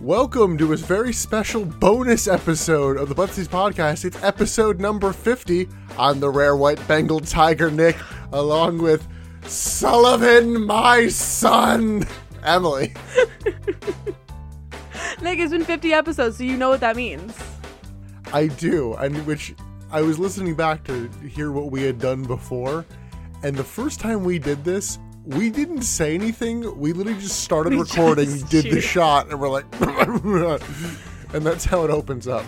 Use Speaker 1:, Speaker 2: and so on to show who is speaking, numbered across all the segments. Speaker 1: Welcome to this very special bonus episode of the Buttsies Podcast. It's episode number 50. I'm the rare white Bengal tiger Nick, along with Sullivan, my son, Emily.
Speaker 2: Nick, it's been 50 episodes, so you know what that means.
Speaker 1: I do, and which I was listening back to hear what we had done before, and the first time we did this, we didn't say anything. We literally just started
Speaker 2: We
Speaker 1: recording,
Speaker 2: just
Speaker 1: did the
Speaker 2: shoot.
Speaker 1: shot, and we're like, and that's how it opens up.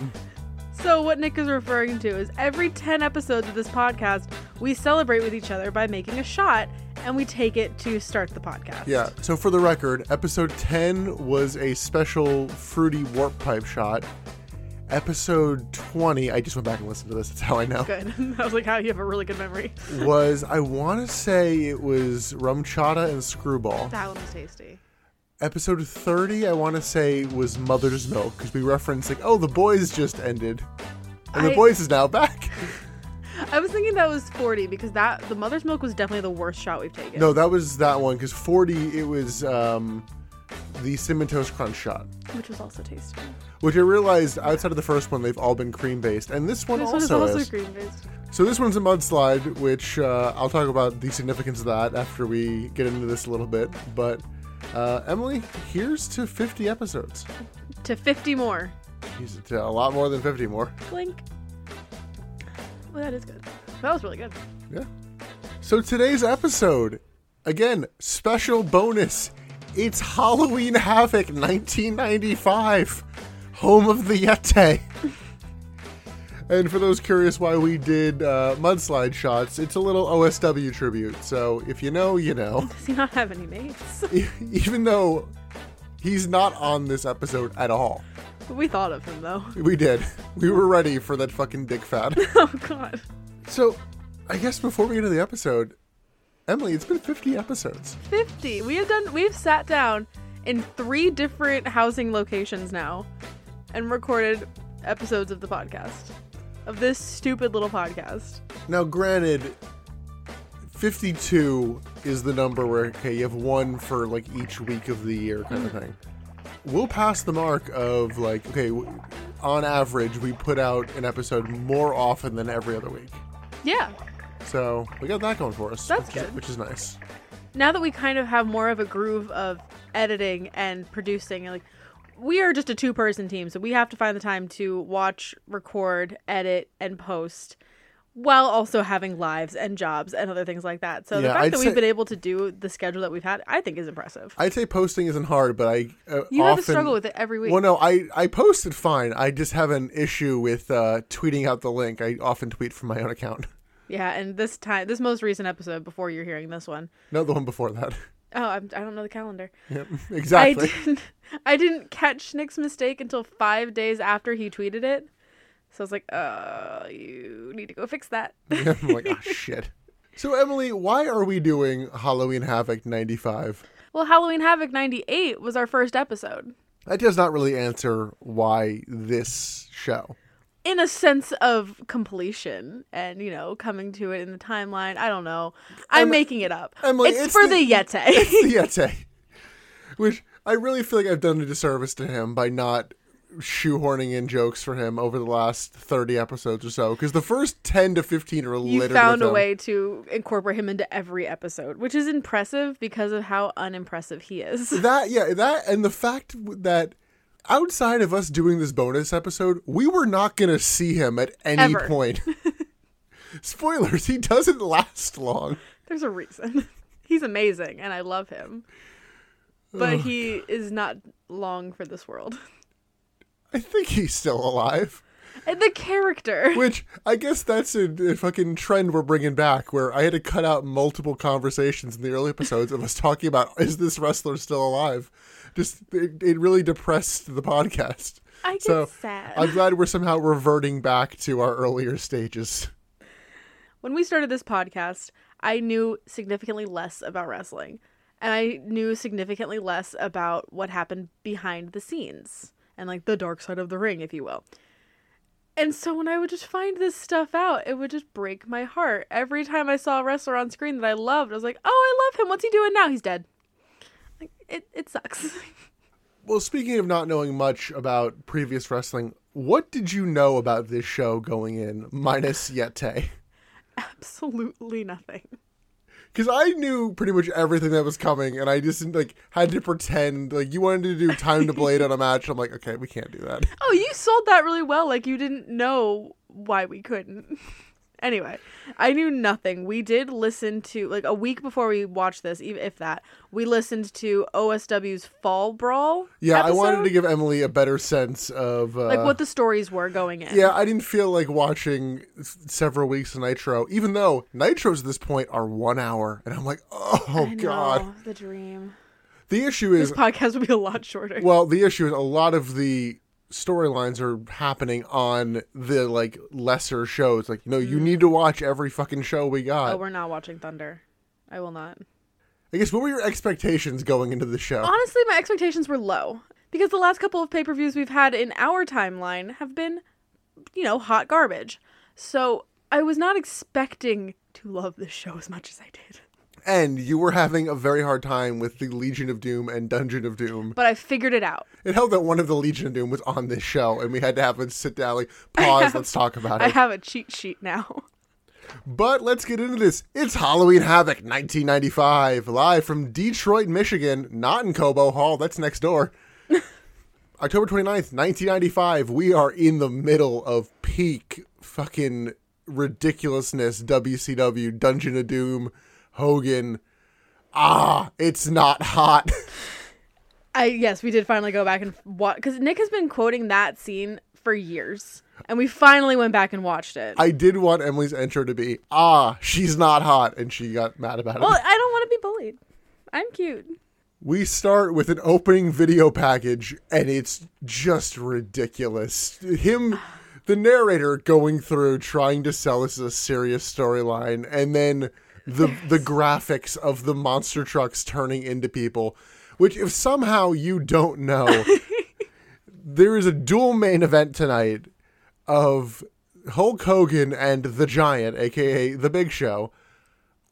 Speaker 2: So, what Nick is referring to is every 10 episodes of this podcast, we celebrate with each other by making a shot and we take it to start the podcast.
Speaker 1: Yeah. So for the record, episode 10 was a special fruity warp pipe shot. Episode 20, I just went back and listened to this. That's how I know.
Speaker 2: Good. I was like, how you have a really good memory.
Speaker 1: Was I want to say it was rum chata and screwball.
Speaker 2: That one was tasty.
Speaker 1: Episode 30, I want to say was mother's milk because we referenced like, oh, the boys just ended, and the
Speaker 2: I-
Speaker 1: boys is now back.
Speaker 2: I was thinking that was 40 because that the mother's milk was definitely the worst shot we've taken.
Speaker 1: No, that was that one because 40, it was um, the cinnamon toast crunch shot.
Speaker 2: Which was also tasty.
Speaker 1: Which I realized outside of the first one, they've all been cream based, and this one
Speaker 2: This one is
Speaker 1: also
Speaker 2: also
Speaker 1: is.
Speaker 2: green based.
Speaker 1: So this one's a mudslide, which uh, I'll talk about the significance of that after we get into this a little bit. But uh, Emily, here's to 50 episodes.
Speaker 2: To 50 more.
Speaker 1: He's to a lot more than 50 more.
Speaker 2: Blink. Well, that is good. That was really good.
Speaker 1: Yeah. So today's episode, again, special bonus. It's Halloween Havoc 1995, home of the Yeti. and for those curious why we did uh, mudslide shots, it's a little OSW tribute. So if you know, you know.
Speaker 2: Does he not have any mates?
Speaker 1: E- Even though he's not on this episode at all,
Speaker 2: we thought of him though.
Speaker 1: we did. We were ready for that fucking dick fad.
Speaker 2: Oh god.
Speaker 1: so I guess before we get into the episode, Emily, it's been 50 episodes.
Speaker 2: 50. We have done we've sat down in three different housing locations now and recorded episodes of the podcast. Of this stupid little podcast.
Speaker 1: Now, granted, 52 is the number where, okay, you have one for like each week of the year kind of thing. We'll pass the mark of like, okay, w- on average, we put out an episode more often than every other week.
Speaker 2: Yeah.
Speaker 1: So we got that going for us.
Speaker 2: That's
Speaker 1: which is-
Speaker 2: good.
Speaker 1: which is nice.
Speaker 2: Now that we kind of have more of a groove of editing and producing and like we are just a two person team, so we have to find the time to watch, record, edit, and post while also having lives and jobs and other things like that. So the
Speaker 1: Yeah,
Speaker 2: fact
Speaker 1: I'd
Speaker 2: that
Speaker 1: say-
Speaker 2: we've been able to do the schedule that we've had, I think is impressive.
Speaker 1: I'd say posting isn't hard, but I uh,
Speaker 2: You have
Speaker 1: often
Speaker 2: to struggle with it every week.
Speaker 1: Well, no, I I posted fine. I just have an issue with uh, tweeting out the link. I often tweet from my own account.
Speaker 2: Yeah, and this time, this most recent episode before you're hearing this one.
Speaker 1: No, the one before that.
Speaker 2: Oh, I'm, I don't know the calendar.
Speaker 1: Yep,
Speaker 2: I
Speaker 1: exactly.
Speaker 2: didn't. I didn't catch Nick's mistake until five days after he tweeted it. So I was like, "Uh, you need to go fix that."
Speaker 1: I'm like, oh shit. So Emily, why are we doing Halloween Havoc '95?
Speaker 2: well, Halloween Havoc '98 was our first episode.
Speaker 1: That does not really answer why this show.
Speaker 2: In a sense of completion and, you know, coming to it in the timeline. I don't know. I'm making it up.
Speaker 1: Emily,
Speaker 2: it's,
Speaker 1: it's
Speaker 2: for
Speaker 1: the-
Speaker 2: the, Yeti.
Speaker 1: the Yeti. Which I really feel like I've done a disservice to him by not shoehorning in jokes for him over the last 30 episodes or so. Because the first 10 to 15 are
Speaker 2: you
Speaker 1: littered
Speaker 2: found
Speaker 1: with
Speaker 2: a
Speaker 1: him.
Speaker 2: way to incorporate him into every episode, which is impressive because of how unimpressive he is.
Speaker 1: That, yeah, that, and the fact w- that outside of us doing this bonus episode, we were not going to see him at any
Speaker 2: Ever.
Speaker 1: point. Spoilers, he doesn't last long.
Speaker 2: There's a reason. He's amazing and I love him.
Speaker 1: Oh,
Speaker 2: But he is not long for this world.
Speaker 1: I think he's still alive.
Speaker 2: And the character.
Speaker 1: Which I guess that's a, a fucking trend we're bringing back, where I had to cut out multiple conversations in the early episodes of us talking about is this wrestler still alive? Just it, it really depressed the podcast.
Speaker 2: I get
Speaker 1: so
Speaker 2: sad.
Speaker 1: I'm glad we're somehow reverting back to our earlier stages.
Speaker 2: When we started this podcast, I knew significantly less about wrestling. And I knew significantly less about what happened behind the scenes and like the dark side of the ring, if you will. And so when I would just find this stuff out, it would just break my heart. Every time I saw a wrestler on screen that I loved, I was like, oh, I love him. What's he doing now? He's dead. Like, it, it sucks.
Speaker 1: Well, speaking of not knowing much about previous wrestling, what did you know about this show going in, minus Yete?
Speaker 2: Absolutely nothing.
Speaker 1: Because I knew pretty much everything that was coming, and I just like had to pretend like you wanted to do time to blade on a match. I'm like, okay, we can't do that.
Speaker 2: Oh, you sold that really well. Like you didn't know why we couldn't. anyway, I knew nothing. We did listen to like a week before we watched this, even if that. We listened to OSW's Fall Brawl.
Speaker 1: Yeah, I
Speaker 2: episode.
Speaker 1: wanted to give Emily a better sense of uh,
Speaker 2: like what the stories were going in.
Speaker 1: Yeah, I didn't feel like watching s- several weeks of Nitro, even though Nitros at this point are one hour, and I'm like, oh
Speaker 2: I know,
Speaker 1: god.
Speaker 2: the dream.
Speaker 1: The issue is,
Speaker 2: This podcast would be a lot shorter.
Speaker 1: well, the issue is a lot of the storylines are happening on the like lesser shows. Like, no,
Speaker 2: Mm.
Speaker 1: you need to watch every fucking show we got.
Speaker 2: oh, we're not watching Thunder. I will not.
Speaker 1: I guess what were your expectations going into the show?
Speaker 2: Honestly, my expectations were low because the last couple of pay per views we've had in our timeline have been, you know, hot garbage. So I was not expecting to love this show as much as I did.
Speaker 1: And you were having a very hard time with the Legion of Doom and Dungeon of Doom.
Speaker 2: But I figured it out.
Speaker 1: It helped that one of the Legion of Doom was on this show, and we had to have a sit down, like pause, let's talk about
Speaker 2: I
Speaker 1: it.
Speaker 2: have a cheat sheet now.
Speaker 1: But let's get into this. It's Halloween Havoc 1995, live from Detroit, Michigan, not in Cobo Hall, that's next door. October 29th, 1995, we are in the middle of peak fucking ridiculousness WCW, Dungeon of Doom, Hogan. Ah, it's not hot.
Speaker 2: I yes, we did finally go back and watch because Nick has been quoting that scene for years, and we finally went back and watched it.
Speaker 1: I did want Emily's intro to be, ah, she's not hot, and she got mad about it.
Speaker 2: well, I don't want to be bullied. I'm cute.
Speaker 1: We start with an opening video package, and it's just ridiculous. Him, the narrator, going through trying to sell us a serious storyline, and then the the graphics of the monster trucks turning into people. Which, if somehow you don't know, there is a dual main event tonight of Hulk Hogan and the Giant, aka the Big Show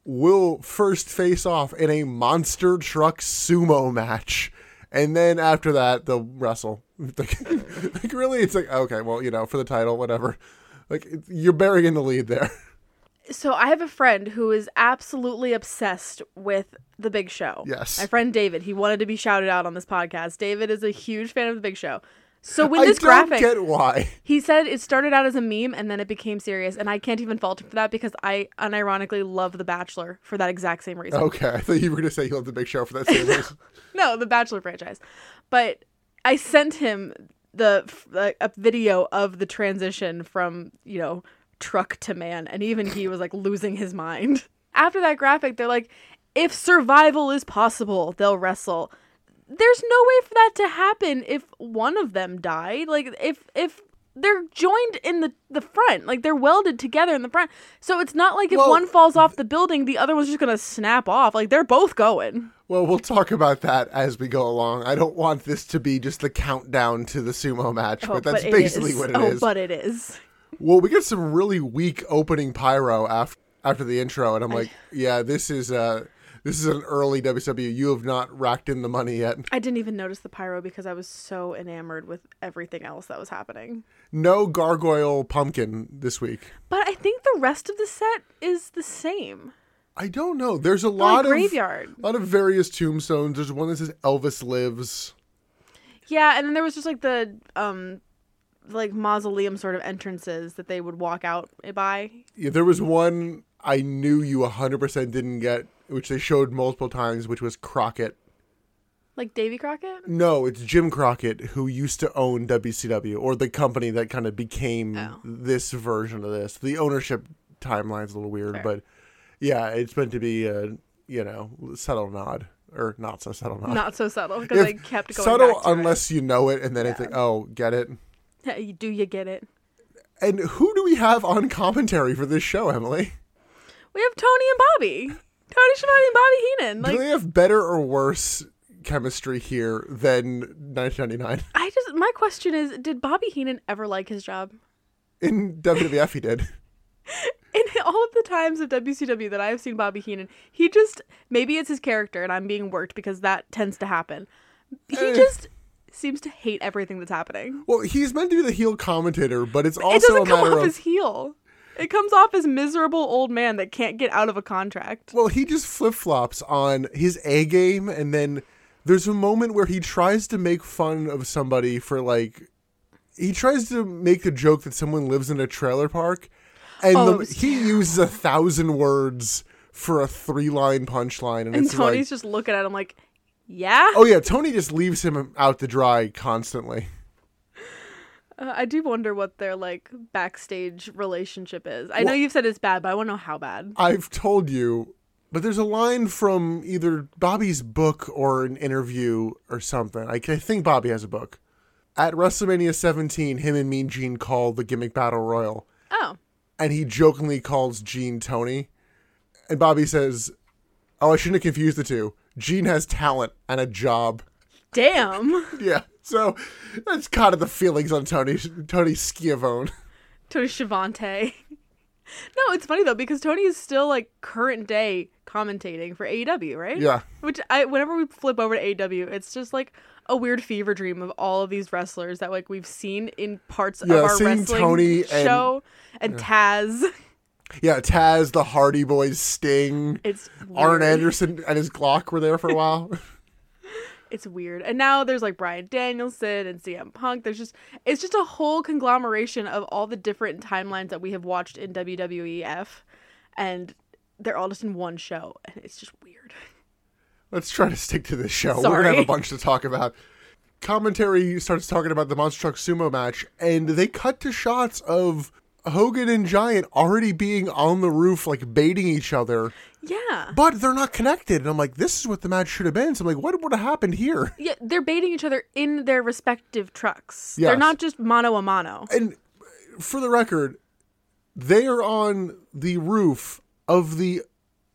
Speaker 1: will first face off in a monster truck sumo match. And then after that, they'll wrestle. like, like, really, it's like, okay, well, you know, for the title, whatever. Like, it- you're burying the lead there.
Speaker 2: So I have a friend who is absolutely obsessed with the Big Show.
Speaker 1: Yes.
Speaker 2: My friend David, he wanted to be shouted out on this podcast. David is a huge fan of the Big Show. So when
Speaker 1: I
Speaker 2: this
Speaker 1: don't
Speaker 2: graphic
Speaker 1: get why.
Speaker 2: he said it started out as a meme and then it became serious and I can't even fault him for that because I unironically love The Bachelor for that exact same reason.
Speaker 1: Okay, I thought you were going to say you love the big show for that same reason.
Speaker 2: No, The Bachelor franchise. But I sent him the f- like, a video of the transition from, you know, truck to man and even he was like losing his mind. After that graphic, they're like if survival is possible, they'll wrestle. There's no way for that to happen if one of them died. Like if if they're joined in the, the front, like they're welded together in the front. So it's not like if
Speaker 1: Well-
Speaker 2: one falls off the building, the other one's just gonna snap off. Like they're both going.
Speaker 1: Well, we'll talk about that as we go along. I don't want this to be just the countdown to the sumo match,
Speaker 2: Oh,
Speaker 1: but that's
Speaker 2: it
Speaker 1: basically
Speaker 2: is.
Speaker 1: what it is.
Speaker 2: oh, but it is.
Speaker 1: Well, we get some really weak opening pyro after after the intro, and I'm like, yeah, this is uh this is an early WW. You have not racked in the money yet.
Speaker 2: I didn't even notice the pyro because I was so enamored with everything else that was happening.
Speaker 1: No gargoyle pumpkin this week.
Speaker 2: But I think the rest of the set is the same.
Speaker 1: I don't know. There's a
Speaker 2: The, like,
Speaker 1: lot of
Speaker 2: graveyard.
Speaker 1: a lot of various tombstones. There's one that says Elvis lives.
Speaker 2: Yeah, and then there was just like the um like mausoleum sort of entrances that they would walk out by.
Speaker 1: Yeah, there was one I knew you 100% didn't get, which they showed multiple times, which was Crockett.
Speaker 2: Like Davy Crockett?
Speaker 1: No, it's Jim Crockett who used to own WCW or the company that kind of became
Speaker 2: Oh.
Speaker 1: this version of this. The ownership timeline's a little weird,
Speaker 2: Fair.
Speaker 1: but yeah, it's meant to be a you know subtle nod or not so subtle nod.
Speaker 2: Not so subtle because I
Speaker 1: If-
Speaker 2: kept going
Speaker 1: subtle
Speaker 2: back to
Speaker 1: unless you know it, and then it's like, oh, get it.
Speaker 2: it. Do you get it?
Speaker 1: And who do we have on commentary for this show, Emily?
Speaker 2: We have Tony and Bobby. Tony Schiavone and Bobby Heenan. Like
Speaker 1: do they have better or worse chemistry here than 1999
Speaker 2: I just my question is did Bobby Heenan ever like his job?
Speaker 1: in WWF? He did.
Speaker 2: in all of the times of WCW that I've seen Bobby Heenan, he just maybe it's his character and I'm being worked because that tends to happen. He
Speaker 1: Eh.
Speaker 2: just seems to hate everything that's happening.
Speaker 1: Well, he's meant to be the heel commentator, but it's
Speaker 2: It
Speaker 1: also
Speaker 2: doesn't
Speaker 1: a
Speaker 2: come
Speaker 1: matter
Speaker 2: off
Speaker 1: of
Speaker 2: as heel. It comes off as miserable old man that can't get out of a contract.
Speaker 1: Well, he just flip flops on his A game, and then there's a moment where he tries to make fun of somebody for like, he tries to make a joke that someone lives in a trailer park, and
Speaker 2: Oh,
Speaker 1: the-
Speaker 2: it was
Speaker 1: he uses a thousand words for a three line punchline, and,
Speaker 2: And
Speaker 1: it's
Speaker 2: Tony's
Speaker 1: like,
Speaker 2: just looking at him like, yeah.
Speaker 1: oh yeah, Tony just leaves him out to dry constantly.
Speaker 2: Uh, I do wonder what their like backstage relationship is. I know you've said it's bad, but I want to know how bad.
Speaker 1: I've told you, but there's a line from either Bobby's book or an interview or something. I, I think Bobby has a book. At WrestleMania 17, him and Mean Gene called the gimmick battle royal,
Speaker 2: Oh,
Speaker 1: and he jokingly calls Gene Tony. And Bobby says, Oh, I shouldn't have confused the two. Gene has talent and a job.
Speaker 2: damn.
Speaker 1: Yeah. So that's kind of the feelings on Tony Tony Schiavone.
Speaker 2: Tony Schiavone. no, it's funny though because Tony is still like current day commentating for AEW, right?
Speaker 1: Yeah.
Speaker 2: Which I whenever we flip over to AEW, it's just like a weird fever dream of all of these wrestlers that like we've seen in parts
Speaker 1: Yeah,
Speaker 2: of our
Speaker 1: seeing
Speaker 2: wrestling
Speaker 1: Tony and-
Speaker 2: show and, Taz.
Speaker 1: Yeah, Taz, the Hardy Boys, Sting.
Speaker 2: It's weird.
Speaker 1: Arn Anderson and his Glock were there for a while.
Speaker 2: It's weird. And now there's like Brian Danielson and CM Punk. There's just it's just a whole conglomeration of all the different timelines that we have watched in WWEF and they're all just in one show and it's just weird.
Speaker 1: Let's try to stick to this show. We're gonna
Speaker 2: Sorry.
Speaker 1: have a bunch to talk about. Commentary starts talking about the Monster Truck Sumo match, and they cut to shots of Hogan and Giant already being on the roof, like baiting each other,
Speaker 2: Yeah.
Speaker 1: but they're not connected. And I'm like, this is what the match should have been. So I'm like, what would have happened here?
Speaker 2: Yeah, they're baiting each other in their respective trucks.
Speaker 1: Yes.
Speaker 2: They're not just mano a mano.
Speaker 1: And for the record, they are on the roof of the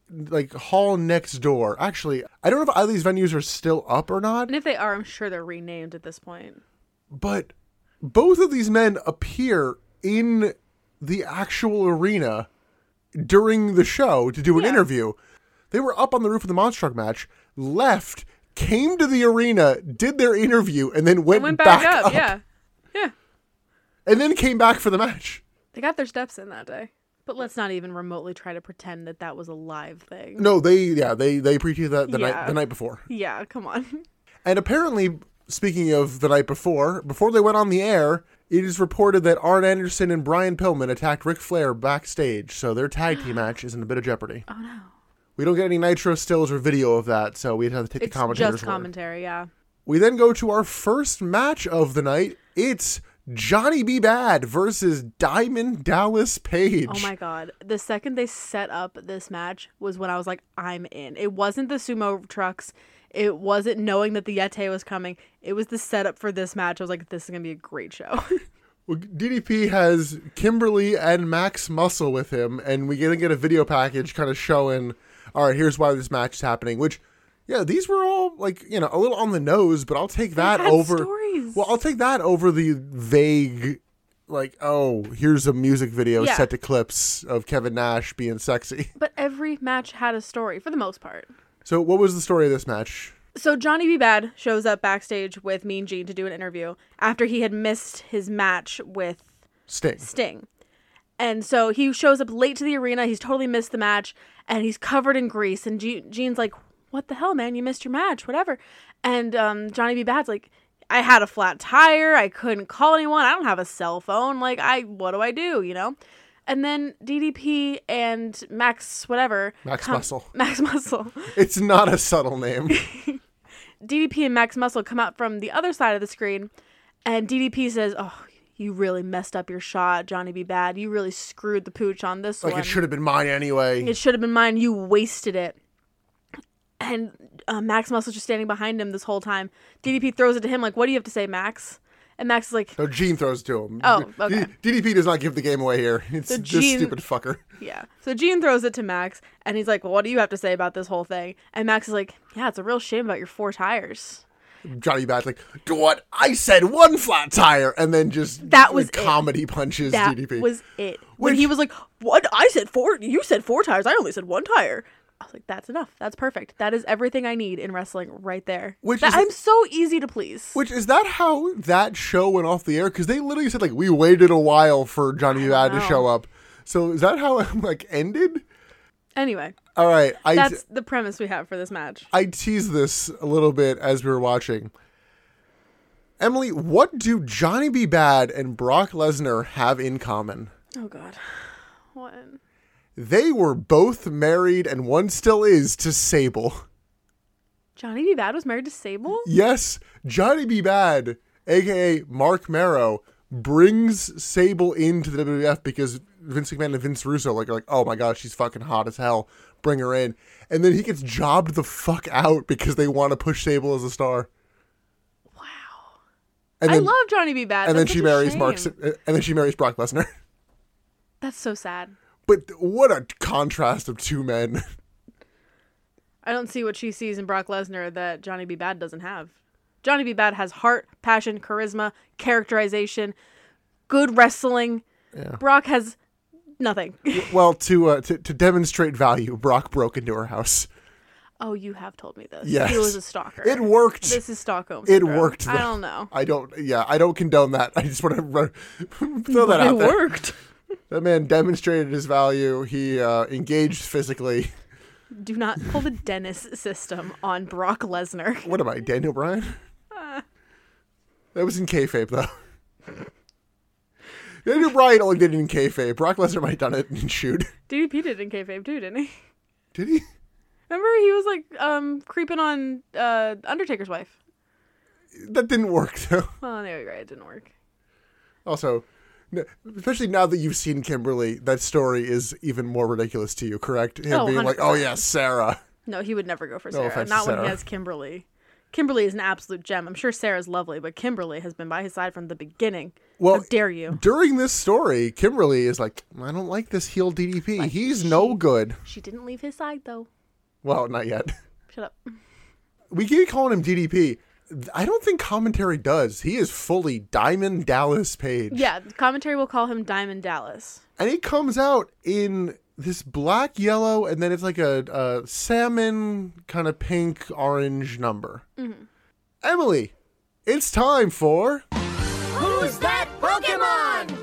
Speaker 1: like hall next door. Actually, I don't know if either of these venues are still up or not.
Speaker 2: And if they are, I'm sure they're renamed at this point.
Speaker 1: but both of these men appear in the actual arena during the show to do an
Speaker 2: Yeah.
Speaker 1: interview. They were up on the roof of the Monster Truck match, left, came to the arena, did their interview, and then went,
Speaker 2: Went back,
Speaker 1: up,
Speaker 2: up, yeah. Yeah.
Speaker 1: and then came back for the match.
Speaker 2: They got their steps in that day. But let's not even remotely try to pretend that that was a live thing.
Speaker 1: No, they yeah they they previewed that the night
Speaker 2: Yeah.
Speaker 1: the night before,
Speaker 2: Yeah, come on.
Speaker 1: and apparently speaking of the night before, before they went on the air. It is reported that Arn Anderson and Brian Pillman attacked Ric Flair backstage, so their tag team match is in a bit of jeopardy.
Speaker 2: Oh no.
Speaker 1: We don't get any nitro stills or video of that, so we'd have to take
Speaker 2: It's
Speaker 1: the commentators.
Speaker 2: just
Speaker 1: word.
Speaker 2: commentary, yeah.
Speaker 1: We then go to our first match of the night. It's Johnny B. Bad versus Diamond Dallas Page.
Speaker 2: Oh my god. The second they set up this match was when I was like, I'm in. It wasn't the sumo trucks. It wasn't knowing that the Yeti was coming. It was the setup for this match. I was like, this is gonna be a great show.
Speaker 1: Well, DDP has Kimberly and Max Muscle with him, and we gonna get a video package kind of showing. All right, here's why this match is happening. Which, yeah, these were all like you know a little on the nose, but I'll take that
Speaker 2: had
Speaker 1: over.
Speaker 2: stories.
Speaker 1: Well, I'll take that over the vague, like oh, here's a music video
Speaker 2: Yeah.
Speaker 1: set to clips of Kevin Nash being sexy.
Speaker 2: but every match had a story for the most part.
Speaker 1: So, what was the story of this match?
Speaker 2: So Johnny B. Bad shows up backstage with Mean Gene to do an interview after he had missed his match with
Speaker 1: Sting.
Speaker 2: Sting. And so he shows up late to the arena. He's totally missed the match and he's covered in grease. And Gene, Gene's like, What the hell, man? You missed your match, whatever. And um, Johnny B. Bad's like, I had a flat tire. I couldn't call anyone. I don't have a cell phone. Like, I, what do I do, you know? And then DDP and Max, whatever.
Speaker 1: Max Muscle.
Speaker 2: Max Muscle.
Speaker 1: It's not a subtle name.
Speaker 2: DDP and Max Muscle come out from the other side of the screen, and DDP says, "Oh, you really messed up your shot, Johnny B. Bad. You really screwed the pooch on this
Speaker 1: like
Speaker 2: one.
Speaker 1: it should have been mine anyway.
Speaker 2: It should have been mine. You wasted it." And uh, Max Muscle just standing behind him this whole time. DDP throws it to him like, "What do you have to say, Max?" And Max is like,
Speaker 1: No, Gene throws it to him.
Speaker 2: Oh, okay.
Speaker 1: D- DDP does not give the game away here. It's
Speaker 2: So
Speaker 1: this
Speaker 2: Gene-
Speaker 1: stupid fucker.
Speaker 2: Yeah. So Gene throws it to Max, and he's like, well, "What do you have to say about this whole thing?" And Max is like, "Yeah, it's a real shame about your four tires."
Speaker 1: Johnny Bad's like, do what? I said one flat tire. And then just
Speaker 2: That was it.
Speaker 1: comedy punches
Speaker 2: that
Speaker 1: DDP.
Speaker 2: was it. When
Speaker 1: Which-
Speaker 2: he was like, "What? I said four. You said four tires. I only said one tire." I was like, that's enough. That's perfect. That is everything I need in wrestling right there.
Speaker 1: Which
Speaker 2: That-
Speaker 1: is-
Speaker 2: I'm so easy to please.
Speaker 1: Which is that how that show went off the air? Because they literally said like we waited a while for Johnny Bad to
Speaker 2: know.
Speaker 1: show up. So is that how it like ended?
Speaker 2: anyway,
Speaker 1: All right, I te-
Speaker 2: that's the premise we have for this match.
Speaker 1: I teased this a little bit as we were watching. Emily, what do Johnny B. Bad and Brock Lesnar have in common?
Speaker 2: Oh God, what?
Speaker 1: They were both married, and one still is to Sable.
Speaker 2: Johnny B. Bad was married to Sable.
Speaker 1: Yes, Johnny B. Bad, aka Mark Marrow, brings Sable into the WWF because Vince McMahon and Vince Russo like are like, oh my god, she's fucking hot as hell. Bring her in, and then he gets jobbed the fuck out because they want to push Sable as a star.
Speaker 2: Wow,
Speaker 1: And
Speaker 2: I
Speaker 1: then,
Speaker 2: love Johnny B. Bad.
Speaker 1: and then
Speaker 2: That's
Speaker 1: she
Speaker 2: such a
Speaker 1: marries Mark,
Speaker 2: shame.
Speaker 1: Se- uh, and then she marries Brock Lesnar.
Speaker 2: That's so sad.
Speaker 1: But what a contrast of two men.
Speaker 2: I don't see what she sees in Brock Lesnar that Johnny B. Bad doesn't have. Johnny B. Bad has heart, passion, charisma, characterization, good wrestling. Brock has nothing.
Speaker 1: well, to, uh, to to demonstrate value, Brock broke into her house.
Speaker 2: oh, you have told me this.
Speaker 1: Yes.
Speaker 2: He was a stalker.
Speaker 1: It worked.
Speaker 2: this is Stockholm.
Speaker 1: It
Speaker 2: syndrome.
Speaker 1: worked,
Speaker 2: I
Speaker 1: though.
Speaker 2: don't know.
Speaker 1: I don't. Yeah, I don't condone that. I just want to run, throw that
Speaker 2: it
Speaker 1: out there.
Speaker 2: worked.
Speaker 1: That man demonstrated his value. He uh, engaged physically.
Speaker 2: Do not pull the Dennis system on Brock Lesnar.
Speaker 1: What am I, Daniel Bryan? That was in kayfabe though. Daniel Bryan only did it in kayfabe. Brock Lesnar might have done it in shoot.
Speaker 2: DDP did it in kayfabe too, didn't he?
Speaker 1: Did he?
Speaker 2: Remember he was like um creeping on uh Undertaker's wife.
Speaker 1: That didn't work though.
Speaker 2: Well, anyway, right, it didn't work.
Speaker 1: Also, n- especially now that you've seen Kimberly, that story is even more ridiculous to you. Correct? Him
Speaker 2: Oh,
Speaker 1: being like, "Oh yeah, Sarah."
Speaker 2: No, he would never go for Sarah.
Speaker 1: offense to
Speaker 2: Not when
Speaker 1: Sarah.
Speaker 2: he has Kimberly. Kimberly is an absolute gem. I'm sure Sarah's lovely, but Kimberly has been by his side from the beginning.
Speaker 1: Well,
Speaker 2: How dare you?
Speaker 1: During this story, Kimberly is like, "I don't like this heel DDP. He's no good."
Speaker 2: She didn't leave his side though.
Speaker 1: Well, not yet.
Speaker 2: Shut up.
Speaker 1: we keep calling him DDP. I don't think commentary does. He is fully Diamond Dallas Page.
Speaker 2: Yeah, the commentary will call him Diamond Dallas.
Speaker 1: And he comes out in this black, yellow, and then it's like a, a salmon kind of pink, orange number.
Speaker 3: Mm-hmm.
Speaker 1: Emily, it's time for.
Speaker 3: Who's that Pokemon?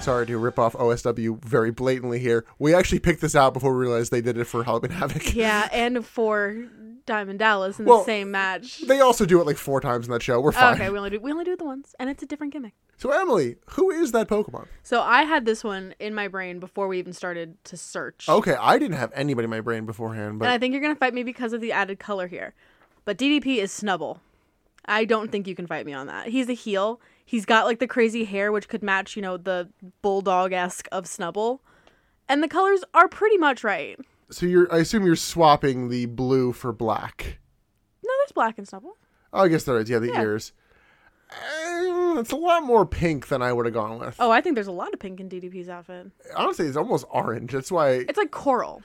Speaker 1: Sorry to rip off OSW very blatantly here. We actually picked this out before we realized they did it for Halloween Havoc.
Speaker 2: Yeah, and for Diamond Dallas in
Speaker 1: Well,
Speaker 2: the same match.
Speaker 1: They also do it like four times in that show. We're fine.
Speaker 2: Okay, we only do we only do it the once, and it's a different gimmick.
Speaker 1: So, Emily, who is that Pokemon?
Speaker 2: So I had this one in my brain before we even started to search.
Speaker 1: Okay, I didn't have anybody in my brain beforehand, but
Speaker 2: And I think you're gonna fight me because of the added color here. But DDP is Snubble. I don't think you can fight me on that. He's a heel. He's got like the crazy hair, which could match, you know, the bulldog esque of Snubble. And the colors are pretty much right.
Speaker 1: So you're I assume you're swapping the blue for black.
Speaker 2: No, there's black in Snubble.
Speaker 1: Oh, I guess there is. Yeah, the
Speaker 2: Yeah.
Speaker 1: ears. Uh, it's a lot more pink than I would have gone with.
Speaker 2: Oh, I think there's a lot of pink in DDP's outfit.
Speaker 1: Honestly, it's almost orange. That's why
Speaker 2: It's like coral.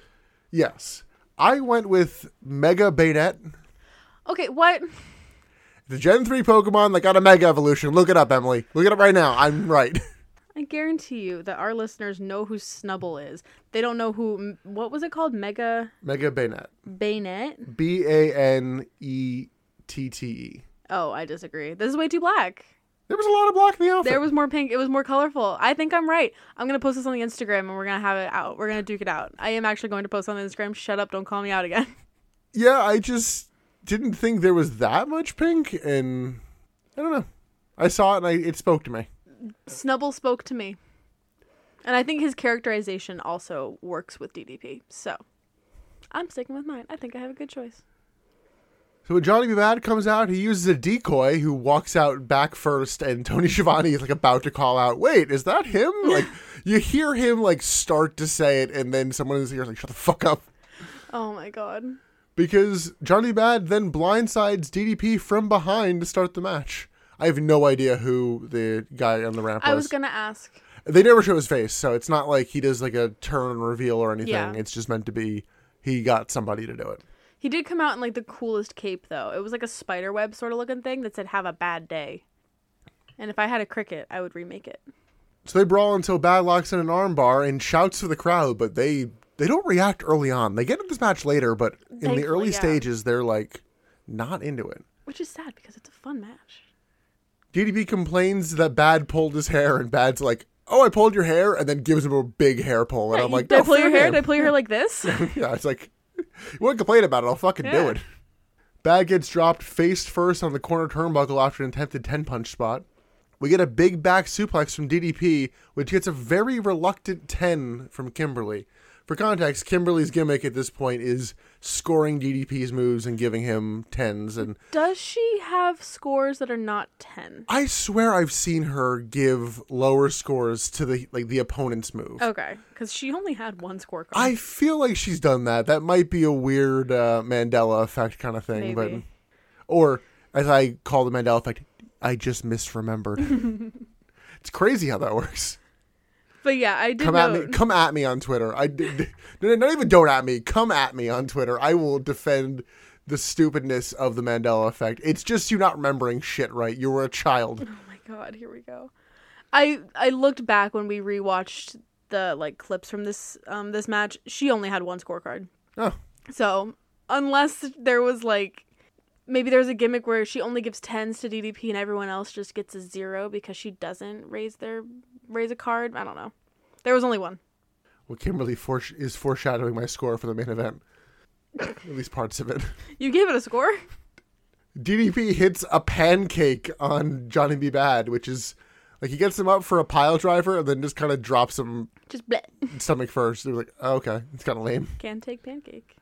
Speaker 1: yes. I went with Mega Baynet.
Speaker 2: Okay, what?
Speaker 1: The Gen 3 Pokemon that got a Mega Evolution. Look it up, Emily. Look it up right now. I'm right.
Speaker 2: I guarantee you that our listeners know who Snubble is. They don't know who, what was it called? Mega
Speaker 1: Mega Baynet.
Speaker 2: Bayonet?
Speaker 1: B A N E T T E.
Speaker 2: Oh, I disagree. This is way too black.
Speaker 1: There was a lot of black in the outfit.
Speaker 2: There was more pink. It was more colorful. I think I'm right. I'm gonna post this on the Instagram and we're gonna have it out. We're gonna duke it out. I am actually going to post on the Instagram. Shut up! Don't call me out again.
Speaker 1: yeah, I just didn't think there was that much pink, and I don't know. I saw it and I, it spoke to me.
Speaker 2: Snubble spoke to me, and I think his characterization also works with DDP. So, I'm sticking with mine. I think I have a good choice.
Speaker 1: So when Johnny B. Bad comes out, he uses a decoy who walks out back first, and Tony Schiavone is like about to call out, "Wait, is that him?" Like you hear him like start to say it, and then someone is here like, "Shut the fuck up,"
Speaker 2: Oh my god.
Speaker 1: because Johnny B. Bad then blindsides DDP from behind to start the match. I have no idea who the guy on the ramp was.
Speaker 2: I was gonna ask.
Speaker 1: They never show his face, so it's not like he does like a turn and reveal or anything.
Speaker 2: Yeah.
Speaker 1: It's just meant to be he got somebody to do it.
Speaker 2: He did come out in like the coolest cape though. It was like a spider web sort of looking thing that said "Have a bad day." And if I had a cricket, I would remake it.
Speaker 1: So they brawl until Bad locks in an armbar and shouts to the crowd, but they they don't react early on. They get into this match later, but in
Speaker 2: Thankfully,
Speaker 1: the early
Speaker 2: yeah.
Speaker 1: stages, they're like not into it.
Speaker 2: which is sad because it's a fun match.
Speaker 1: DDP complains that Bad pulled his hair, and Bad's like, "Oh, I pulled your hair," and then gives him a big hair pull, and I'm like, "Oh,
Speaker 2: did
Speaker 1: no,
Speaker 2: I pull your
Speaker 1: fair
Speaker 2: hair?
Speaker 1: game."
Speaker 2: Did I pull your hair like this?
Speaker 1: yeah, it's like, you wouldn't complain about it. I'll fucking do
Speaker 2: Yeah.
Speaker 1: it. Bad gets dropped face first on the corner turnbuckle after an attempted 10 punch spot. We get a big back suplex from DDP, which gets a very reluctant 10 from Kimberly. For context, Kimberly's gimmick at this point is scoring DDP's moves and giving him 10s. And
Speaker 2: Does she have scores that are not 10?
Speaker 1: I swear I've seen her give lower scores to the like the opponent's move.
Speaker 2: Okay, because she only had one scorecard.
Speaker 1: I feel like she's done that. That might be a weird uh, Mandela effect kind of thing, but
Speaker 2: Maybe.
Speaker 1: or as I call the Mandela effect, I just misremembered. it's crazy how that works.
Speaker 2: but yeah, I did
Speaker 1: Come
Speaker 2: note-
Speaker 1: at me. Come at me on Twitter. I d- d- no, no, not even don't at me. Come at me on Twitter. I will defend the stupidness of the Mandela effect. It's just you not remembering shit right. You were a child.
Speaker 2: Oh my god, here we go. I I looked back when we rewatched the like clips from this um this match. She only had one scorecard.
Speaker 1: Oh,
Speaker 2: So unless there was like maybe there's a gimmick where she only gives tens to DDP and everyone else just gets a zero because she doesn't raise their raise a card. I don't know. There was only one.
Speaker 1: well, Kimberly foresh- is foreshadowing my score for the main event. At least parts of it.
Speaker 2: You gave it a score?
Speaker 1: DDP hits a pancake on Johnny B. Bad, which is like he gets him up for a pile driver and then just kind of drops him
Speaker 2: Just bleh.
Speaker 1: stomach first. They're like, oh, okay, it's kind of lame.
Speaker 2: Can't take pancake.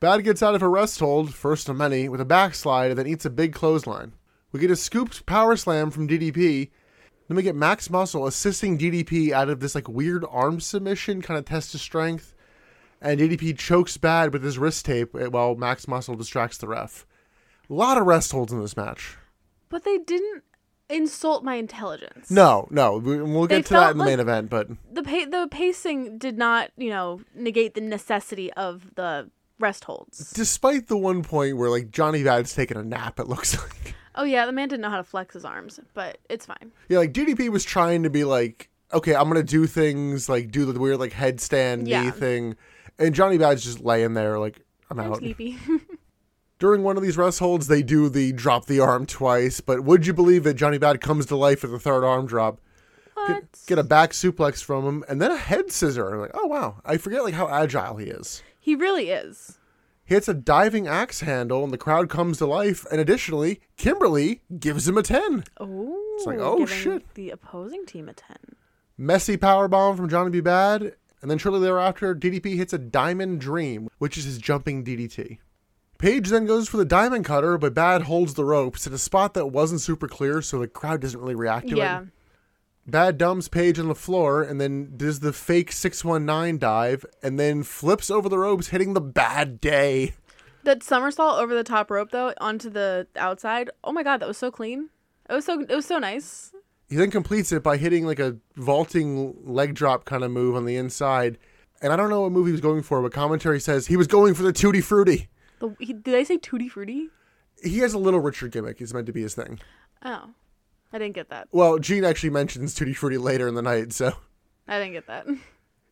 Speaker 1: Bad gets out of a rest hold, first of many, with a backslide and then eats a big clothesline. We get a scooped power slam from DDP. Then we get Max Muscle assisting DDP out of this like weird arm submission, kind of test his strength. And DDP chokes Bad with his wrist tape eh, while Max Muscle distracts the ref. A lot of rest holds in this match.
Speaker 2: But they didn't insult my intelligence.
Speaker 1: No, no. we- We'll
Speaker 2: They
Speaker 1: get to that
Speaker 2: felt
Speaker 1: in the main
Speaker 2: like-
Speaker 1: event, but
Speaker 2: the pa- the pacing did not, you know, negate the necessity of the rest holds.
Speaker 1: despite the one point where like Johnny Bad's taking a nap, it looks like
Speaker 2: Oh yeah, the man didn't know how to flex his arms, but it's fine.
Speaker 1: yeah, like DDP was trying to be like, okay, I'm gonna do things like do the weird like headstand knee
Speaker 2: Yeah.
Speaker 1: thing, and Johnny Bad's just laying there like I'm
Speaker 2: I'm
Speaker 1: out.
Speaker 2: sleepy.
Speaker 1: During one of these rest holds, they do the drop the arm twice, but would you believe that Johnny Bad comes to life with the third arm drop?
Speaker 2: what?
Speaker 1: Get, get a back suplex from him, and then a head scissor. I'm like, oh wow, I forget like how agile he is.
Speaker 2: He really is.
Speaker 1: He hits a diving axe handle and the crowd comes to life. And additionally, Kimberly gives him a 10.
Speaker 2: Oh. It's
Speaker 1: like, oh, shit.
Speaker 2: The opposing team a ten.
Speaker 1: Messy powerbomb from Johnny B. Bad. And then shortly thereafter, DDP hits a diamond dream, which is his jumping DDT. Page then goes for the diamond cutter, but Bad holds the ropes in a spot that wasn't super clear, so the crowd doesn't really react to
Speaker 2: yeah.
Speaker 1: it. Bad dumps Page on the floor and then does the fake 619 dive and then flips over the ropes, hitting the bad day.
Speaker 2: That somersault over the top rope though onto the outside. Oh my god, that was so clean. It was so it was so nice.
Speaker 1: He then completes it by hitting like a vaulting leg drop kind of move on the inside. And I don't know what move he was going for, but commentary says he was going for the Tutti Frutti.
Speaker 2: The, he, did I say tutti frutti?
Speaker 1: He has a little Richard gimmick. He's meant to be his thing.
Speaker 2: Oh, I didn't get that.
Speaker 1: Well, Gene actually mentions Tutti Frutti later in the night, so.
Speaker 2: I didn't get that.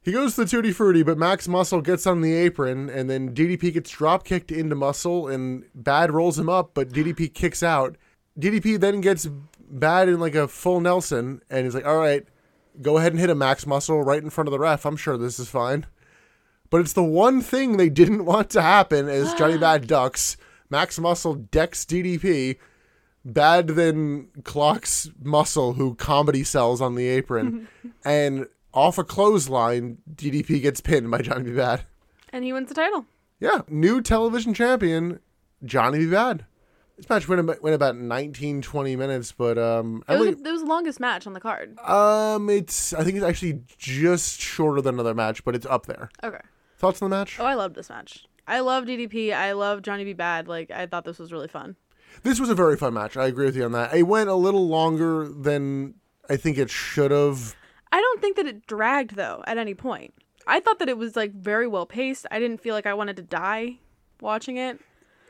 Speaker 1: He goes to the Tutti Frutti, but Max Muscle gets on the apron, and then DDP gets drop kicked into Muscle, and Bad rolls him up, but DDP kicks out. DDP then gets Bad in like a full Nelson, and he's like, all right, go ahead and hit a Max Muscle right in front of the ref. I'm sure this is fine. But it's the one thing they didn't want to happen is Johnny Bad ducks. Max Muscle decks DDP. Bad then clocks Muscle, who comedy sells on the apron, and off a clothesline, DDP gets pinned by Johnny B. Bad.
Speaker 2: And he wins the title.
Speaker 1: Yeah, new television champion, Johnny B. Bad. This match went about, went about 19, 20 minutes, but um, I
Speaker 2: It was,
Speaker 1: believe,
Speaker 2: it was the longest match on the card.
Speaker 1: um, it's I think it's actually just shorter than another match, but it's up there.
Speaker 2: Okay.
Speaker 1: Thoughts on the match?
Speaker 2: Oh, I loved this match. I love DDP. I love Johnny B. Bad. Like, I thought this was really fun.
Speaker 1: This was a very fun match. I agree with you on that. It went a little longer than I think it should have.
Speaker 2: I don't think that it dragged, though, at any point. I thought that it was, like, very well paced. I didn't feel like I wanted to die watching it.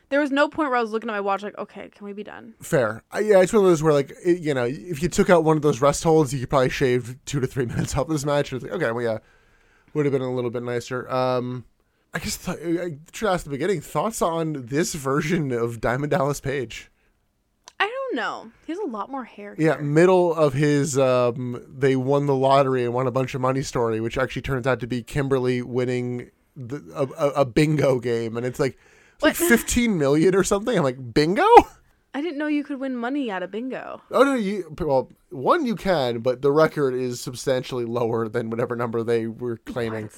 Speaker 2: There was no point where I was looking at my watch, like, okay, can we be done?
Speaker 1: Fair. I, yeah, it's one of those where, like, it, you know, if you took out one of those rest holds, you could probably shave two to three minutes off this match. And it's like, okay, well, yeah, would have been a little bit nicer. Um, I guess th- I should ask the beginning thoughts on this version of Diamond Dallas Page.
Speaker 2: I don't know. He has a lot more hair.
Speaker 1: Yeah,
Speaker 2: here.
Speaker 1: middle of his um, they won the lottery and won a bunch of money story, which actually turns out to be Kimberly winning the, a, a, a bingo game, and it's like it's like
Speaker 2: What?
Speaker 1: fifteen million or something. I'm like bingo.
Speaker 2: I didn't know you could win money out of bingo.
Speaker 1: Oh no, you well one you can, but the record is substantially lower than whatever number they were claiming.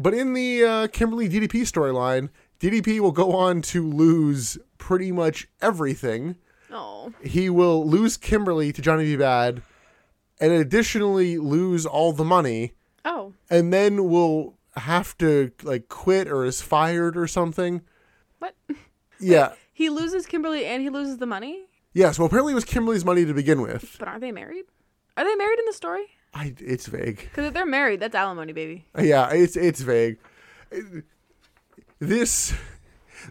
Speaker 1: But in the uh, Kimberly DDP storyline, DDP will go on to lose pretty much everything.
Speaker 2: Oh,
Speaker 1: he will lose Kimberly to Johnny B. Bad, and additionally lose all the money,
Speaker 2: oh,
Speaker 1: and then will have to like quit or is fired or something.
Speaker 2: what?
Speaker 1: Yeah.
Speaker 2: He loses Kimberly and he loses the money.
Speaker 1: Yes. Well, apparently it was Kimberly's money to begin with.
Speaker 2: But are they married? Are they married in the story?
Speaker 1: I, it's vague.
Speaker 2: Because if they're married, that's alimony, baby.
Speaker 1: Yeah. It's it's vague. This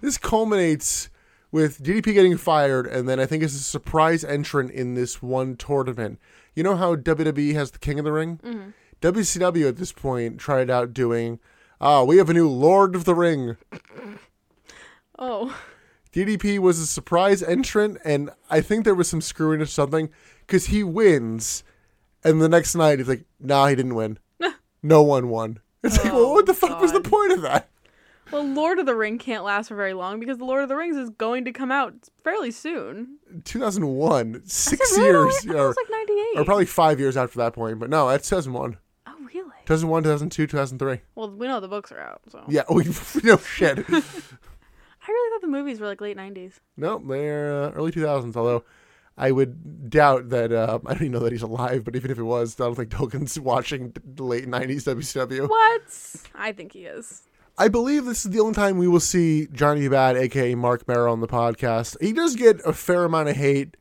Speaker 1: this culminates with DDP getting fired, and then I think it's a surprise entrant in this one tournament. You know how WWE has the King of the Ring? WCW at this point tried out doing, ah, we have a new Lord of the Ring.
Speaker 2: Oh,
Speaker 1: DDP was a surprise entrant, and I think there was some screwing or something because he wins, and the next night he's like, nah, he didn't win. no one won. It's like, well, what the fuck was the
Speaker 2: God.
Speaker 1: point of that?
Speaker 2: well, Lord of the Ring can't last for very long because the Lord of the Rings is going to come out fairly soon.
Speaker 1: 2001, six
Speaker 2: Is it really?
Speaker 1: years.
Speaker 2: I thought
Speaker 1: or-
Speaker 2: it was like ninety-eight.
Speaker 1: or probably five years after that point. But no, that's 2001.
Speaker 2: oh, really?
Speaker 1: 2001, 2002, 2003.
Speaker 2: Well, we know the books are out, so
Speaker 1: Yeah, we, no shit.
Speaker 2: I really thought the movies were like late nineties.
Speaker 1: no, they're uh, early 2000s, although I would doubt that, uh, I don't even know that he's alive, but even if he was, I don't think Tolkien's watching the late 90s WCW.
Speaker 2: What? I think he is.
Speaker 1: I believe this is the only time we will see Johnny Bad, aka Mark Merrill, on the podcast. He does get a fair amount of hate.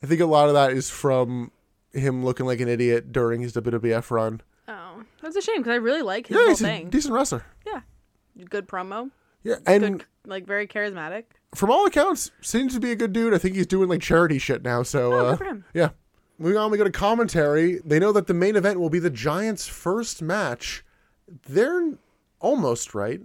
Speaker 1: I think a lot of that is from him looking like an idiot during his WWF run.
Speaker 2: Oh, that's a shame because I really like his
Speaker 1: Yeah,
Speaker 2: whole
Speaker 1: he's a
Speaker 2: thing.
Speaker 1: decent wrestler.
Speaker 2: yeah, good promo.
Speaker 1: Yeah, and
Speaker 2: Good, like very charismatic.
Speaker 1: from all accounts, seems to be a good dude. I think he's doing like charity shit now. So
Speaker 2: Oh,
Speaker 1: uh,
Speaker 2: good for him.
Speaker 1: yeah. Moving on, we go to commentary. They know that the main event will be the Giants' first match. They're almost right.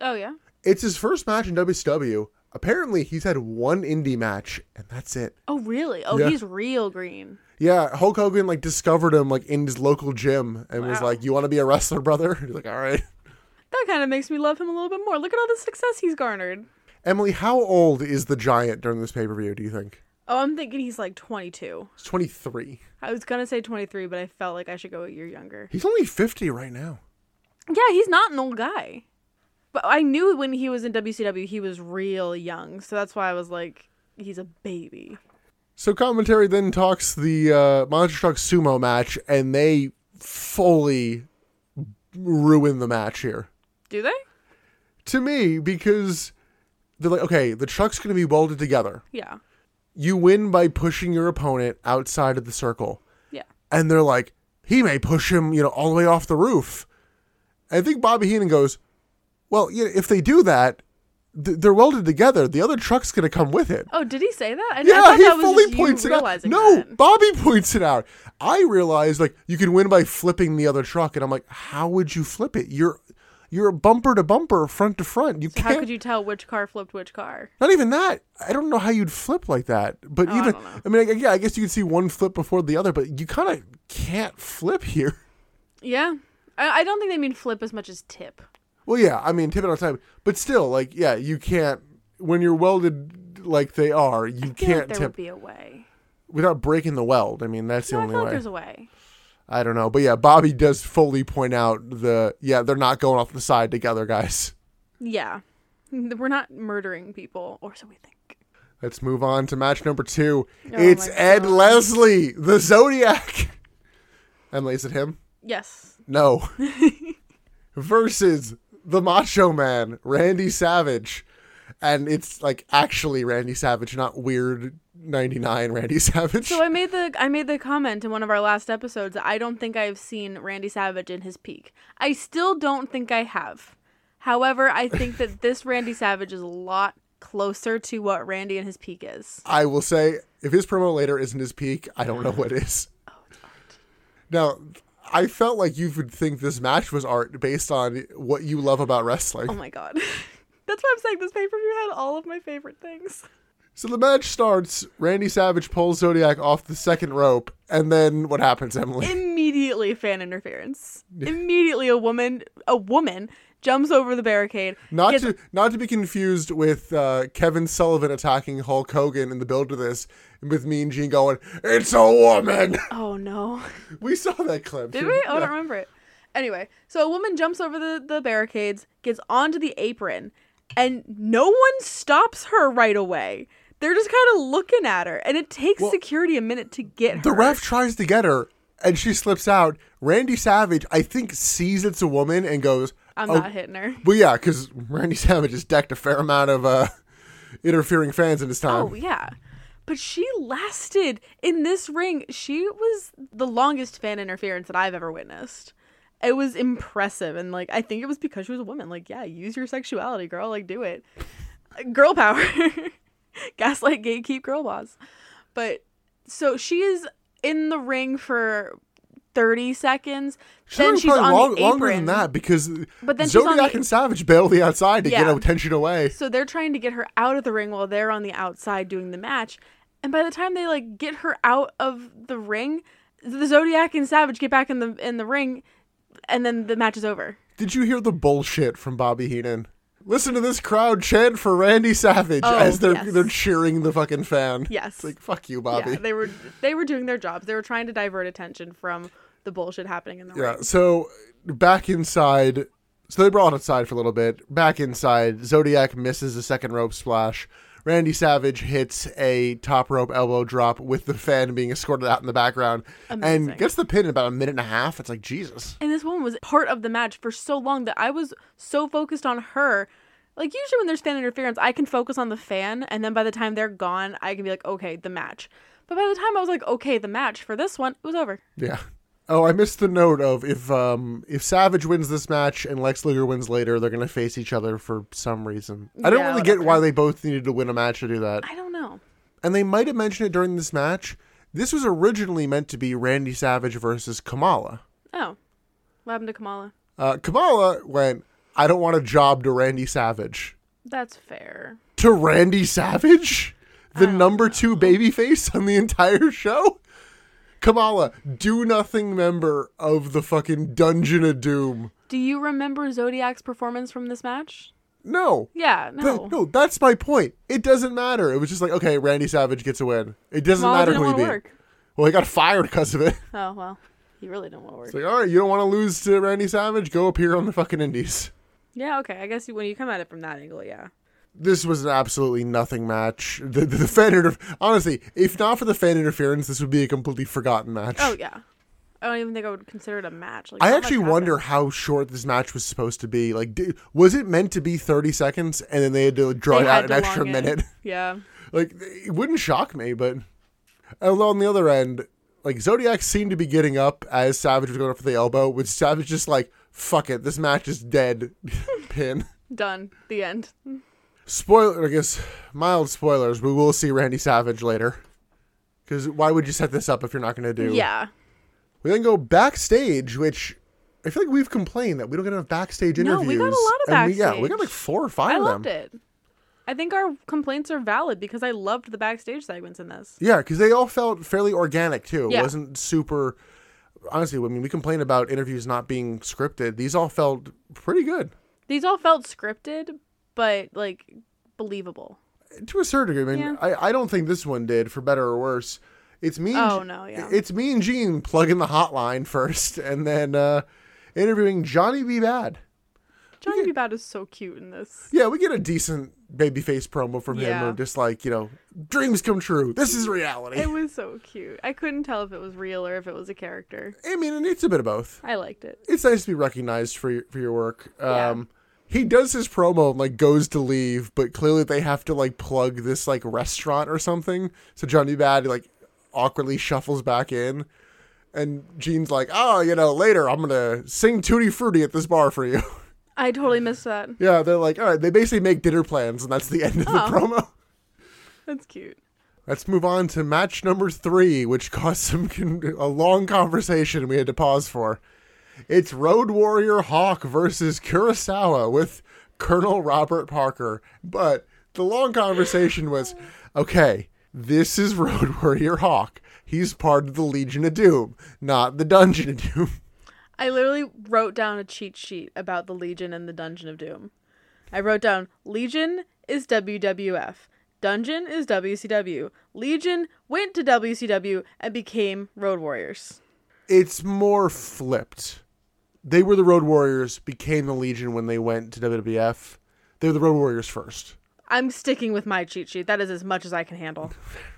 Speaker 2: Oh yeah.
Speaker 1: It's his first match in WCW. Apparently, he's had one indie match, and that's it.
Speaker 2: Oh really? Oh,
Speaker 1: Yeah.
Speaker 2: he's real green.
Speaker 1: Yeah, Hulk Hogan like discovered him like in his local gym and was
Speaker 2: Wow.
Speaker 1: like, "You want to be a wrestler, brother?" He's like, "All right."
Speaker 2: That kind of makes me love him a little bit more. Look at all the success he's garnered.
Speaker 1: Emily, how old is the Giant during this pay per view? Do you think?
Speaker 2: Oh, I'm thinking he's like 22.
Speaker 1: He's twenty three.
Speaker 2: I was gonna say 23, but I felt like I should go a year younger.
Speaker 1: He's only fifty right now.
Speaker 2: Yeah, he's not an old guy. But I knew when he was in WCW, he was real young, so that's why I was like, he's a baby.
Speaker 1: So commentary then talks the uh, monster truck sumo match, and they fully ruin the match here
Speaker 2: Do they?
Speaker 1: to me because they're like, okay, the truck's going to be welded together.
Speaker 2: Yeah.
Speaker 1: You win by pushing your opponent outside of the circle,
Speaker 2: Yeah.
Speaker 1: and they're like, he may push him, you know, all the way off the roof. I think Bobby Heenan goes, well, you know, if they do that, th- they're welded together. The other truck's going to come with it.
Speaker 2: Oh, did he say that? I, I
Speaker 1: Yeah,
Speaker 2: thought
Speaker 1: he
Speaker 2: that was
Speaker 1: fully
Speaker 2: just you
Speaker 1: points it out.
Speaker 2: realizing
Speaker 1: No,
Speaker 2: that.
Speaker 1: Bobby points it out. I realized like you can win by flipping the other truck, and I'm like, how would you flip it? You're you're bumper to bumper, front to front. You
Speaker 2: How
Speaker 1: can't.
Speaker 2: could you tell which car flipped which car?
Speaker 1: Not even that. I don't know how you'd flip like that. But
Speaker 2: Oh, I
Speaker 1: even
Speaker 2: don't know.
Speaker 1: I, mean, I, yeah, I guess you could see one flip before the other, but you kind of can't flip here.
Speaker 2: Yeah. I, I don't think they mean flip as much as tip.
Speaker 1: Well, yeah, I mean, tip it on time, but still, like, yeah, you can't when you're welded like they are. You
Speaker 2: I feel like
Speaker 1: can't
Speaker 2: there
Speaker 1: tip
Speaker 2: would be a way.
Speaker 1: without breaking the weld. I mean, that's
Speaker 2: No,
Speaker 1: the
Speaker 2: I
Speaker 1: only
Speaker 2: feel
Speaker 1: way.
Speaker 2: like there's a way.
Speaker 1: I don't know, but yeah, Bobby does fully point out the yeah they're not going off the side together, guys.
Speaker 2: Yeah. We're not murdering people, or so we think.
Speaker 1: Let's move on to match number two.
Speaker 2: Oh
Speaker 1: it's
Speaker 2: my
Speaker 1: Ed
Speaker 2: God.
Speaker 1: Leslie, the Zodiac. Emily, is it him?
Speaker 2: Yes.
Speaker 1: No. Versus the Macho Man, Randy Savage, and it's like actually Randy Savage, not weird ninety nine Randy Savage.
Speaker 2: So I made the I made the comment in one of our last episodes that I don't think I've seen Randy Savage in his peak. I still don't think I have. However, I think that this Randy Savage is a lot closer to what Randy in his peak is.
Speaker 1: I will
Speaker 2: Oh,
Speaker 1: say, if his promo later isn't his peak, I don't know what is. Now, I felt like you would think this match was art based on what you love about wrestling.
Speaker 2: Oh my god. That's why I'm saying this pay per view had all of my favorite things.
Speaker 1: So the match starts. Randy Savage pulls Zodiac off the second rope, and then what happens, Emily?
Speaker 2: Immediately fan interference. Immediately a woman a woman jumps over the barricade.
Speaker 1: Not
Speaker 2: gets-
Speaker 1: to not to be confused with uh, Kevin Sullivan attacking Hulk Hogan in the build of this, and with Mean Gene going, "It's a woman."
Speaker 2: Oh no.
Speaker 1: we saw that clip.
Speaker 2: Did we? Oh, I don't remember it. Anyway, so a woman jumps over the, the barricades, gets onto the apron, and no one stops her right away. They're just kind of looking at her, and it takes security a minute to get her.
Speaker 1: The ref tries to get her, and she slips out. Randy Savage, I think, sees it's a woman and goes,
Speaker 2: I'm
Speaker 1: "Oh,
Speaker 2: not hitting her.
Speaker 1: Well, yeah, because Randy Savage has decked a fair amount of uh, interfering fans in his time.
Speaker 2: Oh yeah. But she lasted in this ring. She was the longest fan interference that I've ever witnessed. It was impressive and like I think it was because she was a woman. Like, yeah, use your sexuality, girl, like do it. Girl power. Gaslight gatekeep girl boss. But so she is in the ring for 30 seconds.
Speaker 1: She was probably long- longer than that because
Speaker 2: But then she's on
Speaker 1: Zodiac
Speaker 2: the-
Speaker 1: and Savage bail the outside to
Speaker 2: Yeah.
Speaker 1: get attention away.
Speaker 2: So they're trying to get her out of the ring while they're on the outside doing the match. And by the time they like get her out of the ring, the Zodiac and Savage get back in the in the ring and then the match is over.
Speaker 1: Did you hear the bullshit from Bobby Heenan? Listen to this crowd chant for Randy Savage
Speaker 2: Oh,
Speaker 1: as they're
Speaker 2: yes.
Speaker 1: they're cheering the fucking fan.
Speaker 2: Yes.
Speaker 1: It's like fuck you, Bobby.
Speaker 2: Yeah, they were they were doing their jobs. They were trying to divert attention from the bullshit happening in the
Speaker 1: Yeah.
Speaker 2: ring.
Speaker 1: So back inside, so they brought inside for a little bit. Back inside, Zodiac misses a second rope splash. Randy Savage hits a top rope elbow drop with the fan being escorted out in the background
Speaker 2: Amazing.
Speaker 1: and gets the pin in about a minute and a half. It's like Jesus.
Speaker 2: And this woman was part of the match for so long that I was so focused on her. Like usually when there's fan interference, I can focus on the fan, and then by the time they're gone, I can be like, okay, the match. But by the time I was like, okay, the match for this one, it was over.
Speaker 1: Yeah. Oh, I missed the note of if um if Savage wins this match and Lex Luger wins later, they're gonna face each other for some reason. I don't
Speaker 2: Yeah,
Speaker 1: really get
Speaker 2: whatever.
Speaker 1: why they both needed to win a match to do that.
Speaker 2: I don't know.
Speaker 1: and they might have mentioned it during this match. This was originally meant to be Randy Savage versus Kamala.
Speaker 2: Oh, what happened to Kamala?
Speaker 1: Uh, Kamala went, I don't want a job to Randy Savage.
Speaker 2: That's fair.
Speaker 1: To Randy Savage? The number two babyface on the entire show? Kamala, do nothing member of the fucking Dungeon of Doom.
Speaker 2: Do you remember Zodiac's performance from this match?
Speaker 1: No.
Speaker 2: Yeah, no.
Speaker 1: But- no, that's my point. It doesn't matter. It was just like, okay, Randy Savage gets a win. It doesn't
Speaker 2: Kamala
Speaker 1: matter
Speaker 2: didn't
Speaker 1: who he
Speaker 2: want to
Speaker 1: beat.
Speaker 2: work.
Speaker 1: Well, he got fired because of it.
Speaker 2: Oh well, he really didn't want to work.
Speaker 1: It's like, all right, you don't want to lose to Randy Savage? Go appear on the fucking Indies.
Speaker 2: yeah, okay. I guess you, when you come at it from that angle, yeah.
Speaker 1: This was an absolutely nothing match. The, the, the fan inter- honestly, if not for the fan interference, this would be a completely forgotten match.
Speaker 2: Oh yeah. I don't even think I would consider it a match. Like,
Speaker 1: I
Speaker 2: not much
Speaker 1: actually
Speaker 2: happened.
Speaker 1: wonder how short this match was supposed to be. Like, di was it meant to be thirty seconds, and then they had to draw
Speaker 2: They
Speaker 1: it out an
Speaker 2: had to
Speaker 1: extra
Speaker 2: long it.
Speaker 1: minute?
Speaker 2: Yeah.
Speaker 1: Like, it wouldn't shock me, but although on the other end, like Zodiac seemed to be getting up as Savage was going up for the elbow, with Savage just like, "Fuck it, this match is dead." Pin.
Speaker 2: Done. The end.
Speaker 1: spoiler i guess mild spoilers we will see randy savage later because why would you set this up if you're not going to do
Speaker 2: Yeah.
Speaker 1: we then go backstage which i feel like we've complained that we don't get enough backstage
Speaker 2: No,
Speaker 1: interviews
Speaker 2: we got a lot of
Speaker 1: and we- yeah we
Speaker 2: backstage.
Speaker 1: got like four or five
Speaker 2: I
Speaker 1: of
Speaker 2: loved
Speaker 1: them
Speaker 2: it. I think our complaints are valid because I loved the backstage segments in this.
Speaker 1: yeah because they all felt fairly organic too
Speaker 2: Yeah.
Speaker 1: it wasn't super honestly i mean we complain about interviews not being scripted these all felt pretty good
Speaker 2: These all felt scripted, but like believable.
Speaker 1: to a certain degree. I mean,
Speaker 2: Yeah.
Speaker 1: I, I don't think this one did, for better or worse. It's me. and
Speaker 2: Oh,
Speaker 1: G-
Speaker 2: no, yeah.
Speaker 1: It's me and Gene plugging the hotline first, and then uh, interviewing Johnny B. Bad.
Speaker 2: Johnny B. Bad is so cute in this.
Speaker 1: Yeah, we get a decent babyface promo from him,
Speaker 2: Yeah.
Speaker 1: of just like you know, dreams come true. This is reality.
Speaker 2: It was so cute. I couldn't tell if it was real or if it was a character.
Speaker 1: I mean, and it's a bit of both.
Speaker 2: I liked it.
Speaker 1: It's nice to be recognized for your, for your work.
Speaker 2: Yeah.
Speaker 1: Um, He does his promo and like goes to leave, but clearly they have to like plug this like restaurant or something. So Johnny Bad like awkwardly shuffles back in, and Gene's like, "Oh, you know, later I'm gonna sing Tutti Frutti at this bar for you."
Speaker 2: I totally missed that.
Speaker 1: yeah, they're like, "All right." They basically make dinner plans, and that's the end of the
Speaker 2: Oh.
Speaker 1: promo.
Speaker 2: That's cute.
Speaker 1: Let's move on to match number three, which caused some con- a long conversation we had to pause for. It's Road Warrior Hawk versus Kurosawa with Colonel Robert Parker. But the long conversation was okay, this is Road Warrior Hawk. He's part of the Legion of Doom, not the Dungeon of Doom.
Speaker 2: I literally wrote down a cheat sheet about the Legion and the Dungeon of Doom. I wrote down Legion is WWF, Dungeon is WCW. Legion went to WCW and became Road Warriors.
Speaker 1: It's more flipped. They were the Road Warriors, became the Legion when they went to WWF. They were the Road Warriors first.
Speaker 2: I'm sticking with my cheat sheet. That is as much as I can handle.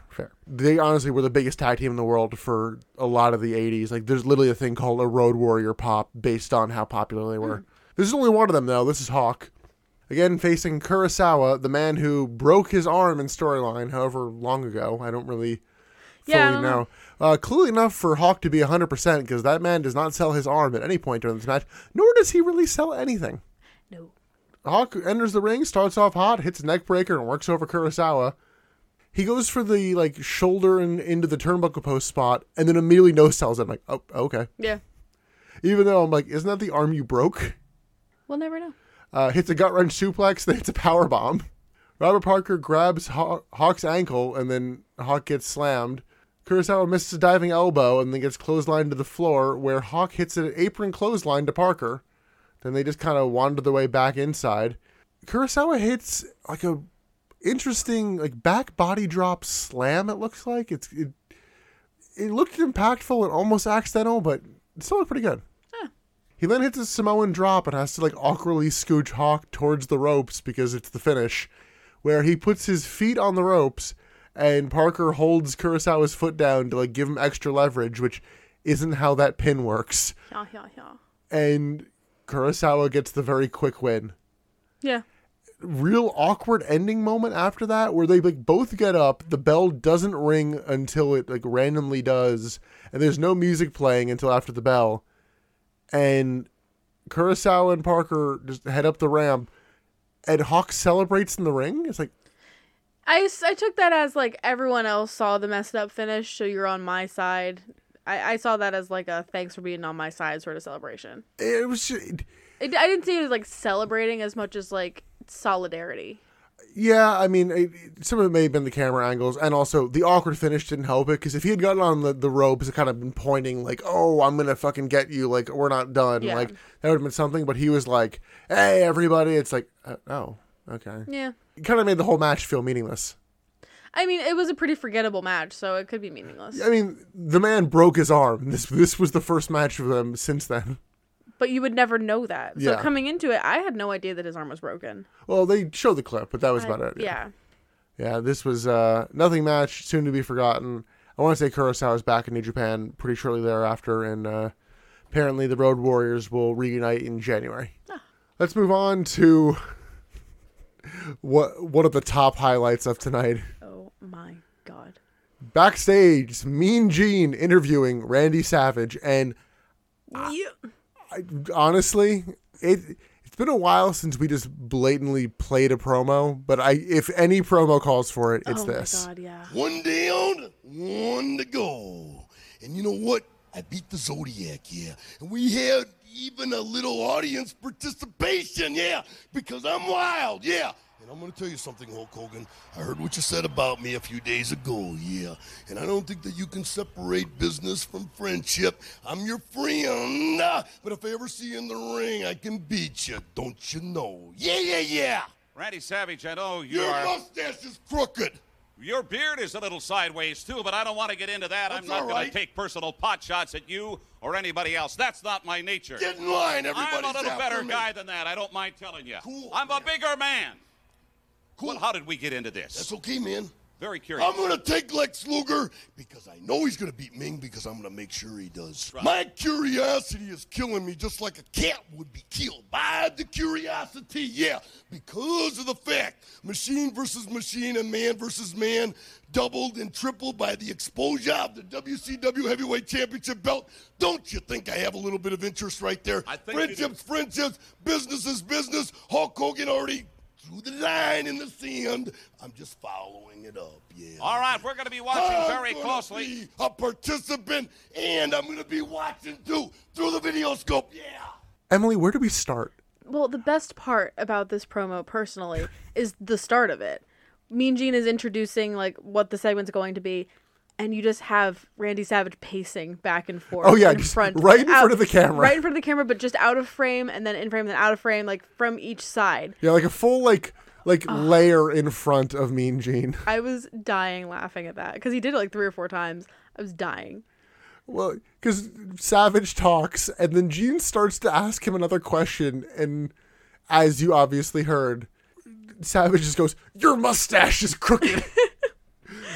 Speaker 1: Fair. They honestly were the biggest tag team in the world for a lot of the 80s. Like, there's literally a thing called a Road Warrior pop based on how popular they were.
Speaker 2: Hmm.
Speaker 1: This is only one of them, though. This is Hawk. Again, facing Kurosawa, the man who broke his arm in storyline however long ago. I don't really fully
Speaker 2: Yeah, I don't
Speaker 1: know. Uh, clearly enough for Hawk to be 100% because that man does not sell his arm at any point during this match, nor does he really sell anything.
Speaker 2: No.
Speaker 1: Hawk enters the ring, starts off hot, hits a neck breaker, and works over Kurosawa. He goes for the like shoulder and into the turnbuckle post spot, and then immediately no sells it. I'm like, oh, okay.
Speaker 2: Yeah.
Speaker 1: Even though I'm like, isn't that the arm you broke?
Speaker 2: We'll never know.
Speaker 1: Uh, hits a gut wrench suplex, then hits a power bomb. Robert Parker grabs Haw- Hawk's ankle, and then Hawk gets slammed. Kurosawa misses a diving elbow, and then gets clotheslined to the floor, where Hawk hits an apron clothesline to Parker. Then they just kind of wander their way back inside. Kurosawa hits like a interesting like back body drop slam. It looks like it's it. It looked impactful and almost accidental, but it still looked pretty good. He then hits a Samoan drop and has to like awkwardly scooch Hawk towards the ropes because it's the finish, where he puts his feet on the ropes and Parker holds Kurosawa's foot down to like give him extra leverage, which isn't how that pin works.
Speaker 2: Yeah, yeah, yeah.
Speaker 1: And Kurosawa gets the very quick win.
Speaker 2: Yeah.
Speaker 1: Real awkward ending moment after that where they like both get up, the bell doesn't ring until it like randomly does, and there's no music playing until after the bell and Kurosawa and Parker just head up the ramp, and Hawk celebrates in the ring. It's like,
Speaker 2: I, s- I took that as like everyone else saw the messed up finish, so you're on my side. I, I saw that as like a thanks for being on my side sort of celebration.
Speaker 1: it was, ju-
Speaker 2: It, I didn't see it as like celebrating as much as like solidarity.
Speaker 1: yeah. I mean, it, it- some of it may have been the camera angles, and also the awkward finish didn't help it because if he had gotten on the, the ropes, it kind of been pointing like, "Oh, I'm gonna fucking get you," like we're not done,
Speaker 2: Yeah.
Speaker 1: like that would have been something. But he was like, "Hey, everybody!" It's like, uh, oh, okay.
Speaker 2: Yeah.
Speaker 1: It kind of made the whole match feel meaningless.
Speaker 2: I mean, it was a pretty forgettable match, so it could be meaningless.
Speaker 1: I mean, the man broke his arm. This this was the first match of them since then.
Speaker 2: But you would never know that. So
Speaker 1: Yeah.
Speaker 2: coming into it, I had no idea that his arm was broken.
Speaker 1: Well, they showed the clip, but that was about it.
Speaker 2: Yeah.
Speaker 1: Yeah, this was uh, nothing match, soon to be forgotten. I want to say Kurosawa is back in New Japan pretty shortly thereafter, and uh, apparently the Road Warriors will reunite in January.
Speaker 2: Ah.
Speaker 1: Let's move on to what one of the top highlights of tonight.
Speaker 2: Oh my god.
Speaker 1: Backstage, Mean Gene interviewing Randy Savage, and Ah.
Speaker 2: Yeah.
Speaker 1: I, honestly, it it's been a while since we just blatantly played a promo, but I if any promo calls for it, it's
Speaker 2: oh
Speaker 1: this.
Speaker 2: my god, yeah.
Speaker 4: One down, one to go. And you know what? I beat the Zodiac, yeah. And we had even a little audience participation, yeah, because I'm wild, yeah. And I'm going to tell you something, Hulk Hogan. I heard what you said about me a few days ago, yeah. And I don't think that you can separate business from friendship. I'm your friend, uh, but if I ever see you in the ring, I can beat you, don't you know? Yeah, yeah, yeah.
Speaker 5: Randy Savage, I know you
Speaker 4: Your
Speaker 5: are.
Speaker 4: mustache is crooked.
Speaker 5: Your beard is a little sideways too, but I don't want to get into that. I'm
Speaker 4: That's
Speaker 5: not
Speaker 4: all
Speaker 5: going
Speaker 4: right.
Speaker 5: to take personal pot shots at you or anybody else. That's not my nature.
Speaker 4: Get in line, everybody.
Speaker 5: I'm a little better guy than that. I don't mind telling you.
Speaker 4: Cool,
Speaker 5: I'm a
Speaker 4: man.
Speaker 5: bigger man.
Speaker 4: Cool.
Speaker 5: Well, how did we get into this?
Speaker 4: That's okay, man.
Speaker 5: Very curious.
Speaker 4: I'm gonna take Lex Luger because I know he's gonna beat Ming because I'm gonna make sure he does. My curiosity is killing me just like a cat would be killed by the curiosity, yeah, because of the fact machine versus machine and man versus man doubled and tripled by the exposure of the WCW Heavyweight Championship belt. Don't you think I have a little bit of interest right there?
Speaker 5: I think you do.
Speaker 4: Friendship's friendships, business is business. Hulk Hogan already drew the line in the sand. I'm just following it up. Yeah.
Speaker 5: All right, we're going to be watching
Speaker 4: I'm
Speaker 5: very
Speaker 4: gonna
Speaker 5: closely.
Speaker 4: be a participant, and I'm gonna be watching too through the video scope. Yeah.
Speaker 1: Emily, where do we start?
Speaker 2: Well, the best part about this promo, personally, is the start of it. Mean Gene is introducing like what the segment's going to be, and you just have Randy Savage pacing back and forth.
Speaker 1: Oh, yeah,
Speaker 2: in
Speaker 1: just
Speaker 2: front,
Speaker 1: right in
Speaker 2: out-
Speaker 1: front of the camera.
Speaker 2: right in front of the camera, but just out of frame, and then in frame, then out of frame, like from each side.
Speaker 1: Yeah, like a full like like layer in front of Mean Gene.
Speaker 2: I was dying laughing at that because he did it like three or four times. I was dying.
Speaker 1: Well, because Savage talks, and then Gene starts to ask him another question, and as you obviously heard, Savage just goes, "Your mustache is crooked."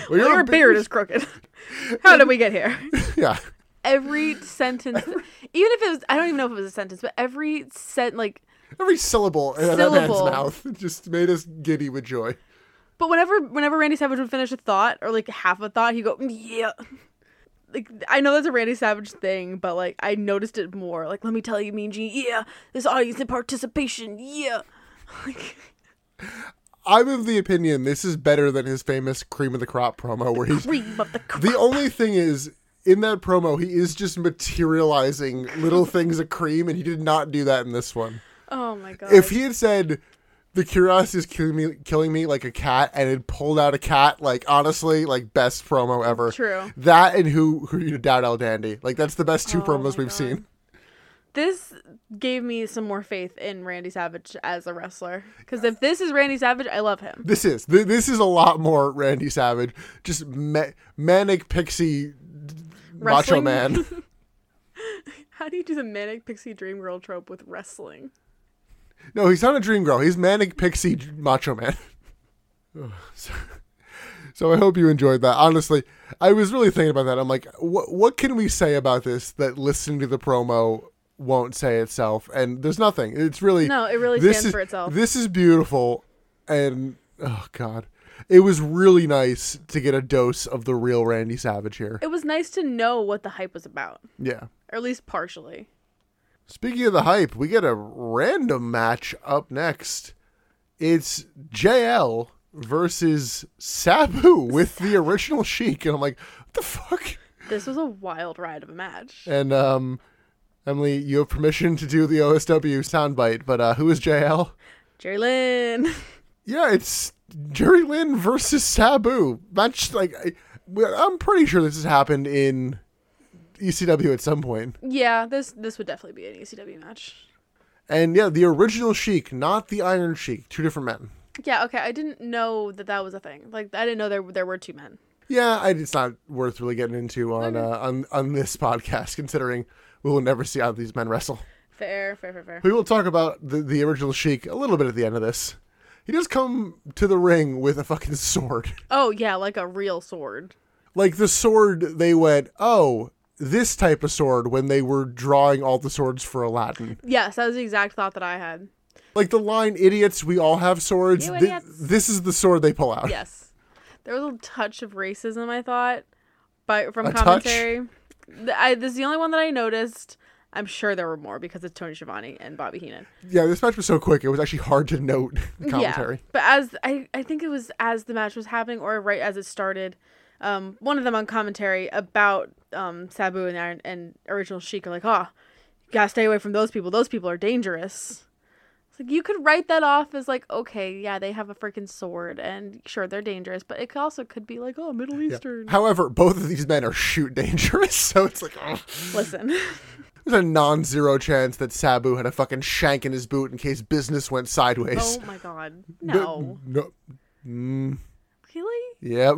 Speaker 1: well,
Speaker 2: Your
Speaker 1: a bi-
Speaker 2: beard is crooked. How did we get here?
Speaker 1: Yeah,
Speaker 2: Every sentence, even if it was, I don't even know if it was a sentence, but every sent like
Speaker 1: every syllable in that man's
Speaker 2: Syllable.
Speaker 1: mouth just made us giddy with joy.
Speaker 2: But whenever whenever Randy Savage would finish a thought or like half a thought, he'd go, "Mm, yeah. Like I know that's a Randy Savage thing, but like I noticed it more. Like, let me tell you, Mean Gene, yeah, this audience and participation, yeah. Like
Speaker 1: I'm of the opinion this is better than his famous cream of the crop promo, where he's
Speaker 2: cream of the crop.
Speaker 1: The only thing is, in that promo, he is just materializing little things of cream, and he did not do that in this one.
Speaker 2: oh my god.
Speaker 1: If he had said, "The curiosity is killing me, killing me like a cat," and had pulled out a cat, like honestly, like best promo ever.
Speaker 2: True. Oh
Speaker 1: That and who who you doubt El Dandy, like that's the best two promos
Speaker 2: my
Speaker 1: we've
Speaker 2: God.
Speaker 1: seen.
Speaker 2: this gave me some more faith in Randy Savage as a wrestler. Because if this is Randy Savage, I love him.
Speaker 1: This is th- this is a lot more Randy Savage, just ma- manic pixie macho
Speaker 2: Wrestling?
Speaker 1: man.
Speaker 2: How do you do the manic pixie dream girl trope with wrestling?
Speaker 1: No, he's not a dream girl. He's manic pixie j- macho man. Ugh, so, so I hope you enjoyed that. Honestly, I was really thinking about that. I'm like, what what can we say about this that listening to the promo won't say itself? And there's nothing. It's really
Speaker 2: No, it really
Speaker 1: this
Speaker 2: stands
Speaker 1: is-
Speaker 2: for itself.
Speaker 1: This is beautiful, and oh god, it was really nice to get a dose of the real Randy Savage here.
Speaker 2: It was nice to know what the hype was about.
Speaker 1: Yeah.
Speaker 2: Or at least partially.
Speaker 1: Speaking of the hype, we get a random match up next. It's JL versus Sabu with the original Sheik, and I'm like, what the fuck?
Speaker 2: This was a wild ride of a match.
Speaker 1: And um, Emily, you have permission to do the OSW soundbite, but uh, who is JL?
Speaker 2: Jerry Lynn.
Speaker 1: Yeah, it's Jerry Lynn versus Sabu. Match like I, well, I'm pretty sure this has happened in ECW at some point.
Speaker 2: yeah, this this would definitely be an ECW match.
Speaker 1: And yeah, the original Sheik, not the Iron Sheik, two different men.
Speaker 2: Yeah, okay. I didn't know that that was a thing. Like I didn't know there there were two men.
Speaker 1: Yeah, I, it's not worth really getting into on uh, on on this podcast, considering we will never see how these men wrestle.
Speaker 2: Fair, fair, fair, fair.
Speaker 1: We will talk about the the original Sheik a little bit at the end of this. He does come to the ring with a fucking sword,
Speaker 2: Oh yeah, like a real sword.
Speaker 1: like the sword they went, oh, this type of sword when they were drawing all the swords for Aladdin.
Speaker 2: Yes, that was the exact thought that I had.
Speaker 1: Like the line, idiots, we all have swords.
Speaker 2: You
Speaker 1: Thi-
Speaker 2: idiots.
Speaker 1: this is the sword they pull out.
Speaker 2: Yes. There was a touch of racism I thought by from
Speaker 1: A touch?
Speaker 2: commentary. Th- I, this is the only one that I noticed. I'm sure there were more because it's Tony Schiavone and Bobby Heenan.
Speaker 1: Yeah, this match was so quick; it was actually hard to note the commentary.
Speaker 2: Yeah, but as I, I think it was as the match was happening or right as it started, um, one of them on commentary about um, Sabu and Iron and original Sheik are like, oh, you gotta stay away from those people. Those people are dangerous. It's like you could write that off as like, okay, yeah, they have a freaking sword and sure they're dangerous, but it could also could be like, oh, Middle Eastern.
Speaker 1: However, both of these men are shoot dangerous, so it's like ugh.
Speaker 2: Listen,
Speaker 1: there's a non-zero chance that Sabu had a fucking shank in his boot in case business went sideways.
Speaker 2: oh my god,
Speaker 1: But-
Speaker 2: no,
Speaker 1: no.
Speaker 2: really?
Speaker 1: Yep.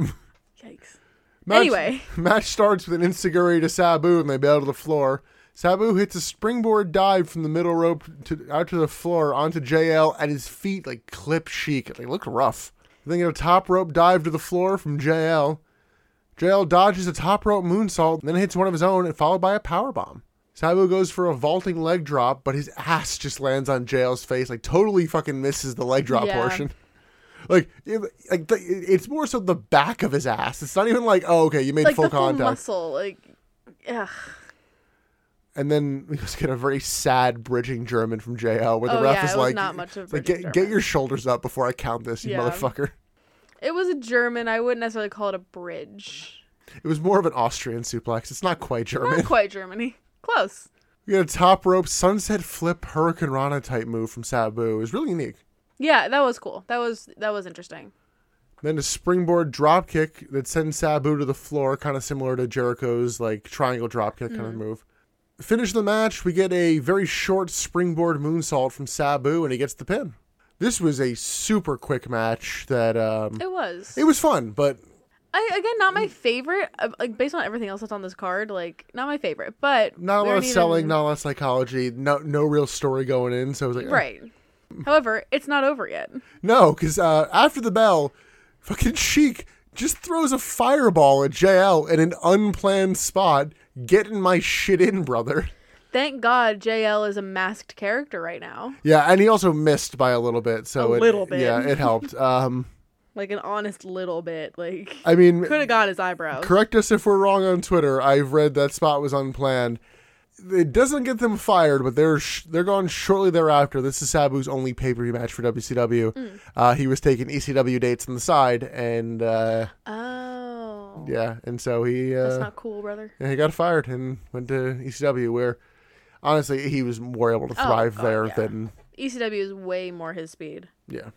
Speaker 2: Yikes.
Speaker 1: Match,
Speaker 2: Anyway.
Speaker 1: match starts with an insiguri to Sabu, and they bail to the floor. Sabu hits a springboard dive from the middle rope to out to the floor onto JL, and his feet like clip chic. They look rough. Then get a top rope dive to the floor from JL. JL dodges a top rope moonsault, then hits one of his own, and followed by a power bomb. Sabu goes for a vaulting leg drop, but his ass just lands on JL's face, like totally fucking misses the leg drop
Speaker 2: Yeah.
Speaker 1: portion. Like, it, like the, it's more so the back of his ass. It's not even like, oh, okay, you made
Speaker 2: Like
Speaker 1: full
Speaker 2: the full
Speaker 1: contact.
Speaker 2: muscle, like, ugh.
Speaker 1: And then we just get a very sad bridging German from JL where the
Speaker 2: Oh,
Speaker 1: ref
Speaker 2: yeah,
Speaker 1: is
Speaker 2: it was
Speaker 1: like,
Speaker 2: not much of a
Speaker 1: like,
Speaker 2: bridging
Speaker 1: get, get
Speaker 2: German.
Speaker 1: your shoulders up before I count this, you
Speaker 2: Yeah.
Speaker 1: motherfucker.
Speaker 2: It was a German. I wouldn't necessarily call it a bridge.
Speaker 1: It was more of an Austrian suplex. It's not quite German.
Speaker 2: Not quite Germany. Close.
Speaker 1: we got a top rope sunset flip Hurricane Rana type move from Sabu. It was really unique.
Speaker 2: Yeah, that was cool. That was that was interesting.
Speaker 1: Then a springboard dropkick that sends Sabu to the floor, kind of similar to Jericho's like triangle dropkick kind of
Speaker 2: Mm-hmm.
Speaker 1: move. Finish the match, we get a very short springboard moonsault from Sabu, and he gets the pin. This was a super quick match that um,
Speaker 2: It was.
Speaker 1: it was fun, but
Speaker 2: I again not my favorite. uh, Like based on everything else that's on this card, like not my favorite. But
Speaker 1: not a
Speaker 2: we
Speaker 1: lot
Speaker 2: don't
Speaker 1: of selling,
Speaker 2: even-
Speaker 1: not a lot of psychology, no no real story going in. So I was like, eh.
Speaker 2: right. However, it's not over yet.
Speaker 1: no, because uh, after the bell, fucking Sheik just throws a fireball at JL in an unplanned spot. Getting my shit in, brother.
Speaker 2: Thank God JL is a masked character right now,
Speaker 1: Yeah, and he also missed by a little bit, so
Speaker 2: A
Speaker 1: it,
Speaker 2: little bit.
Speaker 1: Yeah, it helped. Um,
Speaker 2: like an honest little bit. Like
Speaker 1: I mean,
Speaker 2: could have got his eyebrows.
Speaker 1: correct us if we're wrong on Twitter. I've read that spot was unplanned. It doesn't get them fired, but they're sh- they're gone shortly thereafter. This is Sabu's only pay per view match for WCW.
Speaker 2: Mm.
Speaker 1: Uh, he was taking ECW dates on the side, and uh,
Speaker 2: Oh,
Speaker 1: yeah, and so he
Speaker 2: that's
Speaker 1: uh,
Speaker 2: not cool, brother.
Speaker 1: yeah, he got fired and went to ECW, where honestly he was more able to thrive
Speaker 2: Oh, God,
Speaker 1: there
Speaker 2: yeah.
Speaker 1: than
Speaker 2: ECW E is way more his speed.
Speaker 1: Yeah.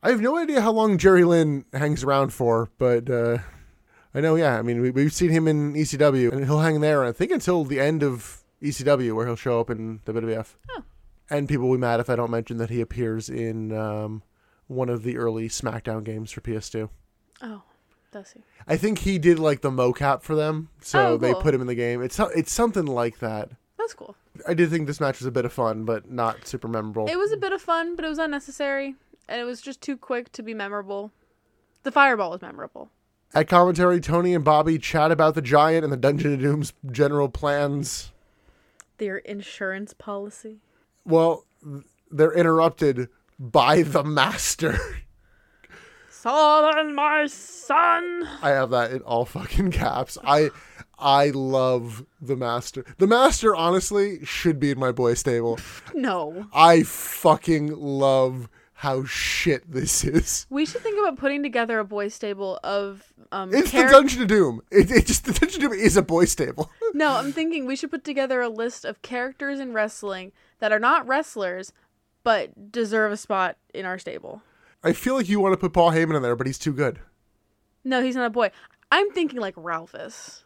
Speaker 1: I have no idea how long Jerry Lynn hangs around for, but uh, I know, yeah. I mean, we, we've seen him in ECW, and he'll hang there, I think, until the end of ECW, where he'll show up in WWF.
Speaker 2: Oh.
Speaker 1: And people will be mad if I don't mention that he appears in um, one of the early SmackDown games for PS2.
Speaker 2: Oh, does he?
Speaker 1: I think he did, like, the mocap for them, so
Speaker 2: Oh,
Speaker 1: they
Speaker 2: cool.
Speaker 1: put him in the game. It's, so- it's something like that.
Speaker 2: That's cool.
Speaker 1: I did think this match was a bit of fun, but not super memorable.
Speaker 2: It was a bit of fun, but it was unnecessary, and it was just too quick to be memorable. The fireball was memorable.
Speaker 1: At commentary, Tony and Bobby chat about the giant and the Dungeon of Doom's general plans.
Speaker 2: Their insurance policy.
Speaker 1: Well, th- they're interrupted by the master.
Speaker 2: Solomon, my son.
Speaker 1: I have that in all fucking caps. I I love the master. The master honestly should be in my boy stable.
Speaker 2: No,
Speaker 1: I fucking love how shit this is.
Speaker 2: we should think about putting together a boy stable of um.
Speaker 1: It's
Speaker 2: charac-
Speaker 1: the Dungeon of Doom. It, it just the Dungeon of Doom is a boy stable.
Speaker 2: No, I'm thinking we should put together a list of characters in wrestling that are not wrestlers, but deserve a spot in our stable.
Speaker 1: I feel like you want to put Paul Heyman in there, but he's too good.
Speaker 2: No, he's not a boy. I'm thinking like Ralphus.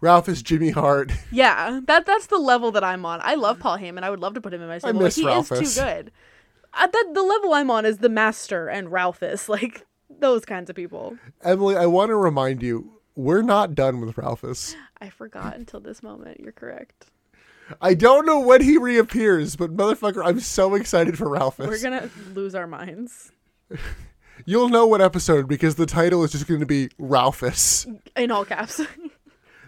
Speaker 1: Ralph is Jimmy Hart.
Speaker 2: Yeah, that that's the level that I'm on. I love Paul Heyman. I would love to put him in my stable.
Speaker 1: miss
Speaker 2: like, he
Speaker 1: Ralphus.
Speaker 2: is too good. At that the level I'm on is the Master and Ralphus, like those kinds of people.
Speaker 1: Emily, I want to remind you, we're not done with Ralphus.
Speaker 2: I forgot until this moment. You're correct.
Speaker 1: I don't know when he reappears, but motherfucker, I'm so excited for Ralphus.
Speaker 2: We're gonna lose our minds
Speaker 1: You'll know what episode because the title is just going to be Ralphus.
Speaker 2: in all caps.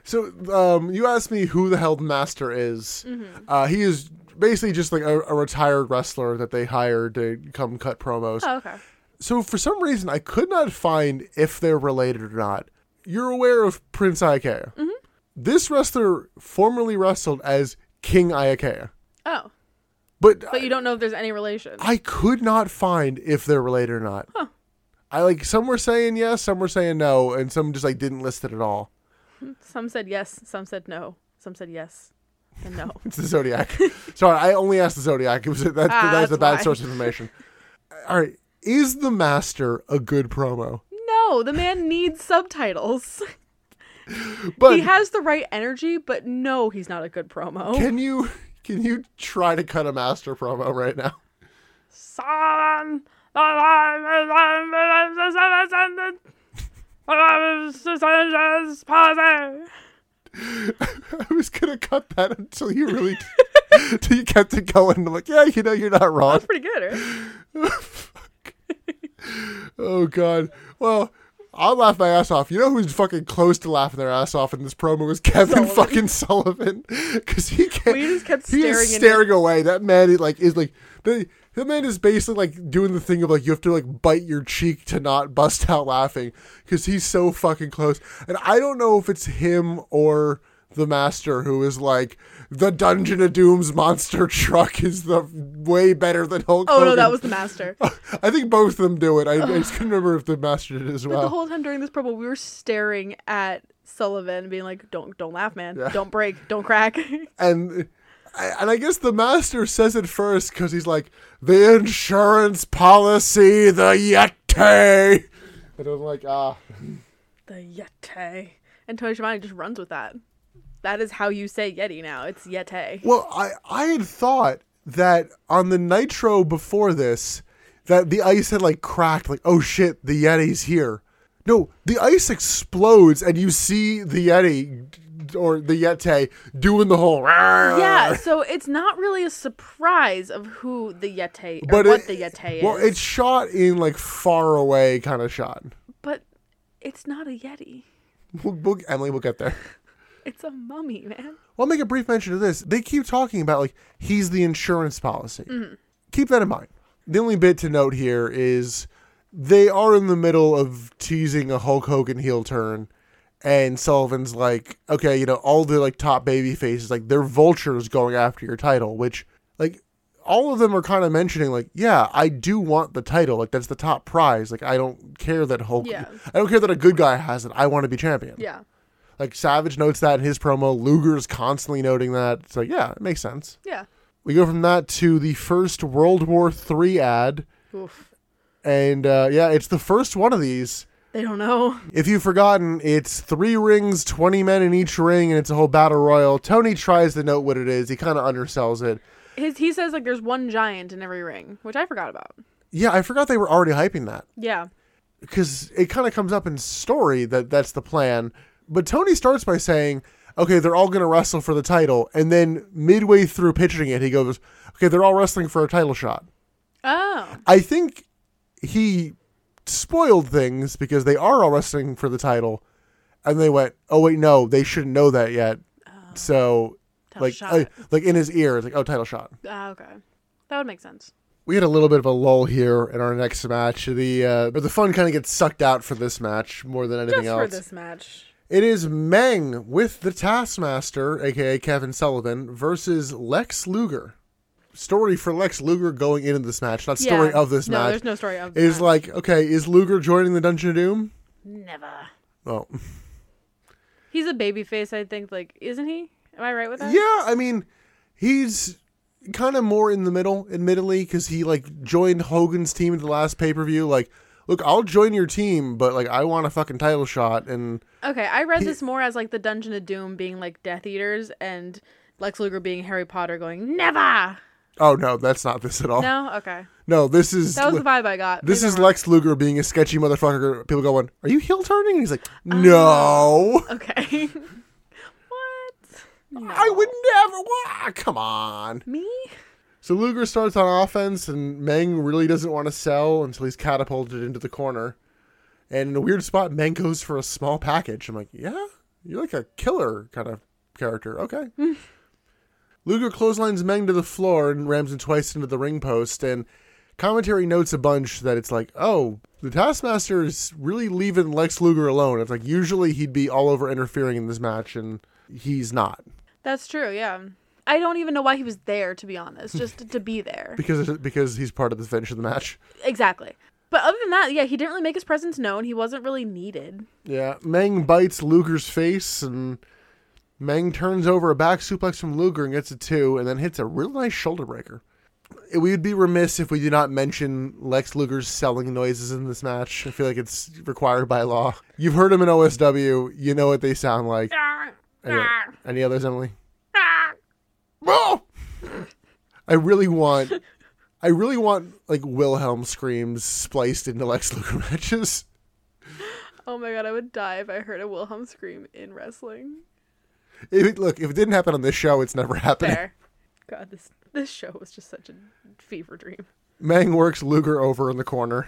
Speaker 1: So, um, you asked me who the hell the master is.
Speaker 2: Mm-hmm.
Speaker 1: Uh, he is basically just like a, a retired wrestler that they hired to come cut promos.
Speaker 2: oh, okay.
Speaker 1: So, for some reason, I could not find if they're related or not. You're aware of Prince Iakea.
Speaker 2: Mm-hmm.
Speaker 1: This wrestler formerly wrestled as King Iakea.
Speaker 2: Oh,
Speaker 1: But,
Speaker 2: but you don't know if there's any relation.
Speaker 1: I could not find if they're related or not. I like some were saying yes, some were saying no, and some just like didn't list it at all.
Speaker 2: Some said yes, some said no, some said yes and no.
Speaker 1: It's the Zodiac. Sorry, I only asked the Zodiac. It was that,
Speaker 2: Ah,
Speaker 1: that was a
Speaker 2: that's
Speaker 1: bad
Speaker 2: why.
Speaker 1: source of information. all right, is the master a good promo?
Speaker 2: no, the man needs subtitles.
Speaker 1: But
Speaker 2: he has the right energy, but no, he's not a good promo.
Speaker 1: can you can you try to cut a master promo right now?
Speaker 2: Son.
Speaker 1: I was gonna cut that until you really until you kept it going. I'm like, yeah, you know, you're not wrong.
Speaker 2: Pretty good, eh? right?
Speaker 1: Oh god. Well, I'll laugh my ass off. You know who's fucking close to laughing their ass off in this promo was Kevin
Speaker 2: Sullivan.
Speaker 1: fucking Sullivan, because he can't.
Speaker 2: We just kept
Speaker 1: he
Speaker 2: staring
Speaker 1: is
Speaker 2: into-
Speaker 1: staring away. That man, is like, is like the the man is basically like doing the thing of like you have to like bite your cheek to not bust out laughing because he's so fucking close. And I don't know if it's him or the master who is like the Dungeon of Doom's monster truck is the way better than Hulk.
Speaker 2: Oh no, that
Speaker 1: Hogan."
Speaker 2: was the master.
Speaker 1: I think both of them do it. I, I just couldn't remember if the master did as
Speaker 2: But the
Speaker 1: well.
Speaker 2: whole time during this promo, we were staring at Sullivan, being like, "Don't, don't laugh, man.
Speaker 1: Yeah.
Speaker 2: Don't break. Don't crack."
Speaker 1: and I- and I guess the master says it first because he's like the insurance policy, the Yeti. And I'm like, ah,
Speaker 2: the Yeti. And Tony Schiavone just runs with that. That is how you say Yeti now. It's Yeti.
Speaker 1: Well, I I had thought that on the Nitro before this, that the ice had like cracked, like oh shit, the Yeti's here. No, the ice explodes and you see the Yeti or the Yeti doing the whole.
Speaker 2: Yeah, so it's not really a surprise of who the Yeti or
Speaker 1: But
Speaker 2: what
Speaker 1: it-
Speaker 2: the Yeti is.
Speaker 1: Well, it's shot in like far away kind of shot.
Speaker 2: but it's not a Yeti.
Speaker 1: We'll, we'll, Emily, we'll get there.
Speaker 2: It's a mummy, man.
Speaker 1: Well, I'll make a brief mention of this. They keep talking about like he's the insurance policy. Keep that in mind. The only bit to note here is they are in the middle of teasing a Hulk Hogan heel turn, and Sullivan's like, okay, you know, all the like top baby faces, like they're vultures going after your title, which like all of them are kind of mentioning like, yeah, I do want the title, like that's the top prize. Like I don't care that Hulk,
Speaker 2: Yeah.
Speaker 1: I don't care that a good guy has it. I want to be champion.
Speaker 2: Yeah.
Speaker 1: Like Savage notes that in his promo. Luger's constantly noting that. It's like, yeah, it makes sense.
Speaker 2: Yeah.
Speaker 1: We go from that to the first World War III ad.
Speaker 2: Oof.
Speaker 1: And uh, yeah, it's the first one of these.
Speaker 2: They don't know.
Speaker 1: If you've forgotten, it's three rings, 20 men in each ring, and it's a whole battle royal. Tony tries to note what it is. He kind of undersells it.
Speaker 2: His he says like there's one giant in every ring, which I forgot about.
Speaker 1: Yeah, I forgot they were already hyping that
Speaker 2: Yeah.
Speaker 1: because it kind of comes up in story that that's the plan. But Tony starts by saying, okay, they're all going to wrestle for the title. And then midway through pitching it, he goes, okay, they're all wrestling for a title shot.
Speaker 2: Oh.
Speaker 1: I think he spoiled things because they are all wrestling for the title. And they went, oh, wait, no, they shouldn't know that yet. so,
Speaker 2: Oh. Title
Speaker 1: like,
Speaker 2: shot.
Speaker 1: I- like in his ear, it's like, oh, title shot.
Speaker 2: Ah, okay. That would make sense.
Speaker 1: We had a little bit of a lull here in our next match. The uh, but the fun kind of gets sucked out for this match more than anything
Speaker 2: Just
Speaker 1: else.
Speaker 2: for this match.
Speaker 1: It is Meng with the Taskmaster, aka Kevin Sullivan, versus Lex Luger. Story for Lex Luger going into this match, not story
Speaker 2: Yeah.
Speaker 1: of this
Speaker 2: No,
Speaker 1: match.
Speaker 2: there's no story of
Speaker 1: Is
Speaker 2: this match.
Speaker 1: like, okay, is Luger joining the Dungeon of Doom? Oh.
Speaker 2: Never.
Speaker 1: Well,
Speaker 2: He's a babyface, I think. Like, isn't he? Am I right with that?
Speaker 1: yeah, I mean, he's kind of more in the middle, admittedly, because he like joined Hogan's team at the last pay per view. Like, look, I'll join your team, but like, I want a fucking title shot, and
Speaker 2: Okay, I read this more as like the Dungeon of Doom being like Death Eaters and Lex Luger being Harry Potter going never.
Speaker 1: oh no, that's not this at all. No,
Speaker 2: No, okay,
Speaker 1: this is
Speaker 2: that was
Speaker 1: li-
Speaker 2: the vibe I got.
Speaker 1: This
Speaker 2: Maybe
Speaker 1: is
Speaker 2: I'm wrong.
Speaker 1: Lex Luger being a sketchy motherfucker. People going, "Are you heel turning?" And he's like,
Speaker 2: Uh-huh.
Speaker 1: "No,
Speaker 2: okay. what?
Speaker 1: I would never." Wah, come on.
Speaker 2: Me?
Speaker 1: So Luger starts on offense, and Meng really doesn't want to sell until he's catapulted into the corner. And in a weird spot, Meng goes for a small package. I'm like, "Yeah, you're like a killer kind of character." Okay. Luger clotheslines Meng to the floor and rams him twice into the ring post. And commentary notes a bunch that it's like, oh, the Taskmaster is really leaving Lex Luger alone. It's like usually he'd be all over interfering in this match, and he's not
Speaker 2: That's true. Yeah, I don't even know why he was there to be honest, just to be there.
Speaker 1: because because he's part of the finish of the match.
Speaker 2: Exactly. But other than that, yeah, he didn't really make his presence known. He wasn't really needed.
Speaker 1: Yeah, Meng bites Luger's face, and Meng turns over a back suplex from Luger and gets a two, and then hits a real nice shoulder breaker. It- We would be remiss if we did not mention Lex Luger's selling noises in this match. I feel like it's required by law. You've heard him in OSW. You know what they sound like. Any, any others, Emily? Oh! I really want, I really want like Wilhelm screams spliced into Lex Luger matches.
Speaker 2: Oh my god, I would die if I heard a Wilhelm scream in wrestling.
Speaker 1: If it, look, if it didn't happen on this show, it's never happening.
Speaker 2: There. God, this this show was just such a fever dream.
Speaker 1: Mang works Luger over in the corner.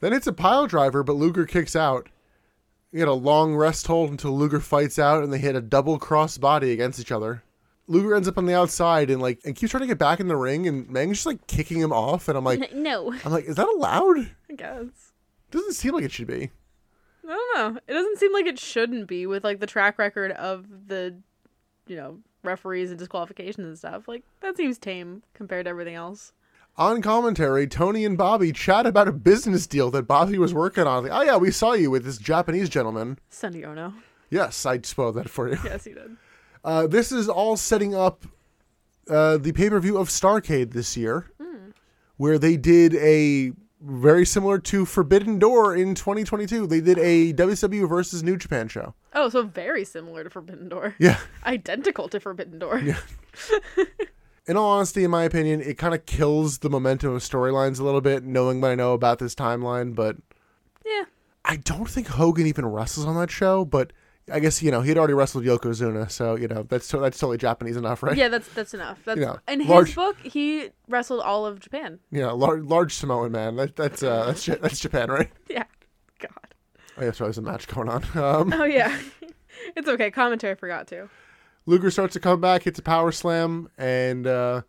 Speaker 1: Then it's a pile driver, but Luger kicks out. You get a long rest hold until Luger fights out, and they hit a double cross body against each other. Luger ends up on the outside and like and keeps trying to get back in the ring, and Mang's just like kicking him off, and I'm like,
Speaker 2: No,
Speaker 1: I'm like, is that allowed?
Speaker 2: I guess.
Speaker 1: Doesn't seem like it should be.
Speaker 2: I don't know. It doesn't seem like it shouldn't be with like the track record of the you know, referees and disqualifications and stuff. Like that seems tame compared to everything else.
Speaker 1: On commentary, Tony and Bobby chat about a business deal that Bobby was working on. Like, oh yeah, we saw you with this Japanese gentleman.
Speaker 2: Sunday Ono.
Speaker 1: Yes, I spoiled that for you.
Speaker 2: Yes, he did.
Speaker 1: Uh, this is all setting up uh, the pay per view of Starcade this year, where they did a very similar to Forbidden Door in 2022. They did a WCW versus New Japan show.
Speaker 2: Oh, so very similar to Forbidden Door.
Speaker 1: Yeah.
Speaker 2: Identical to Forbidden Door.
Speaker 1: in all honesty, in my opinion, it kind of kills the momentum of storylines a little bit, knowing what I know about this timeline. But
Speaker 2: yeah.
Speaker 1: I don't think Hogan even wrestles on that show. But I guess you know he'd already wrestled Yokozuna, so you know that's to- that's totally Japanese enough, right?
Speaker 2: Yeah, that's that's enough. That's
Speaker 1: Yeah,
Speaker 2: in his
Speaker 1: large-
Speaker 2: book, he wrestled all of Japan.
Speaker 1: Yeah, large, large Samoan man. That, that's uh, that's Ja- that's Japan, right?
Speaker 2: Yeah. God.
Speaker 1: I guess there was a match going on. Um,
Speaker 2: Oh yeah. it's okay. Commentary forgot to.
Speaker 1: Luger starts to come back, hits a power slam, and uh,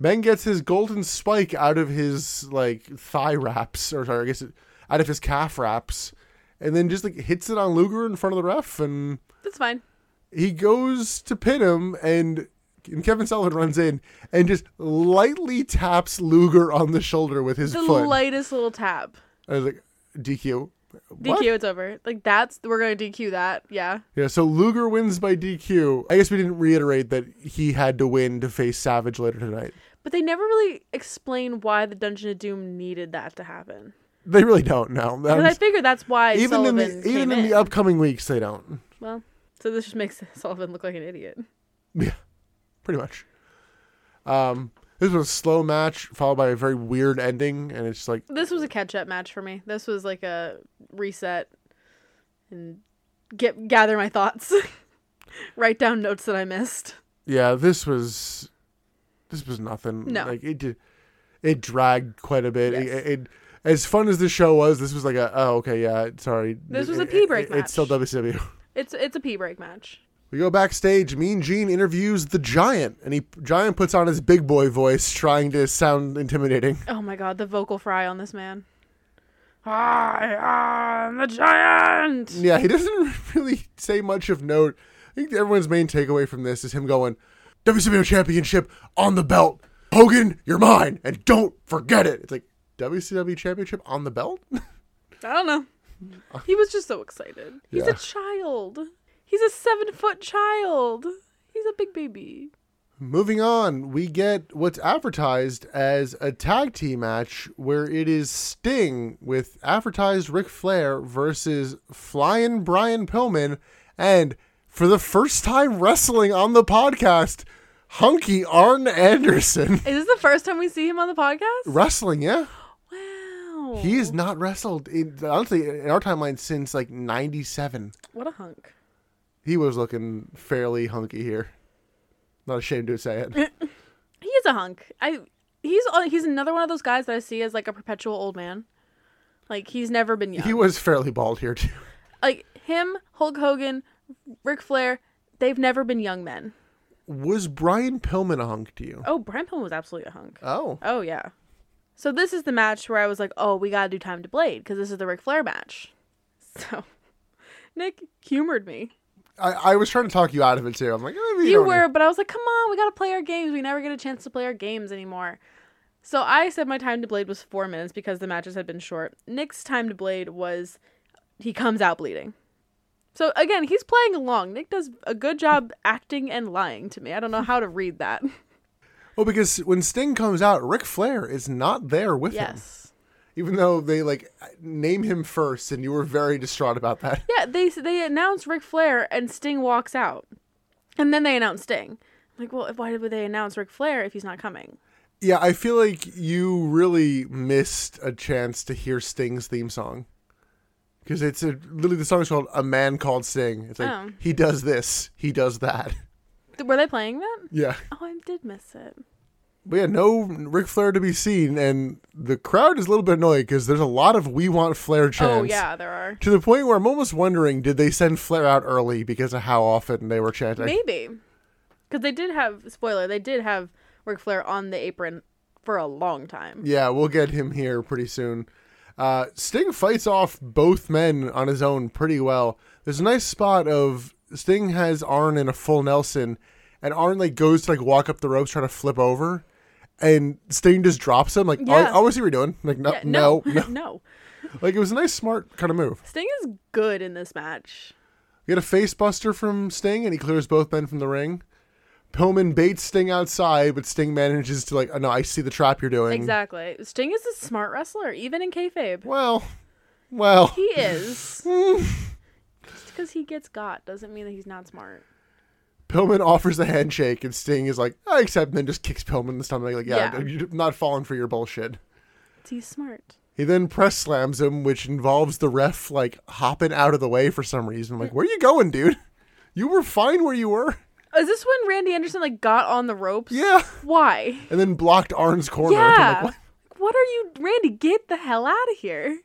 Speaker 1: Ben gets his golden spike out of his like thigh wraps, or sorry, I guess it, out of his calf wraps, and then just like hits it on Luger in front of the ref, and
Speaker 2: That's fine.
Speaker 1: he goes to pin him, and, and Kevin Sullivan runs in and just lightly taps Luger on the shoulder with his
Speaker 2: The
Speaker 1: foot.
Speaker 2: lightest little tap.
Speaker 1: I was like, DQ.
Speaker 2: DQ,
Speaker 1: What?
Speaker 2: it's over. Like that's we're gonna DQ that. Yeah.
Speaker 1: Yeah, so Luger wins by DQ. I guess we didn't reiterate that he had to win to face Savage later tonight.
Speaker 2: But they never really explain why the Dungeon of Doom needed that to happen.
Speaker 1: They really don't know.
Speaker 2: Because I figure that's why
Speaker 1: even in
Speaker 2: Sullivan
Speaker 1: the
Speaker 2: came
Speaker 1: even in
Speaker 2: in.
Speaker 1: the upcoming weeks, they don't.
Speaker 2: well, so this just makes Sullivan look like an idiot.
Speaker 1: Yeah, pretty much. Um, this was a slow match followed by a very weird ending, and it's like
Speaker 2: This was a catch-up match for me. This was like a reset and get gather my thoughts, write down notes that I missed.
Speaker 1: yeah, this was this was nothing.
Speaker 2: No.
Speaker 1: like it did, it dragged quite a bit.
Speaker 2: Yes.
Speaker 1: It, it as fun as the show was, this was like a oh okay yeah sorry.
Speaker 2: This was a
Speaker 1: It-
Speaker 2: pee break
Speaker 1: it- It's still
Speaker 2: match.
Speaker 1: WCW.
Speaker 2: It's it's a pee break match.
Speaker 1: We go backstage. Mean Gene interviews the Giant, and he Giant puts on his big boy voice, trying to sound intimidating.
Speaker 2: Oh my god, the vocal fry on this man. I am the giant.
Speaker 1: Yeah, he doesn't really say much of note. I think everyone's main takeaway from this is him going, WCW Championship on the belt. Hogan, you're mine, and don't forget it. It's like, WCW Championship on the belt?
Speaker 2: I don't know. He was just so excited. He's
Speaker 1: Yeah.
Speaker 2: a child. He's a seven foot child. He's a big baby.
Speaker 1: Moving on, we get what's advertised as a tag team match where it is Sting with advertised Ric Flair versus Flying Brian Pillman, and for the first time wrestling on the podcast, Hunky Arn Anderson.
Speaker 2: Is this the first time we see him on the podcast?
Speaker 1: Wrestling, yeah.
Speaker 2: Wow.
Speaker 1: He has not wrestled in, honestly in our timeline since like '97.
Speaker 2: What a hunk.
Speaker 1: He was looking fairly hunky here. Not ashamed to say it.
Speaker 2: He is a hunk. I he's he's another one of those guys that I see as like a perpetual old man. Like he's never been young.
Speaker 1: he was fairly bald here too.
Speaker 2: like him, Hulk Hogan, Ric Flair, they've never been young men.
Speaker 1: Was Brian Pillman a hunk to you?
Speaker 2: Oh, Brian Pillman was absolutely a hunk.
Speaker 1: Oh,
Speaker 2: Oh yeah. So this is the match where I was like, "Oh, we gotta do time to blade because this is the Ric Flair match." So Nick humored me.
Speaker 1: I, I was trying to talk you out of it too. I'm like, eh, maybe you,
Speaker 2: You
Speaker 1: don't
Speaker 2: were,
Speaker 1: need-
Speaker 2: but I was like, "Come on, we gotta play our games. We never get a chance to play our games anymore." So I said my time to blade was four minutes because the matches had been short. Nick's time to blade was he comes out bleeding. So again, he's playing along. Nick does a good job acting and lying to me. I don't know how to read that.
Speaker 1: Well, Oh, because when Sting comes out, Ric Flair is not there with him,
Speaker 2: Yes.
Speaker 1: even though they like name him first, and you were very distraught about that.
Speaker 2: Yeah, they they announced Ric Flair and Sting walks out, and then they announce Sting. I'm like, well, why would they announce Ric Flair if he's not coming?
Speaker 1: Yeah, I feel like you really missed a chance to hear Sting's theme song because it's a, literally the song is called "A Man Called Sting." It's like
Speaker 2: Oh.
Speaker 1: he does this, he does that.
Speaker 2: Th- Were they playing that?
Speaker 1: Yeah,
Speaker 2: Oh, I did miss it.
Speaker 1: but yeah, no Ric Flair to be seen, and the crowd is a little bit annoyed because there's a lot of "We Want Flair" chants.
Speaker 2: Oh yeah, there are.
Speaker 1: To the point where I'm almost wondering, did they send Flair out early because of how often they were chanting?
Speaker 2: Maybe because they did have spoiler. They did have Ric Flair on the apron for a long time.
Speaker 1: Yeah, we'll get him here pretty soon. Uh, Sting fights off both men on his own pretty well. There's a nice spot of Sting has Arn in a full Nelson, and Arn like goes to like walk up the ropes trying to flip over, and Sting just drops him. Like,
Speaker 2: Yeah.
Speaker 1: oh, oh, I see what you're doing. Like, no,
Speaker 2: Yeah,
Speaker 1: no,
Speaker 2: no,
Speaker 1: no. Like, it was a nice, smart kind of move.
Speaker 2: Sting is good in this match.
Speaker 1: We get a face buster from Sting, and he clears both men from the ring. Pillman baits Sting outside, but Sting manages to like, oh, no, I see the trap you're doing.
Speaker 2: Exactly. Sting is a smart wrestler, even in kayfabe.
Speaker 1: Well, well,
Speaker 2: He is. Just because he gets got doesn't mean that he's not smart.
Speaker 1: Pillman offers the handshake, and Sting is like, I accept, and then just kicks Pillman in the stomach. Like, yeah,
Speaker 2: Yeah.
Speaker 1: you're not falling for your bullshit.
Speaker 2: He's smart.
Speaker 1: He then press slams him, which involves the ref like hopping out of the way for some reason. I'm like, where you going, dude? You were fine where you were.
Speaker 2: Is this when Randy Anderson like got on the ropes?
Speaker 1: Yeah.
Speaker 2: Why?
Speaker 1: And then blocked Arn's corner. I'm
Speaker 2: Yeah.
Speaker 1: like,
Speaker 2: Like,
Speaker 1: what?
Speaker 2: what are you, Randy? Get the hell out of here!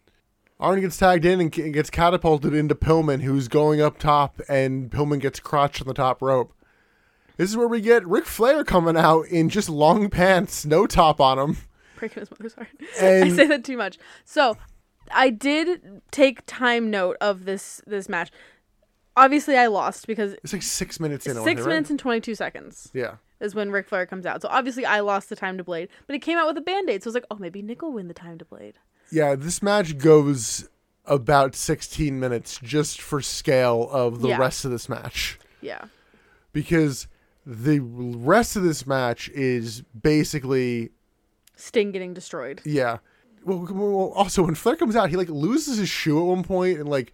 Speaker 1: Arn gets tagged in and g- gets catapulted into Pillman, who's going up top, and Pillman gets crotched on the top rope. This is where we get Ric Flair coming out in just long pants, no top on him.
Speaker 2: Breaking his mother's heart. I
Speaker 1: And-
Speaker 2: say that too much. So, I did take time note of this this match. Obviously, I lost because
Speaker 1: It's like six minutes in. I wanna
Speaker 2: six
Speaker 1: say, right?
Speaker 2: minutes and twenty two seconds.
Speaker 1: Yeah.
Speaker 2: is when Ric Flair comes out. So obviously I lost the time to Blade, but it came out with a band aid. So I was like, oh, maybe Nick will win the time to Blade.
Speaker 1: Yeah, this match goes about 16 minutes just for scale of the
Speaker 2: Yeah.
Speaker 1: rest of this match.
Speaker 2: Yeah.
Speaker 1: Because the rest of this match is basically,
Speaker 2: Sting getting destroyed.
Speaker 1: yeah. Well, well, also, when Flair comes out, he like loses his shoe at one point and like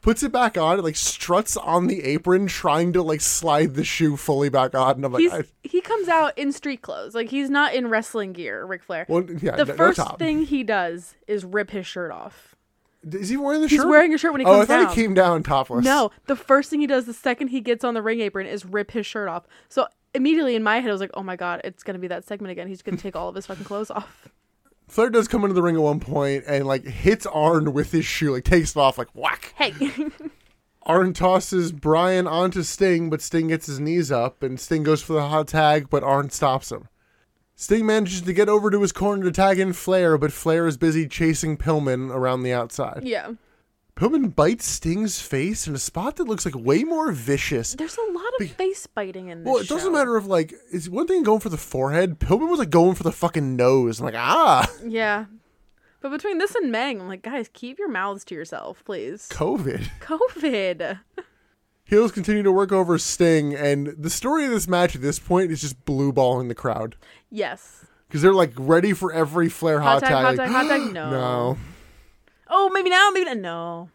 Speaker 1: puts it back on and like struts on the apron trying to like slide the shoe fully back on. And I'm like,
Speaker 2: He's
Speaker 1: I,
Speaker 2: he comes out in street clothes. Like he's not in wrestling gear, Ric Flair.
Speaker 1: well, yeah,
Speaker 2: the
Speaker 1: no- no
Speaker 2: first
Speaker 1: top.
Speaker 2: thing he does is rip his shirt off.
Speaker 1: Is he wearing the
Speaker 2: He's
Speaker 1: shirt?
Speaker 2: wearing a shirt when he
Speaker 1: oh, I
Speaker 2: comes
Speaker 1: thought he
Speaker 2: down.
Speaker 1: came down topless.
Speaker 2: No, the first thing he does the second he gets on the ring apron is rip his shirt off. So immediately in my head I was like, "Oh my god, it's going to be that segment again. He's going to take all of his fucking clothes off."
Speaker 1: Flair does come into the ring at one point and like hits Arn with his shoe, like takes it off, like whack.
Speaker 2: Hey.
Speaker 1: Arn tosses Brian onto Sting, but Sting gets his knees up, and Sting goes for the hot tag, but Arn stops him. Sting manages to get over to his corner to tag in Flair, but Flair is busy chasing Pillman around the outside.
Speaker 2: yeah.
Speaker 1: Pillman bites Sting's face in a spot that looks like way more vicious.
Speaker 2: There's a lot of face biting in this.
Speaker 1: Well, it doesn't
Speaker 2: show.
Speaker 1: matter if like it's one thing going for the forehead. Pillman was like going for the fucking nose. I'm like, ah,
Speaker 2: Yeah. But between this and Meng, I'm like, guys, keep your mouths to yourself, please.
Speaker 1: COVID.
Speaker 2: COVID.
Speaker 1: Heels continue to work over Sting, and the story of this match at this point is just blue balling the crowd
Speaker 2: Yes.
Speaker 1: because they're like ready for every Flair hot,
Speaker 2: Hot tag, hot
Speaker 1: tag.
Speaker 2: tag,
Speaker 1: like,
Speaker 2: hot tag. No.
Speaker 1: no,
Speaker 2: Oh, maybe now, maybe now. No.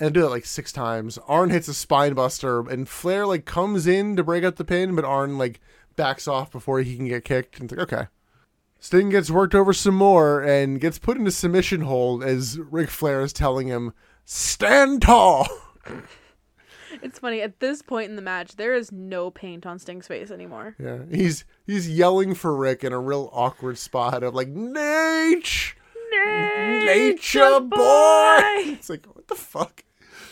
Speaker 1: and they do that like six times. Arn hits a spine buster, and Flair like comes in to break up the pin, but Arn like backs off before he can get kicked. And it's like, okay, Sting gets worked over some more and gets put into submission hold as Ric Flair is telling him, "Stand tall."
Speaker 2: It's funny. At this point in the match, there is no paint on Sting's face anymore.
Speaker 1: Yeah, he's he's yelling for Rick in a real awkward spot of like, "Nate." Nature boy. It's like what the fuck.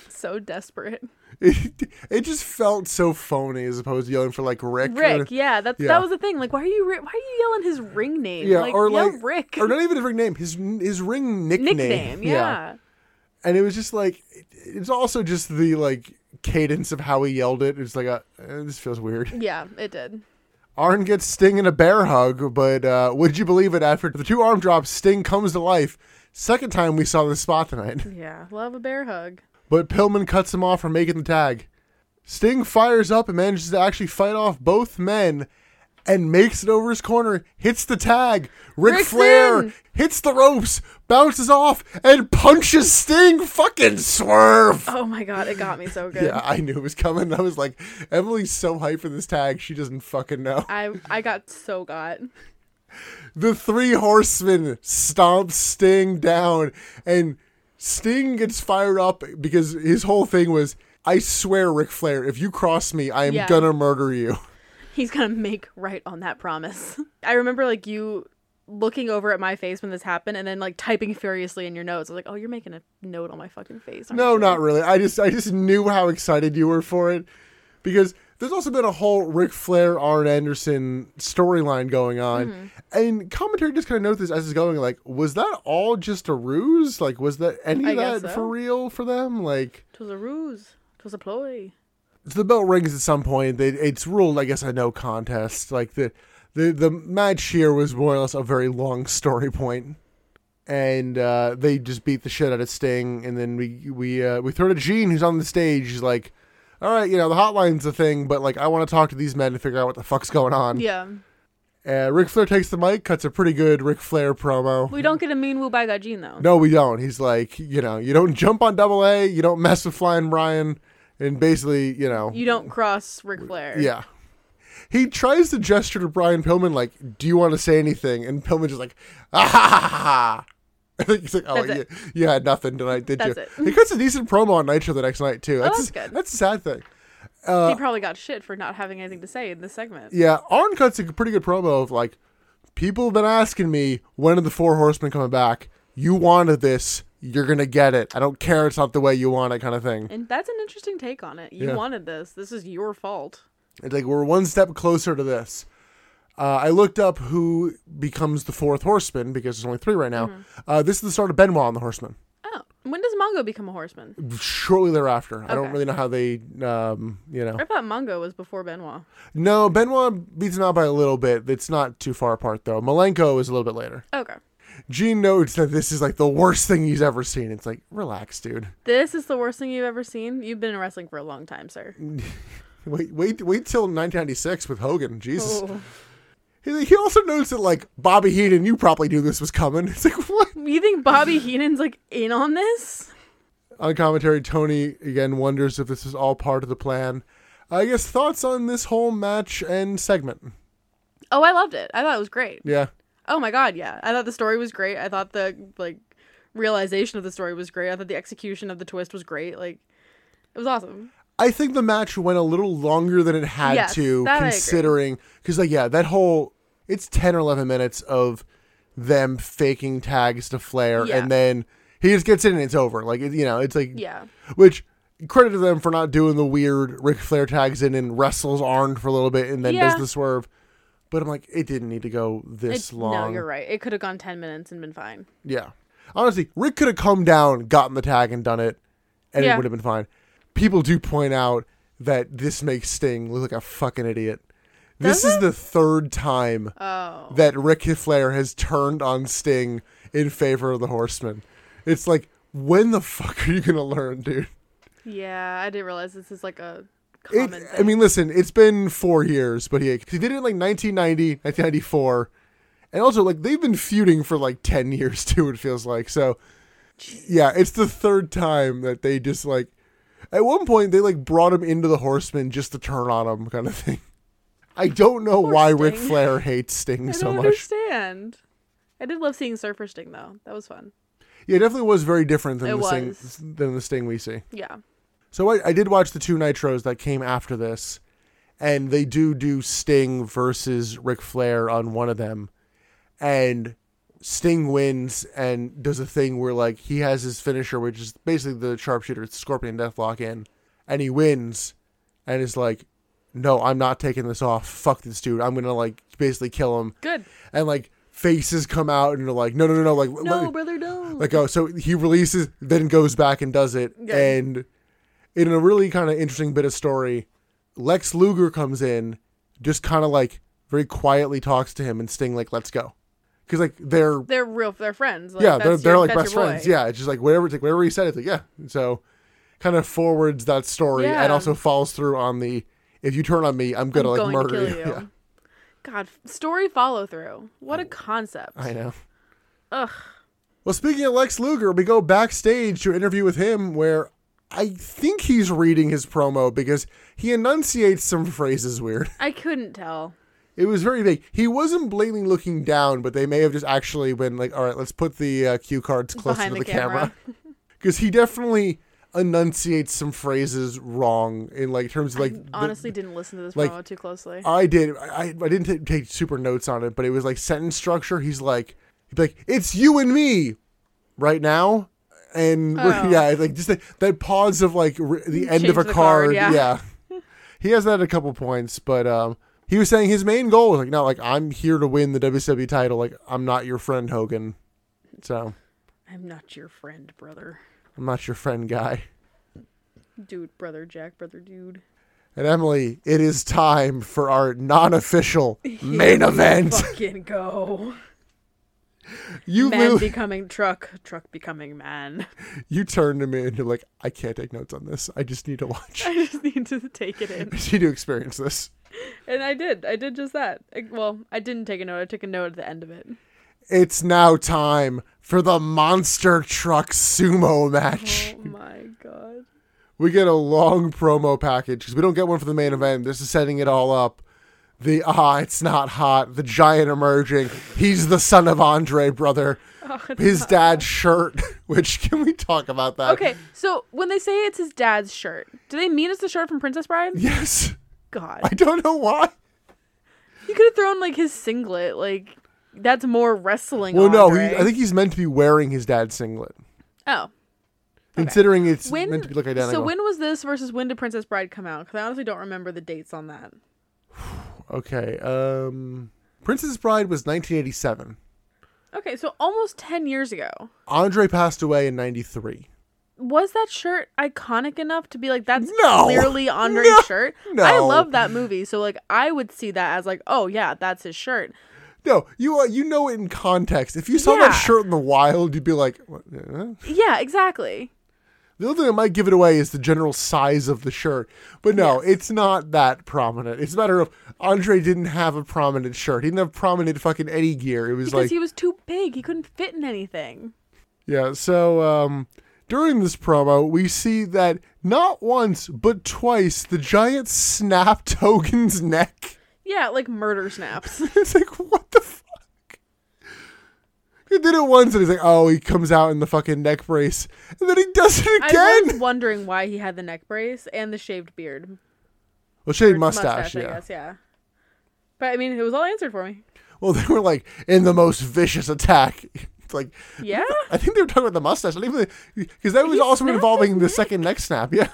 Speaker 2: So desperate.
Speaker 1: It, it just felt so phony as opposed to yelling for like Rick.
Speaker 2: Rick,
Speaker 1: or,
Speaker 2: yeah, that's
Speaker 1: Yeah.
Speaker 2: that was the thing. Like, why are you ri- why are you yelling his ring name?
Speaker 1: yeah,
Speaker 2: like,
Speaker 1: or
Speaker 2: yell
Speaker 1: like
Speaker 2: Rick.
Speaker 1: or not even his ring name. His his ring nickname.
Speaker 2: Nickname, yeah.
Speaker 1: and it was just like it- it's also just the like cadence of how he yelled it. It's like a, eh, this feels weird.
Speaker 2: Yeah, it did.
Speaker 1: Arn gets Sting in a bear hug, but uh, would you believe it? After the two arm drops, Sting comes to life. Second time we saw this spot tonight.
Speaker 2: Yeah. Love a bear hug.
Speaker 1: but Pillman cuts him off from making the tag. Sting fires up and manages to actually fight off both men and makes it over his corner, hits the tag. Ric
Speaker 2: Rick's
Speaker 1: Flair
Speaker 2: in.
Speaker 1: hits the ropes, bounces off, and punches Sting. Fucking swerve.
Speaker 2: Oh my god, it got me so good.
Speaker 1: Yeah, I knew it was coming. I was like, Emily's so hyped for this tag, she doesn't fucking know.
Speaker 2: I I got so got.
Speaker 1: The three horsemen stomp Sting down, and Sting gets fired up because his whole thing was, "I swear, Ric Flair, if you cross me, I am
Speaker 2: Yeah.
Speaker 1: gonna murder you."
Speaker 2: he's gonna make right on that promise. I remember like you looking over at my face when this happened and then like typing furiously in your notes. I was like, Oh, you're making a note on my fucking face. aren't
Speaker 1: No,
Speaker 2: you?"
Speaker 1: not really. I just, I just knew how excited you were for it because there's also been a whole Ric Flair, Arn Anderson storyline going on,
Speaker 2: Mm-hmm.
Speaker 1: and commentary just kind of notes this as it's going. Like, was that all just a ruse? Like, was that any
Speaker 2: I
Speaker 1: of
Speaker 2: guess
Speaker 1: that
Speaker 2: so.
Speaker 1: for real for them? Like.
Speaker 2: It was a ruse. It was a ploy.
Speaker 1: the bell rings at some point. They, it's ruled, I guess, a no contest. Like the the the match here was more or less a very long story point, and uh, they just beat the shit out of Sting, and then we we uh, we throw to Gene, who's on the stage. He's like, "All right, you know, the hotline's a thing, but like, I want to talk to these men to figure out what the fuck's going on."
Speaker 2: Yeah.
Speaker 1: Uh, Ric Flair takes the mic, cuts a pretty good Ric Flair promo.
Speaker 2: We don't get a mean Woo by God Gene, though.
Speaker 1: No, we don't. He's like, you know, you don't jump on double A, you don't mess with Flying Brian, and basically, you know,
Speaker 2: You don't cross Ric Flair.
Speaker 1: yeah. He tries to gesture to Brian Pillman, like, do you want to say anything? And Pillman's just like, ah, ha, ha, ha, ha. He's like, oh,
Speaker 2: That's
Speaker 1: you,
Speaker 2: it.
Speaker 1: you had nothing tonight, did
Speaker 2: That's
Speaker 1: you?
Speaker 2: it. Oh,
Speaker 1: He cuts a decent promo on Nitro the next night, too. That's,
Speaker 2: that's good.
Speaker 1: That's a sad thing.
Speaker 2: he probably got shit for not having anything to say in this segment.
Speaker 1: Uh, Yeah, Arn cuts a pretty good promo of like, people have been asking me when are the four horsemen coming back. You wanted this, you're gonna get it. I don't care. It's not the way you want it, kind of thing.
Speaker 2: And that's an interesting take on it. You
Speaker 1: Yeah.
Speaker 2: wanted this. This is your fault.
Speaker 1: It's like we're one step closer to this. Uh, I looked up who becomes the fourth horseman because there's only three right now. Uh, this is the start of Benoit on the horseman.
Speaker 2: Oh. When does Mongo become a horseman?
Speaker 1: Shortly thereafter, I don't
Speaker 2: Okay.
Speaker 1: really know how they, um, you know.
Speaker 2: I thought Mongo was before Benoit.
Speaker 1: No, Benoit beats him out by a little bit. It's not too far apart though. Malenko is a little bit later.
Speaker 2: Okay.
Speaker 1: Gene notes that this is like the worst thing he's ever seen. It's like, relax, dude.
Speaker 2: This is the worst thing you've ever seen. You've been in wrestling for a long time, sir.
Speaker 1: Wait, wait, wait till 1996 with Hogan. Jesus.
Speaker 2: Oh.
Speaker 1: He, he also notes that like Bobby Heenan, you probably knew this was coming. It's like what?
Speaker 2: You think Bobby Heenan's like in on this?
Speaker 1: On commentary, Tony again wonders if this is all part of the plan. I guess thoughts on this whole match and segment.
Speaker 2: Oh, I loved it. I thought it was great.
Speaker 1: Yeah,
Speaker 2: Oh my god, yeah. I thought the story was great. I thought the like realization of the story was great. I thought the execution of the twist was great. Like it was awesome.
Speaker 1: I think the match went a little longer than it had
Speaker 2: Yes,
Speaker 1: to,
Speaker 2: that I agree.
Speaker 1: considering because like yeah, that whole it's ten or eleven minutes of them faking tags to Flair,
Speaker 2: Yeah.
Speaker 1: and then he just gets in and it's over. Like it, you know, it's like
Speaker 2: Yeah.
Speaker 1: which credit to them for not doing the weird Ric Flair tags in and wrestles Arn for a little bit and then
Speaker 2: Yeah.
Speaker 1: does the swerve. But I'm like, it didn't need to go this
Speaker 2: It-
Speaker 1: long.
Speaker 2: No, you're right. It could have gone 10 minutes and been fine.
Speaker 1: Yeah. Honestly, Rick could have come down, gotten the tag, and done it, and it
Speaker 2: Yeah.
Speaker 1: would have been fine. People do point out that this makes Sting look like a fucking idiot. This
Speaker 2: Does Oh.
Speaker 1: is the third time that Rick Flair has turned on Sting in favor of the Horseman. It's like, when the fuck are you gonna learn, dude?
Speaker 2: Yeah, I didn't realize this is like a
Speaker 1: It,
Speaker 2: common
Speaker 1: I mean, listen, it's been four years, but he, he did it in like 1990, 1994. And also, like, they've been feuding for like 10 years, too, it feels like. So, yeah, it's the third time that they just, like, at one point, they, like, brought him into the Horsemen just to turn on him, kind of thing. I don't know why Ric
Speaker 2: Sting.
Speaker 1: Flair hates Sting
Speaker 2: I
Speaker 1: so
Speaker 2: don't
Speaker 1: much.
Speaker 2: understand. I did love seeing Surfer Sting though. That was fun.
Speaker 1: Yeah, it definitely was very different than
Speaker 2: It
Speaker 1: the, Sting,
Speaker 2: was.
Speaker 1: than the Sting we see.
Speaker 2: Yeah.
Speaker 1: So I, I did watch the two nitros that came after this, and they do do Sting versus Ric Flair on one of them, and Sting wins and does a thing where like he has his finisher, which is basically the sharpshooter, it's Scorpion Deathlock in, and he wins, and is like, no, I'm not taking this off. Fuck this dude. I'm gonna like basically kill him,
Speaker 2: Good.
Speaker 1: and like faces come out and are like, no, no, no, no, like let
Speaker 2: No,
Speaker 1: me-
Speaker 2: brother, no.
Speaker 1: like oh so he releases then goes back and does it
Speaker 2: Yeah.
Speaker 1: and in a really kind of interesting bit of story lex luger comes in just kind of like very quietly talks to him and sting like let's go because like they're
Speaker 2: they're real they're friends. Like,
Speaker 1: yeah they're,
Speaker 2: that's
Speaker 1: they're
Speaker 2: your-
Speaker 1: like
Speaker 2: that's
Speaker 1: best
Speaker 2: your boy.
Speaker 1: friends yeah it's just like whatever it's like whatever he said it's like yeah so kind of forwards that story and
Speaker 2: Yeah.
Speaker 1: also follows through on the if you turn on me i'm gonna
Speaker 2: I'm
Speaker 1: like
Speaker 2: going
Speaker 1: murder
Speaker 2: to kill you.
Speaker 1: Yeah,
Speaker 2: God, f- story follow through. What a concept.
Speaker 1: i know
Speaker 2: Ugh.
Speaker 1: Well, speaking of Lex Luger, we go backstage to an interview with him where I think he's reading his promo because he enunciates some phrases weird.
Speaker 2: I couldn't tell.
Speaker 1: It was very vague. He wasn't blatantly looking down, but they may have just actually been like, all right, let's put the uh, cue cards closer
Speaker 2: Behind
Speaker 1: to the,
Speaker 2: the
Speaker 1: camera.
Speaker 2: camera.
Speaker 1: Because he definitely enunciates some phrases wrong in like terms of like the-
Speaker 2: Honestly, didn't listen to this
Speaker 1: like, uh,
Speaker 2: promo too closely.
Speaker 1: I did. I, I I didn't ta- take super notes on it, but it was like sentence structure. He's like, he'd be like, it's you and me right now. And we're-
Speaker 2: Oh.
Speaker 1: yeah, it's like just that, that pause of like r the end of
Speaker 2: Change
Speaker 1: a
Speaker 2: the
Speaker 1: card.
Speaker 2: card,
Speaker 1: yeah.
Speaker 2: yeah.
Speaker 1: he has that at a couple points, but um, he was saying his main goal was like, no, like I'm here to win the WWE title. Like I'm not your friend, Hogan. So
Speaker 2: I'm not your friend, brother.
Speaker 1: I'm not your friend, guy.
Speaker 2: Dude, brother, Jack, brother, dude.
Speaker 1: And Emily, it is time for our non official main event.
Speaker 2: Fucking go.
Speaker 1: you
Speaker 2: Man
Speaker 1: lose.
Speaker 2: becoming truck, truck becoming man.
Speaker 1: you turn to me and you're like, I can't take notes on this. I just need to watch. I
Speaker 2: I just need to take it in.
Speaker 1: just need to experience this.
Speaker 2: And I did. I did just that. I, well, I didn't take a note. I took a note at the end of it.
Speaker 1: It's now time for the monster truck sumo match.
Speaker 2: Oh my god.
Speaker 1: We get a long promo package because we don't get one for the main event. This is setting it all up. The ah, it's not hot. The giant emerging. He's the son of Andre, brother.
Speaker 2: Oh,
Speaker 1: his dad's shirt. Which can we talk about that?
Speaker 2: Okay, so when they say it's his dad's shirt, do they mean it's the shirt from Princess Bride?
Speaker 1: Yes.
Speaker 2: God.
Speaker 1: I don't know why.
Speaker 2: You could have thrown like his singlet. Like that's more wrestling.
Speaker 1: Well, no. He,
Speaker 2: Andre.
Speaker 1: I think he's meant to be wearing his dad's singlet.
Speaker 2: Oh,
Speaker 1: Considering it's
Speaker 2: when?
Speaker 1: meant to be look identical.
Speaker 2: So when was this versus when did Princess Bride come out? Because I honestly don't remember the dates on that.
Speaker 1: okay. Um, Princess Bride was 1987.
Speaker 2: Okay, so almost ten years ago.
Speaker 1: Andre passed away in 93.
Speaker 2: Was that shirt iconic enough to be like that's
Speaker 1: No.
Speaker 2: clearly Andre's
Speaker 1: No.
Speaker 2: shirt?
Speaker 1: No.
Speaker 2: I love that movie, so like I would see that as like, oh yeah, that's his shirt.
Speaker 1: No, you uh, you know it in context. If you saw that
Speaker 2: Yeah.
Speaker 1: shirt in the wild, you'd be like, "What, uh?"
Speaker 2: Yeah, exactly.
Speaker 1: the only thing that might give it away is the general size of the shirt. But no,
Speaker 2: Yes.
Speaker 1: it's not that prominent. It's a matter of Andre didn't have a prominent shirt. He didn't have prominent fucking any gear. It was
Speaker 2: Because
Speaker 1: like,
Speaker 2: he was too big, he couldn't fit in anything.
Speaker 1: yeah. So um, during this promo, we see that not once but twice the giant snapped Hogan's neck.
Speaker 2: Yeah, like murder snaps.
Speaker 1: it's like, what the fuck? He did it once and he's like, oh, he comes out in the fucking neck brace. And then he does it
Speaker 2: I was
Speaker 1: again.
Speaker 2: wondering why he had the neck brace and the shaved beard.
Speaker 1: Well, shaved
Speaker 2: Or
Speaker 1: mustache,
Speaker 2: I
Speaker 1: yeah.
Speaker 2: guess, yeah. But I mean, it was all answered for me.
Speaker 1: Well, they were like, in the most vicious attack. It's like,
Speaker 2: Yeah?
Speaker 1: I think they were talking about the mustache. Because that was
Speaker 2: He
Speaker 1: also
Speaker 2: snapped
Speaker 1: involving
Speaker 2: his
Speaker 1: the
Speaker 2: neck?
Speaker 1: second neck snap, yeah.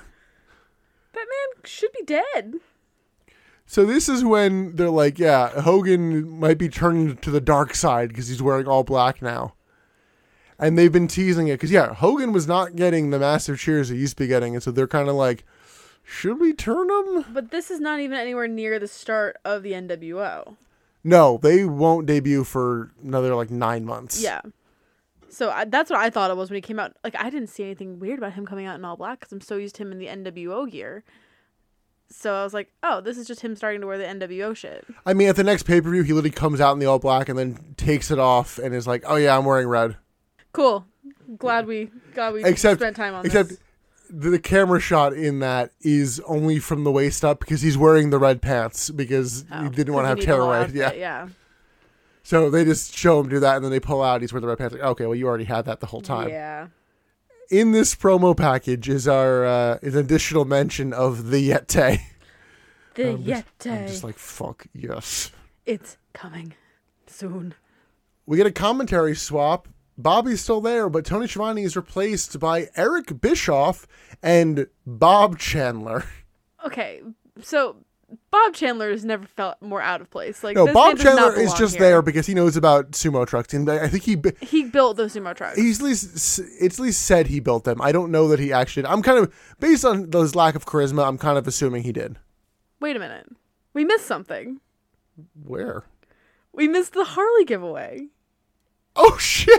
Speaker 2: That man should be dead.
Speaker 1: So this is when they're like, yeah, Hogan might be turning to the dark side because he's wearing all black now. And they've been teasing it because, yeah, Hogan was not getting the massive cheers he used to be getting. And so they're kind of like, should we turn him?
Speaker 2: But this is not even anywhere near the start of the NWO.
Speaker 1: No, they won't debut for another like nine months.
Speaker 2: Yeah. So I, that's what I thought it was when he came out. Like, I didn't see anything weird about him coming out in all black because I'm so used to him in the NWO gear. So I was like, oh, this is just him starting to wear the NWO shit.
Speaker 1: I mean, at the next pay per view, he literally comes out in the all black and then takes it off and is like, oh, yeah, I'm wearing red.
Speaker 2: Cool. Glad we glad we
Speaker 1: Except,
Speaker 2: spent time on
Speaker 1: except
Speaker 2: this.
Speaker 1: the the camera shot in that is only from the waist up because he's wearing the red pants because
Speaker 2: Oh,
Speaker 1: he didn't want to have terror red. Yeah.
Speaker 2: yeah.
Speaker 1: So they just show him do that and then they pull out. He's wearing the red pants. Like, okay, well, you already had that the whole time.
Speaker 2: Yeah.
Speaker 1: In this promo package is our uh, is an additional mention of the Yeti.
Speaker 2: The
Speaker 1: I'm
Speaker 2: Yeti.
Speaker 1: just like, fuck, yes.
Speaker 2: It's coming soon.
Speaker 1: We get a commentary swap. Bobby's still there, but Tony Schiavone is replaced by Eric Bischoff and Bob Chandler.
Speaker 2: Okay, so Bob Chandler has never felt more out of place. Like
Speaker 1: No,
Speaker 2: this man
Speaker 1: Bob
Speaker 2: does not
Speaker 1: Chandler is
Speaker 2: belong
Speaker 1: just
Speaker 2: here.
Speaker 1: there because he knows about sumo trucks, and I I think he b-
Speaker 2: He built those sumo trucks.
Speaker 1: he's at least it's at least said he built them. I don't know that he actually. I'm kind of based on his lack of charisma. I'm kind of assuming he did.
Speaker 2: Wait a minute, we missed something.
Speaker 1: Where?
Speaker 2: We missed the Harley giveaway.
Speaker 1: Oh shit!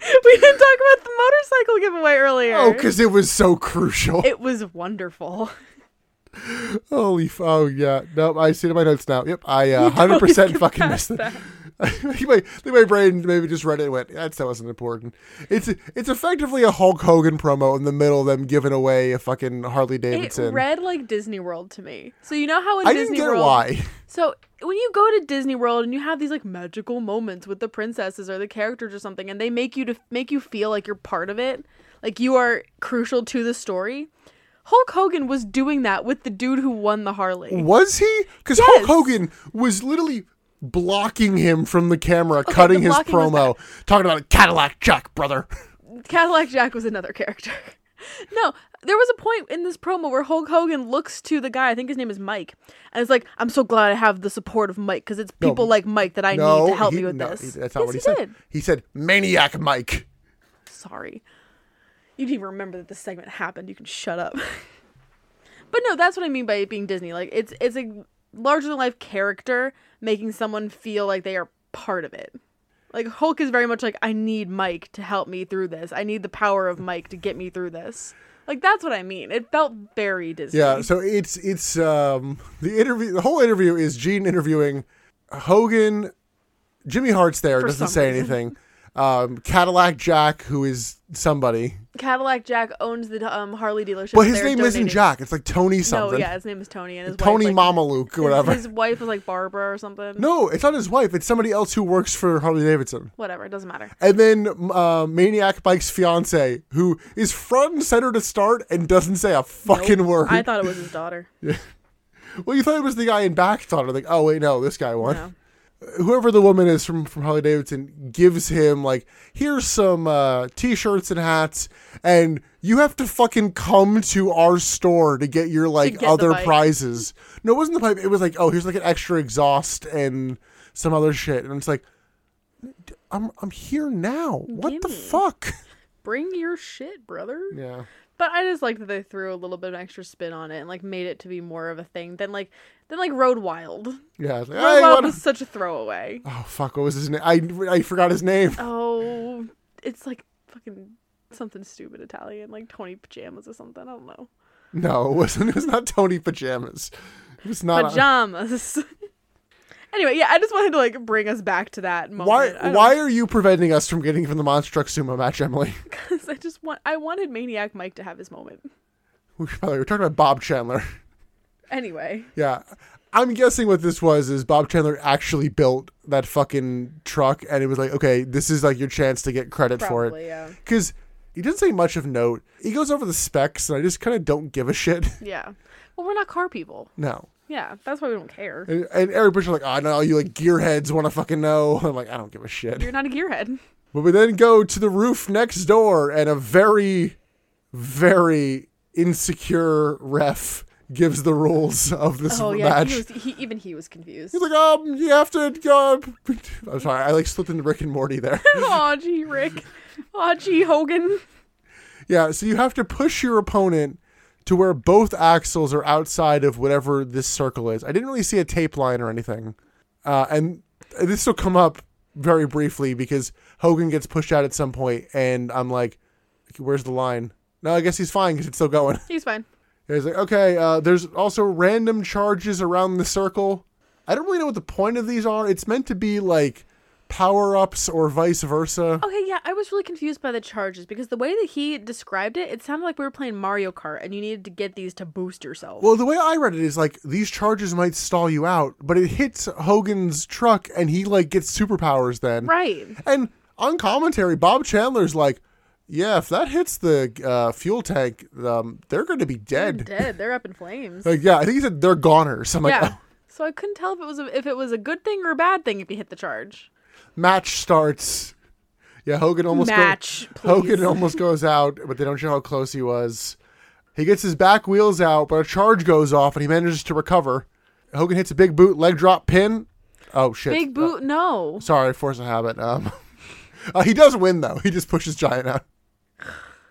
Speaker 2: We didn't talk about the motorcycle giveaway earlier.
Speaker 1: Oh, because it was so crucial.
Speaker 2: it was wonderful.
Speaker 1: Holy! F- oh yeah. Nope. I see it in my notes now. Yep. I uh, 100% fucking missed it. I think my, I think my brain maybe just read it and went, that's, that wasn't important. It's it's effectively a Hulk Hogan promo in the middle of them giving away a fucking Harley
Speaker 2: It
Speaker 1: Davidson.
Speaker 2: read like Disney World to me. So you know how in
Speaker 1: I
Speaker 2: Disney
Speaker 1: didn't get
Speaker 2: World,
Speaker 1: why.
Speaker 2: So when you go to Disney World and you have these like magical moments with the princesses or the characters or something, and they make you to make you feel like you're part of it, like you are crucial to the story. Hulk Hogan was doing that with the dude who won the Harley.
Speaker 1: Was he? Because
Speaker 2: Yes.
Speaker 1: Hulk Hogan was literally blocking him from the camera, cutting
Speaker 2: the
Speaker 1: his
Speaker 2: blocking was
Speaker 1: promo, talking about Cadillac Jack, brother.
Speaker 2: Cadillac Jack was another character. no, there was a point in this promo where Hulk Hogan looks to the guy. I think his name is Mike, and it's like, "I'm so glad I have the support of Mike because it's people like Mike that I need to help
Speaker 1: he-
Speaker 2: me with
Speaker 1: no,
Speaker 2: this."
Speaker 1: That's not
Speaker 2: Yes,
Speaker 1: what he,
Speaker 2: he
Speaker 1: said.
Speaker 2: did.
Speaker 1: He said, Maniac Mike.
Speaker 2: Sorry. You didn't even remember that this segment happened. You can shut up. But no, that's what I mean by it being Disney. Like it's it's a larger than life character making someone feel like they are part of it. Like Hulk is very much like I need Mike to help me through this. I need the power of Mike to get me through this. Like that's what I mean. It felt very Disney.
Speaker 1: Yeah, so it's it's um the interview the whole interview is Gene interviewing Hogan, Jimmy Hart's there, doesn't
Speaker 2: some
Speaker 1: say
Speaker 2: reason.
Speaker 1: anything. Um Cadillac Jack, who is somebody.
Speaker 2: Cadillac Jack owns the um, Harley dealership.
Speaker 1: But his
Speaker 2: They're
Speaker 1: name isn't
Speaker 2: donating-
Speaker 1: Jack, it's like Tony
Speaker 2: No,
Speaker 1: something.
Speaker 2: yeah, his name is Tony, and his
Speaker 1: Tony
Speaker 2: wife, like,
Speaker 1: Mamaluke or whatever.
Speaker 2: His wife was like Barbara or something.
Speaker 1: no, it's not his wife, it's somebody else who works for Harley Davidson.
Speaker 2: Whatever, it doesn't matter.
Speaker 1: And then uh, Maniac Mike's fiance, who is front and center to start and doesn't say a fucking word.
Speaker 2: I thought it was his daughter.
Speaker 1: well, you thought it was the guy in back thought. Like, oh wait, no, this guy won.
Speaker 2: No.
Speaker 1: whoever the woman is from from Harley Davidson gives him like here's some uh, t-shirts and hats and you have to fucking come to our store to get your like
Speaker 2: get the
Speaker 1: other
Speaker 2: bike.
Speaker 1: prizes. No, it wasn't the pipe. It was like oh here's like an extra exhaust and some other shit and it's like d- I'm I'm here now. What the
Speaker 2: Gimme.
Speaker 1: fuck?
Speaker 2: Bring your shit, brother.
Speaker 1: Yeah.
Speaker 2: But I just like that they threw a little bit of extra spin on it and like made it to be more of a thing than like than like Road Wild. Road
Speaker 1: Yeah. it's like, hey,
Speaker 2: Wild
Speaker 1: what-
Speaker 2: was such a throwaway.
Speaker 1: Oh fuck! What was his name? I, I forgot his name.
Speaker 2: Oh, it's like fucking something stupid Italian, like Tony pajamas or something. I don't know.
Speaker 1: No, it wasn't. It was not Tony pajamas. It was not. uh, a-
Speaker 2: Pajamas. anyway, yeah, I just wanted to like bring us back to that moment.
Speaker 1: Why
Speaker 2: I don't-
Speaker 1: why are you preventing us from getting from the Monster Truck Sumo match, Emily?
Speaker 2: 'cause I just want I wanted Maniac Mike to have his moment.
Speaker 1: We should probably- We're talking about Bob Chandler.
Speaker 2: Anyway,
Speaker 1: Yeah. I'm guessing what this was is Bob Chandler actually built that fucking truck and it was like, okay, this is like your chance to get credit for
Speaker 2: probably
Speaker 1: it.
Speaker 2: yeah.
Speaker 1: Cause he doesn't say much of note. He goes over the specs and I just kinda don't give a shit.
Speaker 2: Yeah. Well, we're not car people.
Speaker 1: No.
Speaker 2: Yeah, that's why we don't care.
Speaker 1: And, and Eric Bush like, I know all you like gearheads wanna fucking know. I'm like, I don't give a shit.
Speaker 2: You're not a gearhead.
Speaker 1: But we then go to the roof next door, and a very, very insecure ref gives the rules of this
Speaker 2: Oh yeah,
Speaker 1: match.
Speaker 2: he was, he, even he was confused.
Speaker 1: He's like, um, you have to. Uh, I'm sorry, I like slipped into Rick and Morty there.
Speaker 2: Aw, gee, Rick. Aw, gee, Hogan.
Speaker 1: yeah, so you have to push your opponent to where both axles are outside of whatever this circle is. I didn't really see a tape line or anything, uh, and this will come up very briefly because Hogan gets pushed out at some point, and I'm like, "Where's the line?" No, I guess he's fine because it's still going.
Speaker 2: He's fine.
Speaker 1: He's like, okay, uh, there's also random charges around the circle. I don't really know what the point of these are. It's meant to be like power ups or vice versa.
Speaker 2: Okay, yeah, I was really confused by the charges because the way that he described it, it sounded like we were playing Mario Kart and you needed to get these to boost yourself.
Speaker 1: Well, the way I read it is like these charges might stall you out, but it hits Hogan's truck and he like gets superpowers then.
Speaker 2: right.
Speaker 1: And on commentary, Bob Chandler's like, yeah, if that hits the uh, fuel tank, um, they're going to be dead.
Speaker 2: Dead. They're up in flames.
Speaker 1: Like, yeah, I think he said they're goners. I'm like,
Speaker 2: yeah.
Speaker 1: oh.
Speaker 2: So I couldn't tell if it was a, if it was a good thing or a bad thing if you hit the charge.
Speaker 1: match starts. Yeah, Hogan almost go-
Speaker 2: Match, please.
Speaker 1: Hogan almost goes out, but they don't show how close he was. He gets his back wheels out, but a charge goes off, and he manages to recover. Hogan hits a big boot, leg drop, pin. Oh shit!
Speaker 2: Big boot, no.
Speaker 1: Uh, sorry, force of habit. Um, uh, he does win though. He just pushes Giant out.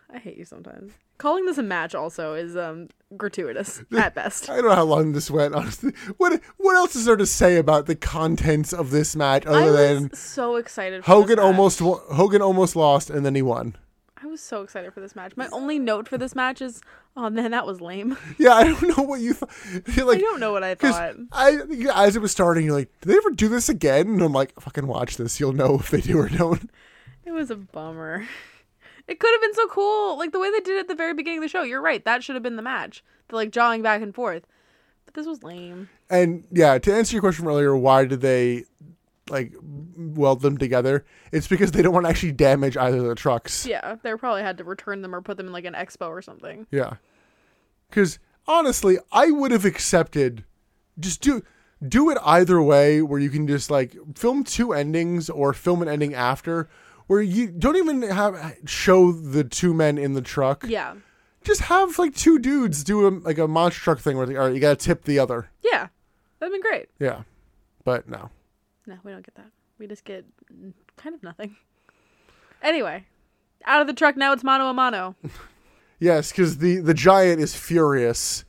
Speaker 2: I hate you sometimes. Calling this a match also is um gratuitous at best.
Speaker 1: I don't know how long this went. Honestly, what what else is there to say about the contents of this match
Speaker 2: I
Speaker 1: other
Speaker 2: was
Speaker 1: than
Speaker 2: so excited. For this
Speaker 1: Hogan
Speaker 2: match.
Speaker 1: almost wo- Hogan almost lost and then he won?
Speaker 2: I was so excited for this match. My only note for this match is, oh man, that was lame.
Speaker 1: Yeah, I don't know what you thought.
Speaker 2: I don't know what I thought.
Speaker 1: Because I, yeah, as it was starting, you're like, "Do they ever do this again?" And I'm like, "Fucking watch this. You'll know if they do or don't."
Speaker 2: It was a bummer. It could have been so cool, like the way they did it at the very beginning of the show. You're right; that should have been the match, the like jawing back and forth. But this was lame.
Speaker 1: And yeah, to answer your question from earlier, why did they like weld them together? It's because they don't want to actually damage either of the trucks.
Speaker 2: Yeah, they probably had to return them or put them in like an expo or something.
Speaker 1: Yeah. Cuz honestly, I would have accepted just do do it either way where you can just like film two endings or film an ending after where you don't even have show the two men in the truck.
Speaker 2: Yeah,
Speaker 1: Just have like two dudes do a, like a monster truck thing where it's like, all right, you got to tip the other.
Speaker 2: yeah, that'd been great.
Speaker 1: Yeah. But no.
Speaker 2: No, we don't get that. We just get mm, kind of nothing. Anyway, out of the truck now. It's mano a mano.
Speaker 1: Yes, cuz the the giant is furious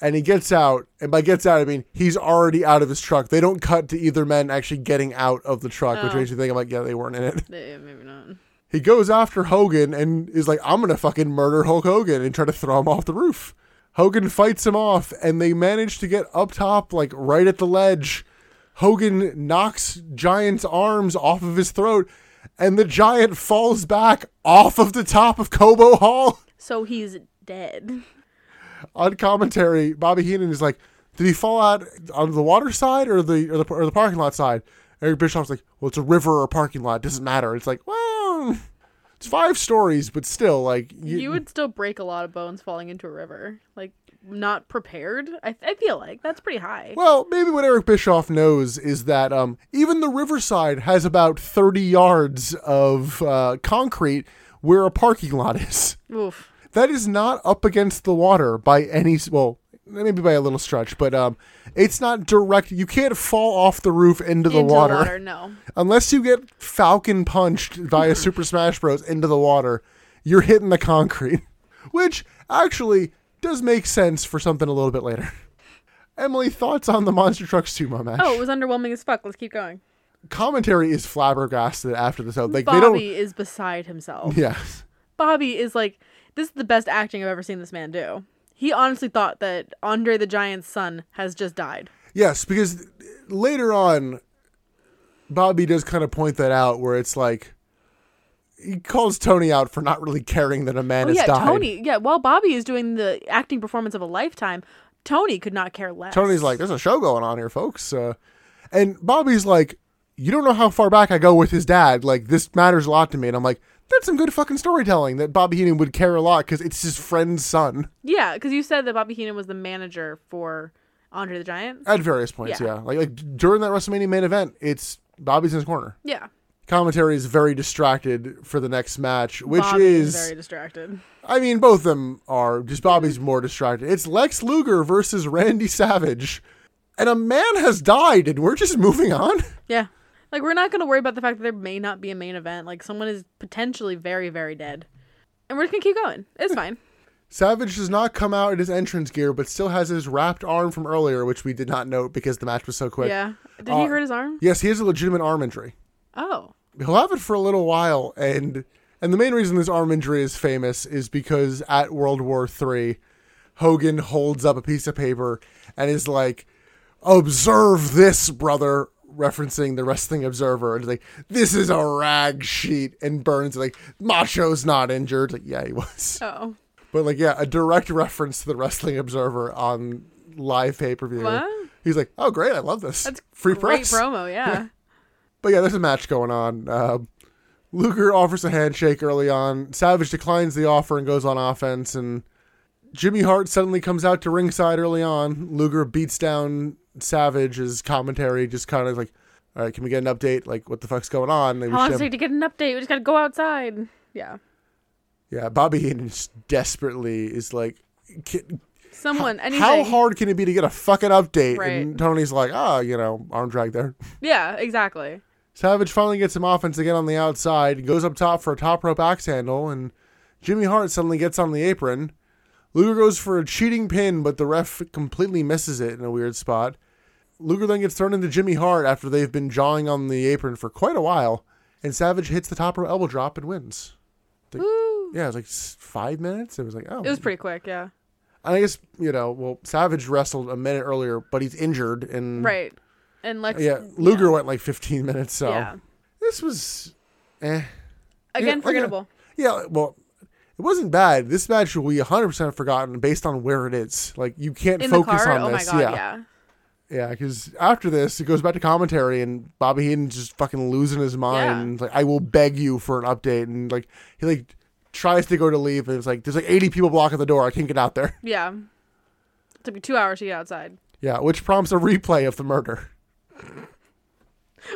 Speaker 1: and he gets out. And by gets out, I mean he's already out of his truck. They don't cut to either man actually getting out of the truck, which makes you think I'm like, yeah, they weren't in it.
Speaker 2: Eh, maybe not.
Speaker 1: He goes after Hogan and is like, I'm gonna fucking murder Hulk Hogan and try to throw him off the roof. Hogan fights him off, and they manage to get up top, like right at the ledge. Hogan knocks Giant's arms off of his throat, and the Giant falls back off of the top of Kobo Hall.
Speaker 2: So he's dead.
Speaker 1: on commentary, Bobby Heenan is like, "Did he fall out on the water side or the or the, or the parking lot side?" Eric Bischoff's like, "Well, it's a river or a parking lot. It doesn't matter." It's like, well, it's five stories, but still, like, you,
Speaker 2: You would still break a lot of bones falling into a river. Like, not prepared. I, I feel like that's pretty high.
Speaker 1: well, maybe what Eric Bischoff knows is that um, even the riverside has about thirty yards of uh, concrete where a parking lot is.
Speaker 2: Oof.
Speaker 1: that is not up against the water by any well maybe by a little stretch but um it's not direct you can't fall off the roof into the,
Speaker 2: Into
Speaker 1: water,
Speaker 2: the water, no.
Speaker 1: unless you get falcon punched via super smash bros into the water you're hitting the concrete which actually does make sense for something a little bit later emily thoughts on the monster truck sumo match
Speaker 2: Oh, it was underwhelming as fuck. Let's keep going.
Speaker 1: commentary is flabbergasted after this like
Speaker 2: Bobby
Speaker 1: they don't
Speaker 2: is beside himself.
Speaker 1: yes
Speaker 2: Bobby is like, this is the best acting I've ever seen this man do. He honestly thought that Andre the Giant's son has just died.
Speaker 1: Yes, because later on, Bobby does kind of point that out where it's like he calls Tony out for not really caring that a man has
Speaker 2: Oh, yeah,
Speaker 1: died.
Speaker 2: Tony. Yeah, while Bobby is doing the acting performance of a lifetime, Tony could not care less.
Speaker 1: Tony's like, "There's a show going on here, folks," uh, and Bobby's like, "You don't know how far back I go with his dad. Like this matters a lot to me." And I'm like, "That's some good fucking storytelling that Bobby Heenan would care a lot because it's his friend's son."
Speaker 2: yeah, because you said that Bobby Heenan was the manager for Andre the Giant.
Speaker 1: At various points, yeah.
Speaker 2: Yeah.
Speaker 1: Like like during that WrestleMania main event, it's Bobby's in his corner.
Speaker 2: Yeah,
Speaker 1: Commentary is very distracted for the next match, which
Speaker 2: Bobby
Speaker 1: is
Speaker 2: very distracted.
Speaker 1: I mean, both of them are. Just Bobby's more distracted. It's Lex Luger versus Randy Savage, and a man has died, and we're just moving on.
Speaker 2: Yeah, like we're not gonna worry about the fact that there may not be a main event. Like someone is potentially very, very dead, and we're just gonna keep going. It's fine.
Speaker 1: Savage does not come out in his entrance gear, but still has his wrapped arm from earlier, which we did not note because the match was so quick.
Speaker 2: yeah. Did
Speaker 1: uh,
Speaker 2: he hurt his arm?
Speaker 1: Yes, he has a legitimate arm injury.
Speaker 2: Oh,
Speaker 1: He'll have it for a little while, and and the main reason this arm injury is famous is because at World War III, Hogan holds up a piece of paper and is like, observe this, brother, referencing the Wrestling Observer. And he's like, this is a rag sheet. And Burns is like, Macho's not injured. Like, yeah, he was.
Speaker 2: oh,
Speaker 1: But like, yeah, a direct reference to the Wrestling Observer on live pay per view.
Speaker 2: What?
Speaker 1: He's like, oh, great, I love this.
Speaker 2: that's
Speaker 1: free
Speaker 2: great
Speaker 1: press.
Speaker 2: promo. Yeah.
Speaker 1: But yeah, there's a match going on. Uh, Luger offers a handshake early on. Savage declines the offer and goes on offense. And Jimmy Hart suddenly comes out to ringside early on. Luger beats down Savage. His commentary just kind of like, all right, can we get an update? Like, what the fuck's going on? They
Speaker 2: How long
Speaker 1: wish
Speaker 2: does it
Speaker 1: him-
Speaker 2: take to get an update? We just gotta go outside. Yeah.
Speaker 1: yeah, Bobby Heenan just desperately is like, "Can-
Speaker 2: Someone. anything.
Speaker 1: how hard can it be to get a fucking update? And
Speaker 2: Right.
Speaker 1: Tony's like, ah, you know, arm drag there.
Speaker 2: Yeah, exactly.
Speaker 1: Savage finally gets some offense again on the outside, goes up top for a top rope axe handle, and Jimmy Hart suddenly gets on the apron. Luger goes for a cheating pin, but the ref completely misses it in a weird spot. Luger then gets thrown into Jimmy Hart after they've been jawing on the apron for quite a while, and Savage hits the top rope elbow drop and wins. Like, yeah, it was like s- five minutes. It was like, oh.
Speaker 2: It was pretty quick, yeah.
Speaker 1: and I guess, you know, well, Savage wrestled a minute earlier, but he's injured. and
Speaker 2: Right. And Lex
Speaker 1: Mm. Yeah, Luger went like 15 minutes, so.
Speaker 2: Yeah.
Speaker 1: This was
Speaker 2: Again,
Speaker 1: like a-
Speaker 2: forgettable.
Speaker 1: Yeah, well, it wasn't bad. This match will be 100% forgotten based on where it is. Like, you can't
Speaker 2: In the
Speaker 1: focus
Speaker 2: car.
Speaker 1: on
Speaker 2: Oh my
Speaker 1: this.
Speaker 2: god, yeah.
Speaker 1: yeah. Yeah, because after this, it goes back to commentary, and Bobby Heenan's just fucking losing his
Speaker 2: Yeah.
Speaker 1: mind. Like, I will beg you for an update. And, like, he, like, tries to go to leave, and it's like, there's like 80 people blocking the door. I can't get out there.
Speaker 2: Yeah. took me two hours to get outside.
Speaker 1: Yeah, which prompts a replay of the murder.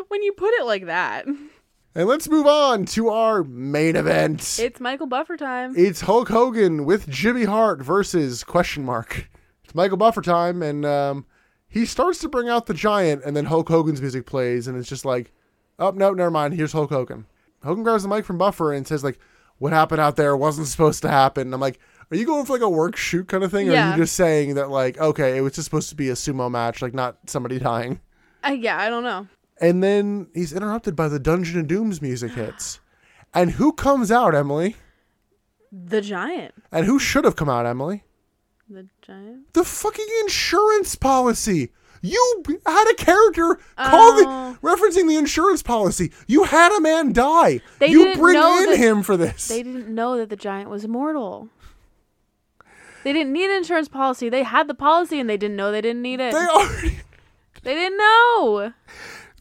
Speaker 2: When you put it like that,
Speaker 1: And let's move on to our main event.
Speaker 2: it's Michael Buffer time.
Speaker 1: It's Hulk Hogan with Jimmy Hart versus question mark. It's Michael Buffer time, and um, he starts to bring out the giant, and then Hulk Hogan's music plays, and it's just like, oh no, never mind. Here's Hulk Hogan. Hogan grabs the mic from Buffer and says like, "What happened out there wasn't supposed to happen." And I'm like, Are you going for like a work shoot kind of thing, or are
Speaker 2: Yeah.
Speaker 1: you just saying that like, okay, it was just supposed to be a sumo match, like not somebody dying?
Speaker 2: Uh, yeah, I don't know.
Speaker 1: And then he's interrupted by the Dungeon of Doom's music hits, and who comes out, Emily?
Speaker 2: The giant.
Speaker 1: And who should have come out, Emily?
Speaker 2: The giant.
Speaker 1: The fucking insurance policy. You had a character called
Speaker 2: Oh.
Speaker 1: the, referencing the insurance policy. You had a man die.
Speaker 2: They
Speaker 1: you
Speaker 2: didn't
Speaker 1: bring
Speaker 2: know
Speaker 1: in
Speaker 2: that-
Speaker 1: him for this.
Speaker 2: They didn't know that the giant was immortal. They didn't need an insurance policy. They had the policy and they didn't know they didn't need it.
Speaker 1: they already.
Speaker 2: They didn't know.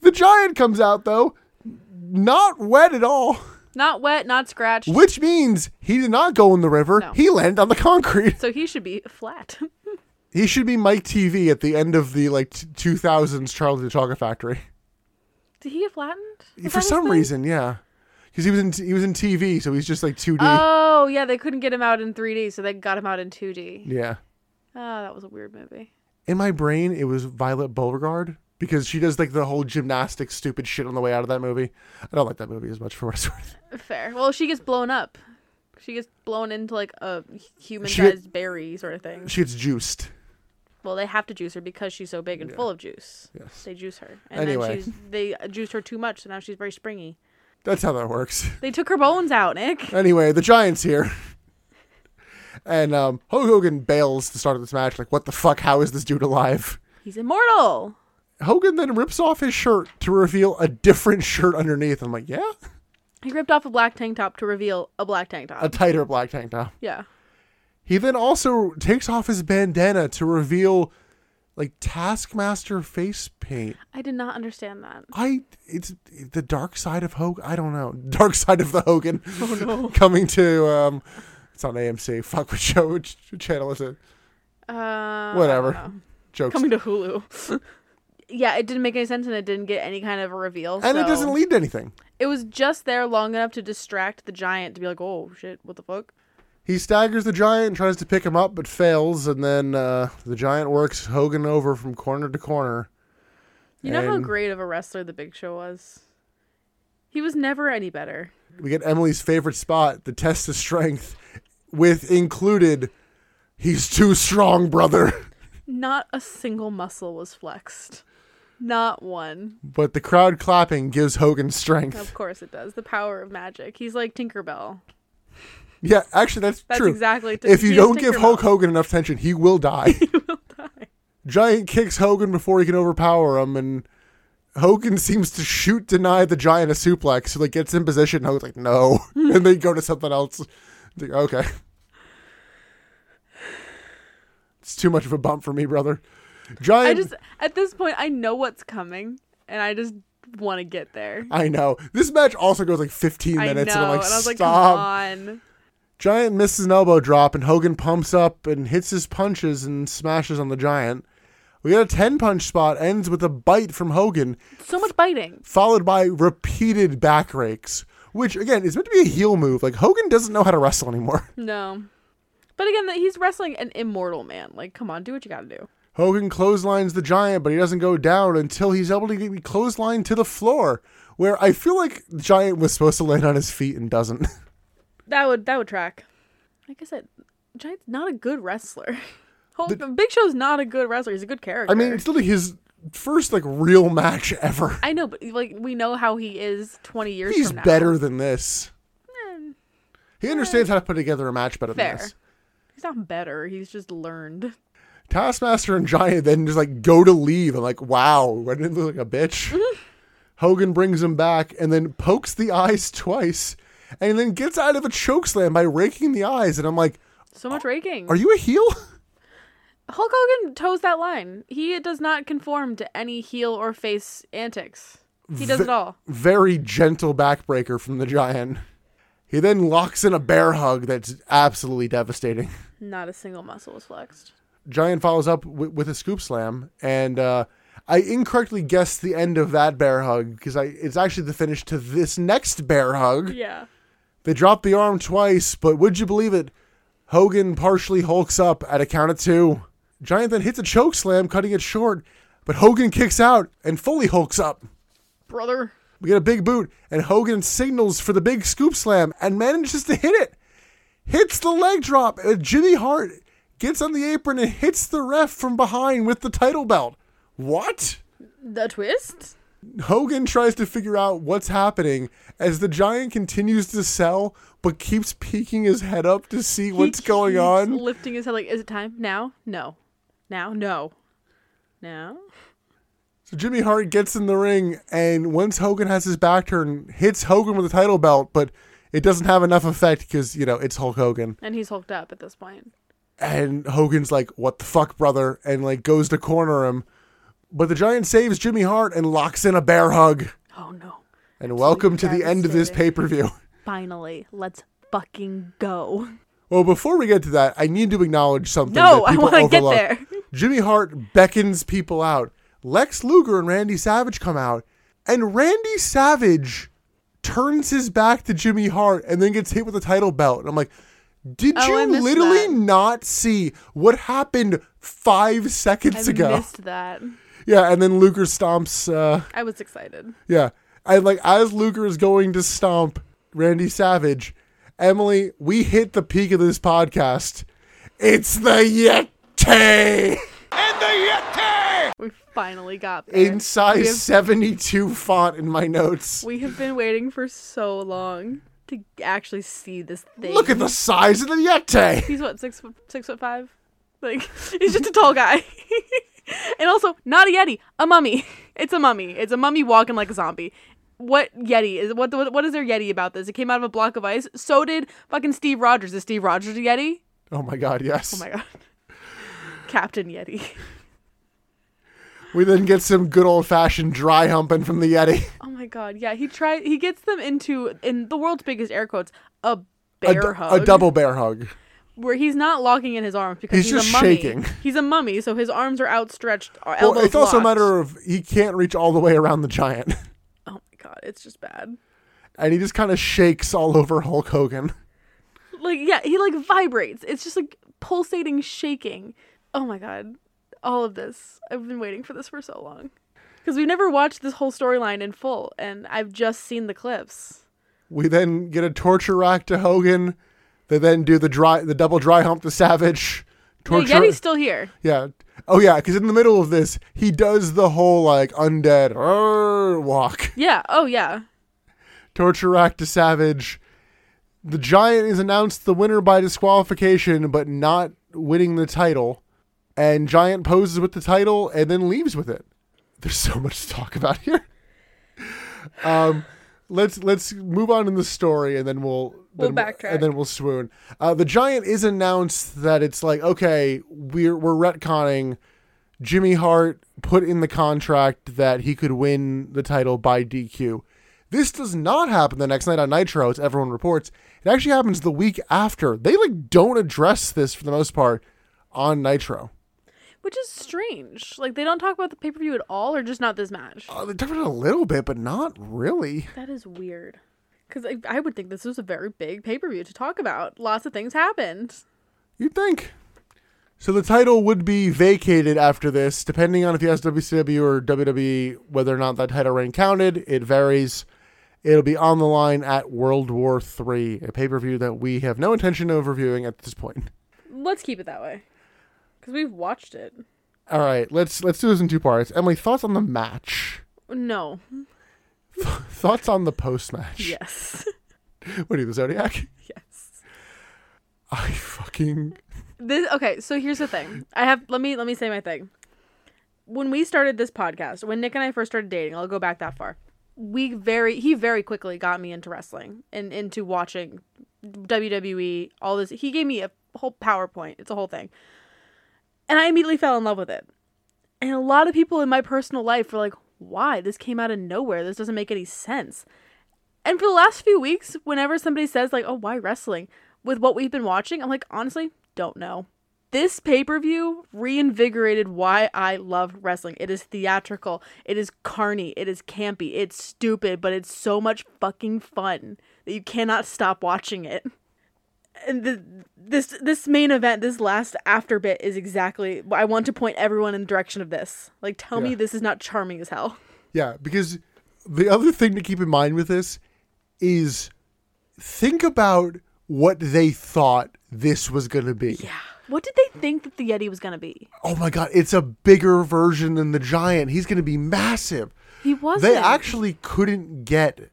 Speaker 1: The giant comes out though, not wet at all,
Speaker 2: Not wet, not scratched.
Speaker 1: which means he did not go in the river.
Speaker 2: No.
Speaker 1: He landed on the concrete.
Speaker 2: So he should be flat.
Speaker 1: He should be Mike TV at the end of the like t- 2000s Charlie the Chocolate Factory.
Speaker 2: Did he get flattened? Was that
Speaker 1: for
Speaker 2: his
Speaker 1: some
Speaker 2: thing?
Speaker 1: reason, yeah, because he was in he was in TV, so he's just like 2D.
Speaker 2: Oh, yeah, they couldn't get him out in 3D, so they got him out in 2D.
Speaker 1: yeah.
Speaker 2: Oh, that was a weird movie.
Speaker 1: in my brain it was Violet Beauregard because she does like the whole gymnastic stupid shit on the way out of that movie. I don't like that movie as much for what it's worth.
Speaker 2: Fair. Well, she gets blown up. She gets blown into like a human-sized berry sort of thing.
Speaker 1: She gets juiced.
Speaker 2: Well, they have to juice her because she's so big and full of juice.
Speaker 1: Yes.
Speaker 2: They juice her, and
Speaker 1: Anyway.
Speaker 2: then she's, they juice her too much, so now she's very springy.
Speaker 1: That's how that works.
Speaker 2: They took her bones out, Nick.
Speaker 1: Anyway, the Giants here. And um, Hulk Hogan bails to start of this match. Like, what the fuck? How is this dude alive?
Speaker 2: He's immortal.
Speaker 1: Hogan then rips off his shirt to reveal a different shirt underneath. I'm like, yeah,
Speaker 2: He ripped off a black tank top to reveal a black tank top.
Speaker 1: a tighter black tank top.
Speaker 2: yeah.
Speaker 1: He then also takes off his bandana to reveal like Taskmaster face paint.
Speaker 2: I did not understand that.
Speaker 1: I it's the dark side of Hogan. I don't know. Dark side of the Hogan.
Speaker 2: Oh no.
Speaker 1: coming to um, it's on AMC. Fuck which show, which channel is it?
Speaker 2: Uh, I
Speaker 1: Whatever.
Speaker 2: don't know.
Speaker 1: Jokes.
Speaker 2: Coming to Hulu. yeah, it didn't make any sense, and it didn't get any kind of a reveal.
Speaker 1: and it
Speaker 2: so-
Speaker 1: doesn't lead to anything.
Speaker 2: It was just there long enough to distract the giant to be like, "Oh shit, what the fuck."
Speaker 1: He staggers the giant and tries to pick him up, but fails. And then uh, the giant works Hogan over from corner to corner.
Speaker 2: You know how
Speaker 1: And-
Speaker 2: great of a wrestler the Big Show was? He was never any better.
Speaker 1: We get Emily's favorite spot, the test of strength, with included. He's too strong, brother.
Speaker 2: Not a single muscle was flexed. Not one.
Speaker 1: But the crowd clapping gives Hogan strength.
Speaker 2: Of course it does. The power of magic. He's like Tinkerbell.
Speaker 1: Yeah, actually, that's,
Speaker 2: That's
Speaker 1: true.
Speaker 2: exactly
Speaker 1: if you
Speaker 2: he is
Speaker 1: don't give
Speaker 2: Tinkerbell.
Speaker 1: Hulk Hogan enough attention, he will die. Giant kicks Hogan before he can overpower him, and Hogan seems to shoot deny the Giant a suplex. So like gets in position. And Hogan's like, no, and they go to something else. It's like, okay, it's too much of a bump for me, brother. Giant.
Speaker 2: I just at this point I know what's coming and I just want to get there.
Speaker 1: I know this match also goes like 15
Speaker 2: I know.
Speaker 1: minutes,
Speaker 2: And
Speaker 1: and
Speaker 2: I
Speaker 1: I'm like,
Speaker 2: was like,
Speaker 1: stop.
Speaker 2: come on.
Speaker 1: Giant misses an elbow drop, and Hogan pumps up and hits his punches and smashes on the Giant. We get a 10 punch spot, ends with a bite from Hogan,
Speaker 2: So much biting.
Speaker 1: followed by repeated back rakes, which, again, is meant to be a heel move. Like, Hogan doesn't know how to wrestle anymore.
Speaker 2: No. But again, that he's wrestling an immortal man. Like, come on, do what you gotta do.
Speaker 1: Hogan clotheslines the Giant, but he doesn't go down until he's able to get clothesline to the floor, where I feel like the Giant was supposed to land on his feet and doesn't.
Speaker 2: That would that would track. Like I said, Giant's not a good wrestler. Whole, Big Show's not a good wrestler. He's a good character.
Speaker 1: I mean, it's literally his first, like, real match ever.
Speaker 2: I know, but like we know how he is twenty years.
Speaker 1: He's
Speaker 2: from now. Eh,
Speaker 1: better than this. He understands how to put together a match better than
Speaker 2: Fair.
Speaker 1: this.
Speaker 2: He's not better. He's just learned.
Speaker 1: Taskmaster and Giant then just like go to leave. I'm like, wow, what did it look like a bitch? Hogan brings him back and then pokes the eyes twice and then gets out of a chokeslam by raking the eyes. And I'm like,
Speaker 2: So much raking.
Speaker 1: are you a heel?
Speaker 2: Hulk Hogan toes that line. He does not conform to any heel or face antics. He does
Speaker 1: Ve-
Speaker 2: it all.
Speaker 1: Very gentle backbreaker from the Giant. He then locks in a bear hug that's absolutely devastating.
Speaker 2: Not a single muscle was flexed.
Speaker 1: Giant follows up w- with a scoop slam, and uh, I incorrectly guessed the end of that bear hug because I it's actually the finish to this next bear hug.
Speaker 2: Yeah.
Speaker 1: They drop the arm twice, but would you believe it? Hogan partially hulks up at a count of two. Giant then hits a choke slam, cutting it short, but Hogan kicks out and fully hulks up.
Speaker 2: Brother.
Speaker 1: We get a big boot, and Hogan signals for the big scoop slam and manages to hit it. hits the leg drop. Uh, Jimmy Hart gets on the apron and hits the ref from behind with the title belt. What?
Speaker 2: The twist?
Speaker 1: Hogan tries to figure out what's happening as the giant continues to sell but keeps peeking his head up to see
Speaker 2: He
Speaker 1: what's going
Speaker 2: keeps
Speaker 1: on.
Speaker 2: Lifting his head like, is it time? Now? No. Now? No. Now?
Speaker 1: So Jimmy Hart gets in the ring, and once Hogan has his back turn, hits Hogan with the title belt, but it doesn't have enough effect because, you know, it's Hulk Hogan.
Speaker 2: And he's hulked up at this point.
Speaker 1: And Hogan's like, what the fuck, brother? And, like, goes to corner him. But the Giant saves Jimmy Hart and locks in a bear hug.
Speaker 2: Oh no.
Speaker 1: And welcome to the end of this pay
Speaker 2: devastating.
Speaker 1: per view.
Speaker 2: Finally, let's fucking go.
Speaker 1: Well, before we get to that, I need to acknowledge something.
Speaker 2: No,
Speaker 1: that
Speaker 2: I
Speaker 1: people
Speaker 2: wanna get
Speaker 1: overlook.
Speaker 2: there.
Speaker 1: Jimmy Hart beckons people out. Lex Luger and Randy Savage come out, and Randy Savage turns his back to Jimmy Hart and then gets hit with a title belt. And I'm like, did
Speaker 2: Oh, I
Speaker 1: you
Speaker 2: missed
Speaker 1: literally
Speaker 2: that.
Speaker 1: not see what happened five seconds
Speaker 2: I
Speaker 1: ago?
Speaker 2: missed that.
Speaker 1: Yeah, and then Luger stomps. Uh,
Speaker 2: I was excited.
Speaker 1: yeah. And like as Luger is going to stomp Randy Savage, Emily, we hit the peak of this podcast. It's the Yeti
Speaker 5: And the Yeti!
Speaker 2: We finally got there.
Speaker 1: in size
Speaker 2: We have-
Speaker 1: 72 font in my notes.
Speaker 2: We have been waiting for so long to actually see this thing.
Speaker 1: Look at the size of the Yeti.
Speaker 2: He's what six foot six foot five? Like he's just a tall guy. and also not a yeti, a mummy. It's a mummy. It's a mummy walking like a zombie. What yeti is? What the, what is there yeti about this? It came out of a block of ice. So did fucking Steve Rogers. Is Steve Rogers a yeti?
Speaker 1: Oh my god, yes.
Speaker 2: Oh my god. Captain Yeti.
Speaker 1: We then get some good old fashioned dry humping from the Yeti.
Speaker 2: Oh my god. Yeah, he tried. He gets them into in the world's biggest air quotes a
Speaker 1: A
Speaker 2: bear
Speaker 1: d-
Speaker 2: hug.
Speaker 1: A double bear hug.
Speaker 2: where he's not locking in his arms because
Speaker 1: He's
Speaker 2: he's,
Speaker 1: just
Speaker 2: a mummy.
Speaker 1: shaking.
Speaker 2: He's a mummy, so his arms are outstretched. Our
Speaker 1: Well,
Speaker 2: elbows
Speaker 1: it's also a
Speaker 2: locked.
Speaker 1: matter of he can't reach all the way around the giant.
Speaker 2: Oh my god, it's just bad.
Speaker 1: And he just kind of shakes all over Hulk Hogan.
Speaker 2: Like yeah, he like vibrates. It's just like pulsating, shaking. Oh my god, all of this. I've been waiting for this for so long because we've never watched this whole storyline in full, and I've just seen the clips.
Speaker 1: We then get a torture rack to Hogan. They then do the dry, the double dry hump to Savage.
Speaker 2: No,
Speaker 1: Torture.
Speaker 2: Yeti's still here.
Speaker 1: yeah. Oh yeah, because in the middle of this, he does the whole like undead "Arr" walk.
Speaker 2: Yeah. Oh yeah.
Speaker 1: Torture rack to Savage. The Giant is announced the winner by disqualification, but not winning the title. And Giant poses with the title and then leaves with it. There's so much to talk about here. Um, let's let's move on in the story, and then we'll
Speaker 2: We'll
Speaker 1: then
Speaker 2: backtrack.
Speaker 1: and then we'll swoon. Uh, the Giant is announced that it's like okay, we're we're retconning. Jimmy Hart put in the contract that he could win the title by DQ. This does not happen the next night on Nitro, as everyone reports. It actually happens the week after. They like don't address this for the most part on Nitro.
Speaker 2: Which is strange. Like they don't talk about the pay per view at all, or just not this match.
Speaker 1: Uh, they talked about it a little bit, but not really.
Speaker 2: That is weird. Because I, I would think this was a very big pay per view to talk about. Lots of things happened.
Speaker 1: You'd think. So the title would be vacated after this, depending on if you ask WCW or WWE whether or not that title reign counted. It varies. It'll be on the line at World War III, a pay per view that we have no intention of reviewing at this point.
Speaker 2: Let's keep it that way. Because we've watched it.
Speaker 1: All right, let's let's do this in two parts. Emily, thoughts on the match?
Speaker 2: No.
Speaker 1: Thoughts on the post match?
Speaker 2: Yes.
Speaker 1: What are you, the Zodiac?
Speaker 2: yes.
Speaker 1: I fucking
Speaker 2: This okay, so here's the thing. I have let me let me say my thing. When we started this podcast, when Nick and I first started dating, I'll go back that far. We very he very quickly got me into wrestling and into watching WWE, all this. He gave me a whole PowerPoint. It's a whole thing. And I immediately fell in love with it. And a lot of people in my personal life were like, why? This came out of nowhere. This doesn't make any sense. And for the last few weeks, whenever somebody says, like, oh, why wrestling with what we've been watching, I'm like, honestly, don't know. This pay per view reinvigorated why I love wrestling. It is theatrical, it is carny, it is campy, it's stupid, but it's so much fucking fun that you cannot stop watching it and the, this this main event, this last after bit is exactly. I want to point everyone in the direction of this. Like, tell me
Speaker 1: Yeah.
Speaker 2: this is not charming as hell.
Speaker 1: Yeah, because the other thing to keep in mind with this is think about what they thought this was going to be.
Speaker 2: What did they think that the Yeti was going to be?
Speaker 1: Oh my god, it's a bigger version than the giant. He's going to be massive.
Speaker 2: He wasn't.
Speaker 1: They actually couldn't get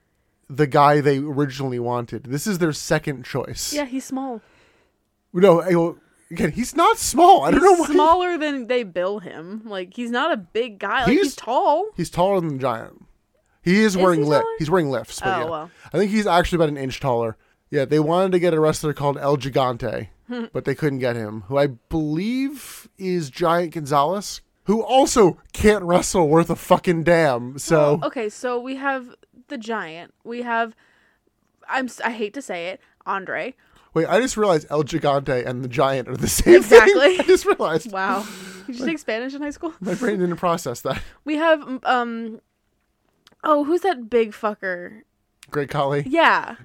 Speaker 1: the guy they originally wanted. This is their second choice.
Speaker 2: Yeah, he's small.
Speaker 1: No, I- well, again, he's not small. I don't know
Speaker 2: He's
Speaker 1: why. he-
Speaker 2: smaller than they bill him. Like he's not a big guy. Like he's,
Speaker 1: He's-
Speaker 2: tall.
Speaker 1: He's taller than the giant. He is, wearing
Speaker 2: he
Speaker 1: lift.
Speaker 2: taller?
Speaker 1: He's wearing lifts. But
Speaker 2: Oh,
Speaker 1: yeah.
Speaker 2: well.
Speaker 1: I think he's actually about an inch taller. Yeah, they wanted to get a wrestler called El Gigante, but they couldn't get him, who I believe is Giant Gonzalez, who also can't wrestle worth a fucking damn. So
Speaker 2: Okay, so we have the giant. We have I'm s- I hate to say it, Andre.
Speaker 1: wait, I just realized El Gigante and the Giant are the same
Speaker 2: Exactly.
Speaker 1: thing. I just realized.
Speaker 2: Wow. Did you take Spanish in high school?
Speaker 1: My brain didn't process that.
Speaker 2: We have um Oh, who's that big fucker?
Speaker 1: Great collie.
Speaker 2: Yeah.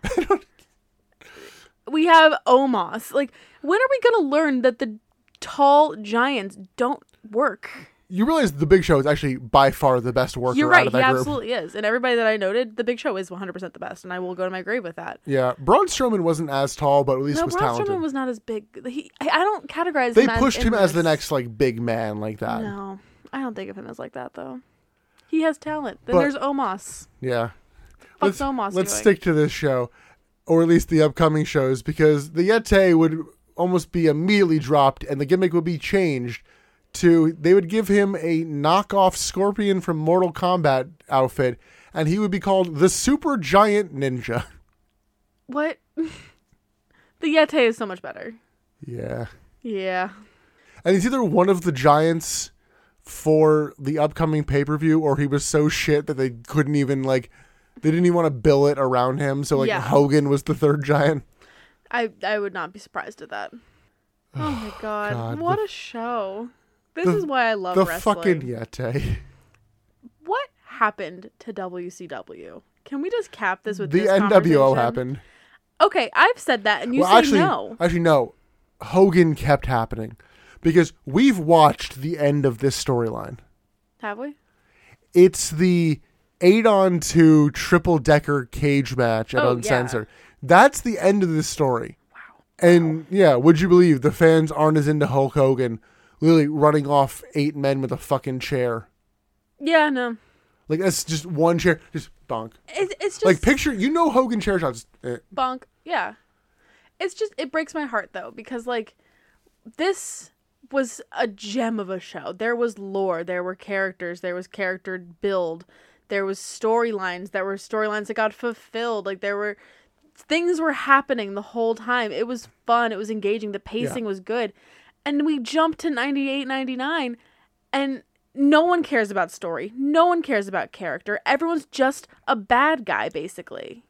Speaker 2: we have Omos. Like when are we going to learn that the tall giants don't work?
Speaker 1: You realize the Big Show is actually by far the best worker
Speaker 2: You're
Speaker 1: out
Speaker 2: right.
Speaker 1: of
Speaker 2: He
Speaker 1: that group.
Speaker 2: absolutely is. And everybody that I noted, the Big Show is 100% the best, and I will go to my grave with that.
Speaker 1: Yeah, Braun Strowman wasn't as tall, but at least
Speaker 2: No,
Speaker 1: was
Speaker 2: Braun
Speaker 1: talented.
Speaker 2: Strowman was not as big. He, I I don't categorize.
Speaker 1: they
Speaker 2: him as
Speaker 1: pushed
Speaker 2: in
Speaker 1: him as the
Speaker 2: this.
Speaker 1: next like big man like that.
Speaker 2: No, I don't think of him as like that though. He has talent. Then
Speaker 1: But-
Speaker 2: there's Omos.
Speaker 1: Yeah.
Speaker 2: Fuck's Omos
Speaker 1: let's
Speaker 2: doing?
Speaker 1: stick to this show, or at least the upcoming shows, because the Yeti would almost be immediately dropped, and the gimmick would be changed to they would give him a knockoff Scorpion from Mortal Kombat outfit, and he would be called the Super Giant Ninja.
Speaker 2: What? the Yeti is so much better.
Speaker 1: Yeah.
Speaker 2: Yeah.
Speaker 1: And he's either one of the giants for the upcoming pay per view, or he was so shit that they couldn't even like they didn't even want to bill it around him. So like
Speaker 2: Yeah.
Speaker 1: Hogan was the third giant.
Speaker 2: I I would not be surprised at that. Oh my god.
Speaker 1: God,
Speaker 2: what a show. This
Speaker 1: the-
Speaker 2: is why I love
Speaker 1: the
Speaker 2: wrestling.
Speaker 1: fucking Yeti.
Speaker 2: What happened to WCW? Can we just cap this with
Speaker 1: The
Speaker 2: this
Speaker 1: NWO
Speaker 2: conversation?
Speaker 1: happened.
Speaker 2: Okay, I've said that, and you
Speaker 1: well,
Speaker 2: say
Speaker 1: actually,
Speaker 2: no.
Speaker 1: actually no. Hogan kept happening because we've watched the end of this storyline.
Speaker 2: Have we?
Speaker 1: It's the eight on two triple decker cage match at
Speaker 2: Oh, yeah.
Speaker 1: Uncensored. That's the end of this story. And yeah, would you believe the fans aren't as into Hulk Hogan literally running off eight men with a fucking chair?
Speaker 2: Yeah, no.
Speaker 1: Like that's just one chair, just bonk.
Speaker 2: It's it's just
Speaker 1: Like picture, you know Hogan chair shots. eh.
Speaker 2: bonk. Yeah. It's just it breaks my heart though because like this was a gem of a show. There was lore, there were characters, there was character build, there was storylines, there were storylines that got fulfilled. Like there were things were happening the whole time. It was fun, it was engaging, the pacing was good. And we jumped to 98, 99 and no one cares about story. No one cares about character. Everyone's just a bad guy basically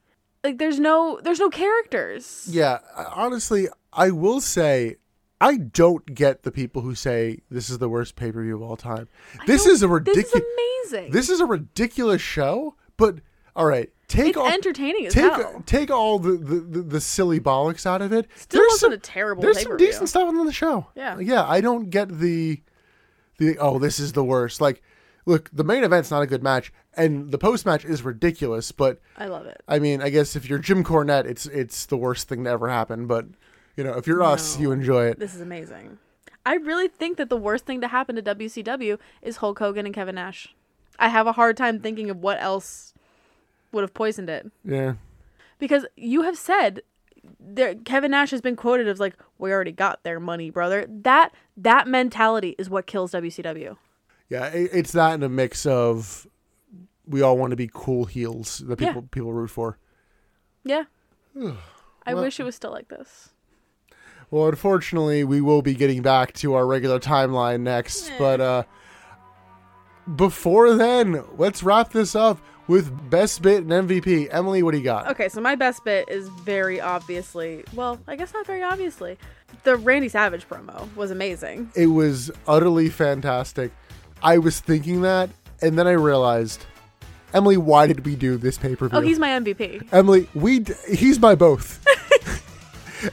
Speaker 2: like there's no there's no characters
Speaker 1: Yeah, I- honestly, I will say I don't get the people who say this is the worst pay per view of all time. This
Speaker 2: No,
Speaker 1: is a ridiculous.
Speaker 2: this is amazing
Speaker 1: This is a ridiculous show, but all right, take
Speaker 2: It's
Speaker 1: all,
Speaker 2: entertaining as
Speaker 1: take,
Speaker 2: hell.
Speaker 1: Take all the, the, the, the silly bollocks out of it.
Speaker 2: Still
Speaker 1: there's
Speaker 2: wasn't
Speaker 1: some,
Speaker 2: a terrible
Speaker 1: There's some
Speaker 2: pay-per-view.
Speaker 1: decent stuff on the show.
Speaker 2: Yeah.
Speaker 1: yeah. I don't get the the oh this is the worst. Like, look, the main event's not a good match, and the post match is ridiculous. But
Speaker 2: i love it
Speaker 1: I mean, I guess if you're Jim Cornette, it's it's the worst thing to ever happen. But you know, if you're us, you enjoy it.
Speaker 2: this is amazing i really think that the worst thing to happen to wcw is hulk hogan and kevin nash i have a hard time thinking of what else would have poisoned it
Speaker 1: Yeah.
Speaker 2: because you have said there kevin nash has been quoted as like we already got their money brother that that mentality is what kills wcw
Speaker 1: Yeah, it, it's that and a mix of we all want to be cool heels that
Speaker 2: Yeah.
Speaker 1: people people root for.
Speaker 2: yeah i wish it was still like this
Speaker 1: Well, unfortunately, we will be getting back to our regular timeline next, but uh before then, let's wrap this up with best bit and MVP. Emily, what do you got?
Speaker 2: Okay, so my best bit is very obviously, well, I guess not very obviously. The Randy Savage promo was amazing.
Speaker 1: It was utterly fantastic. I was thinking that, and then I realized, Emily, why did we do this pay per view?
Speaker 2: Oh, he's my MVP.
Speaker 1: Emily, we d- he's my both.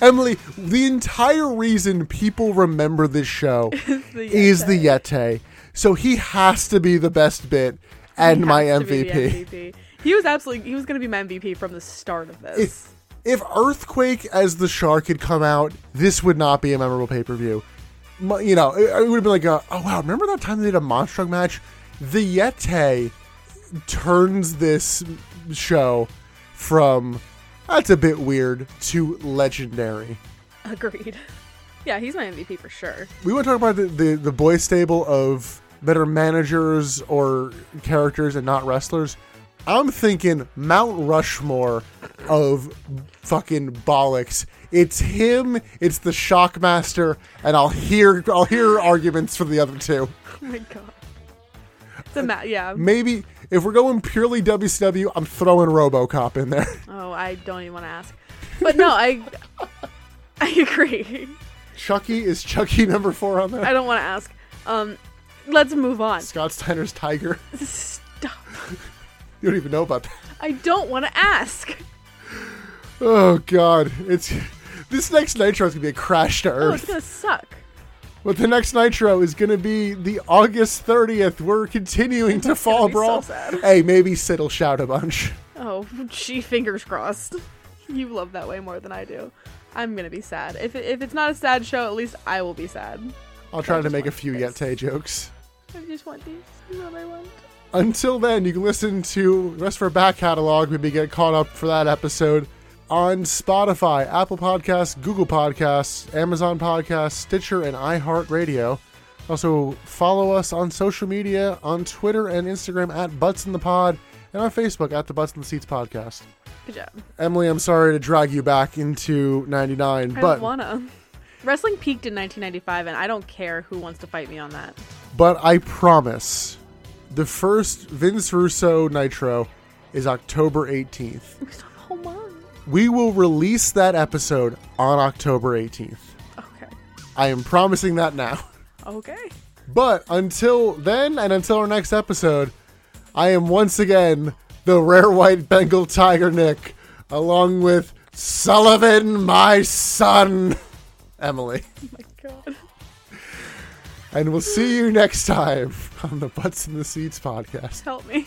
Speaker 1: Emily, the entire reason people remember this show
Speaker 2: the
Speaker 1: is the Yeti. So he has to be the best bit and my
Speaker 2: Has to be the
Speaker 1: MVP.
Speaker 2: MVP. He was absolutely he was going to be my MVP from the start of this.
Speaker 1: If Earthquake as the shark had come out, this would not be a memorable pay per view. You know, it, would have been like, a, oh wow, remember that time they did a Monstrug match? The Yeti turns this show from that's a bit weird to legendary.
Speaker 2: Agreed. Yeah, he's my MVP for sure.
Speaker 1: We want to talk about the, the, the boy stable of better managers or characters and not wrestlers. I'm thinking Mount Rushmore of fucking bollocks. It's him, it's the Shockmaster, and I'll hear I'll hear arguments for the other two.
Speaker 2: Oh my god. It's a ma- yeah.
Speaker 1: Maybe if we're going purely WCW, I'm throwing RoboCop in there.
Speaker 2: Oh, I don't even want to ask. But no, I I agree.
Speaker 1: Chucky is Chucky number four on
Speaker 2: I
Speaker 1: there.
Speaker 2: don't want to ask. Um, let's move on.
Speaker 1: Scott Steiner's Tiger.
Speaker 2: Stop.
Speaker 1: You don't even know about that.
Speaker 2: I don't want to ask.
Speaker 1: Oh god, it's this next Nitro is gonna be a crash to
Speaker 2: Oh, it's
Speaker 1: earth.
Speaker 2: gonna suck.
Speaker 1: But the next Nitro is gonna be the August 30th. We're continuing to fall
Speaker 2: be so
Speaker 1: brawl.
Speaker 2: sad.
Speaker 1: Hey, maybe Sid will shout a bunch.
Speaker 2: Oh, gee, fingers crossed. You love that way more than I do. I'm gonna be sad. If it, if it's not a sad show, at least I will be sad.
Speaker 1: I'll try to
Speaker 2: just
Speaker 1: make a
Speaker 2: want
Speaker 1: few
Speaker 2: this.
Speaker 1: Yete jokes.
Speaker 2: I just want these. You know what I want.
Speaker 1: Until then, you can listen to the rest of our back catalog. Maybe get caught up for that episode on Spotify, Apple Podcasts, Google Podcasts, Amazon Podcasts, Stitcher, and iHeartRadio. Also, follow us on social media on Twitter and Instagram at Butts in the Pod and on Facebook at the Butts in the Seats Podcast.
Speaker 2: Good job.
Speaker 1: Emily, I'm sorry to drag you back into 99,
Speaker 2: I
Speaker 1: but
Speaker 2: don't wanna. Wrestling peaked in 1995, and I don't care who wants to fight me on that.
Speaker 1: But I promise, the first Vince Russo Nitro is October 18th.
Speaker 2: We still have a whole month.
Speaker 1: We will release that episode on October 18th.
Speaker 2: Okay.
Speaker 1: I am promising that now.
Speaker 2: Okay.
Speaker 1: But until then and until our next episode, I am once again the rare white Bengal tiger Nick, along with Sullivan, my son, Emily.
Speaker 2: Oh My God.
Speaker 1: And we'll see you next time on the Butts in the Seats podcast.
Speaker 2: Help me.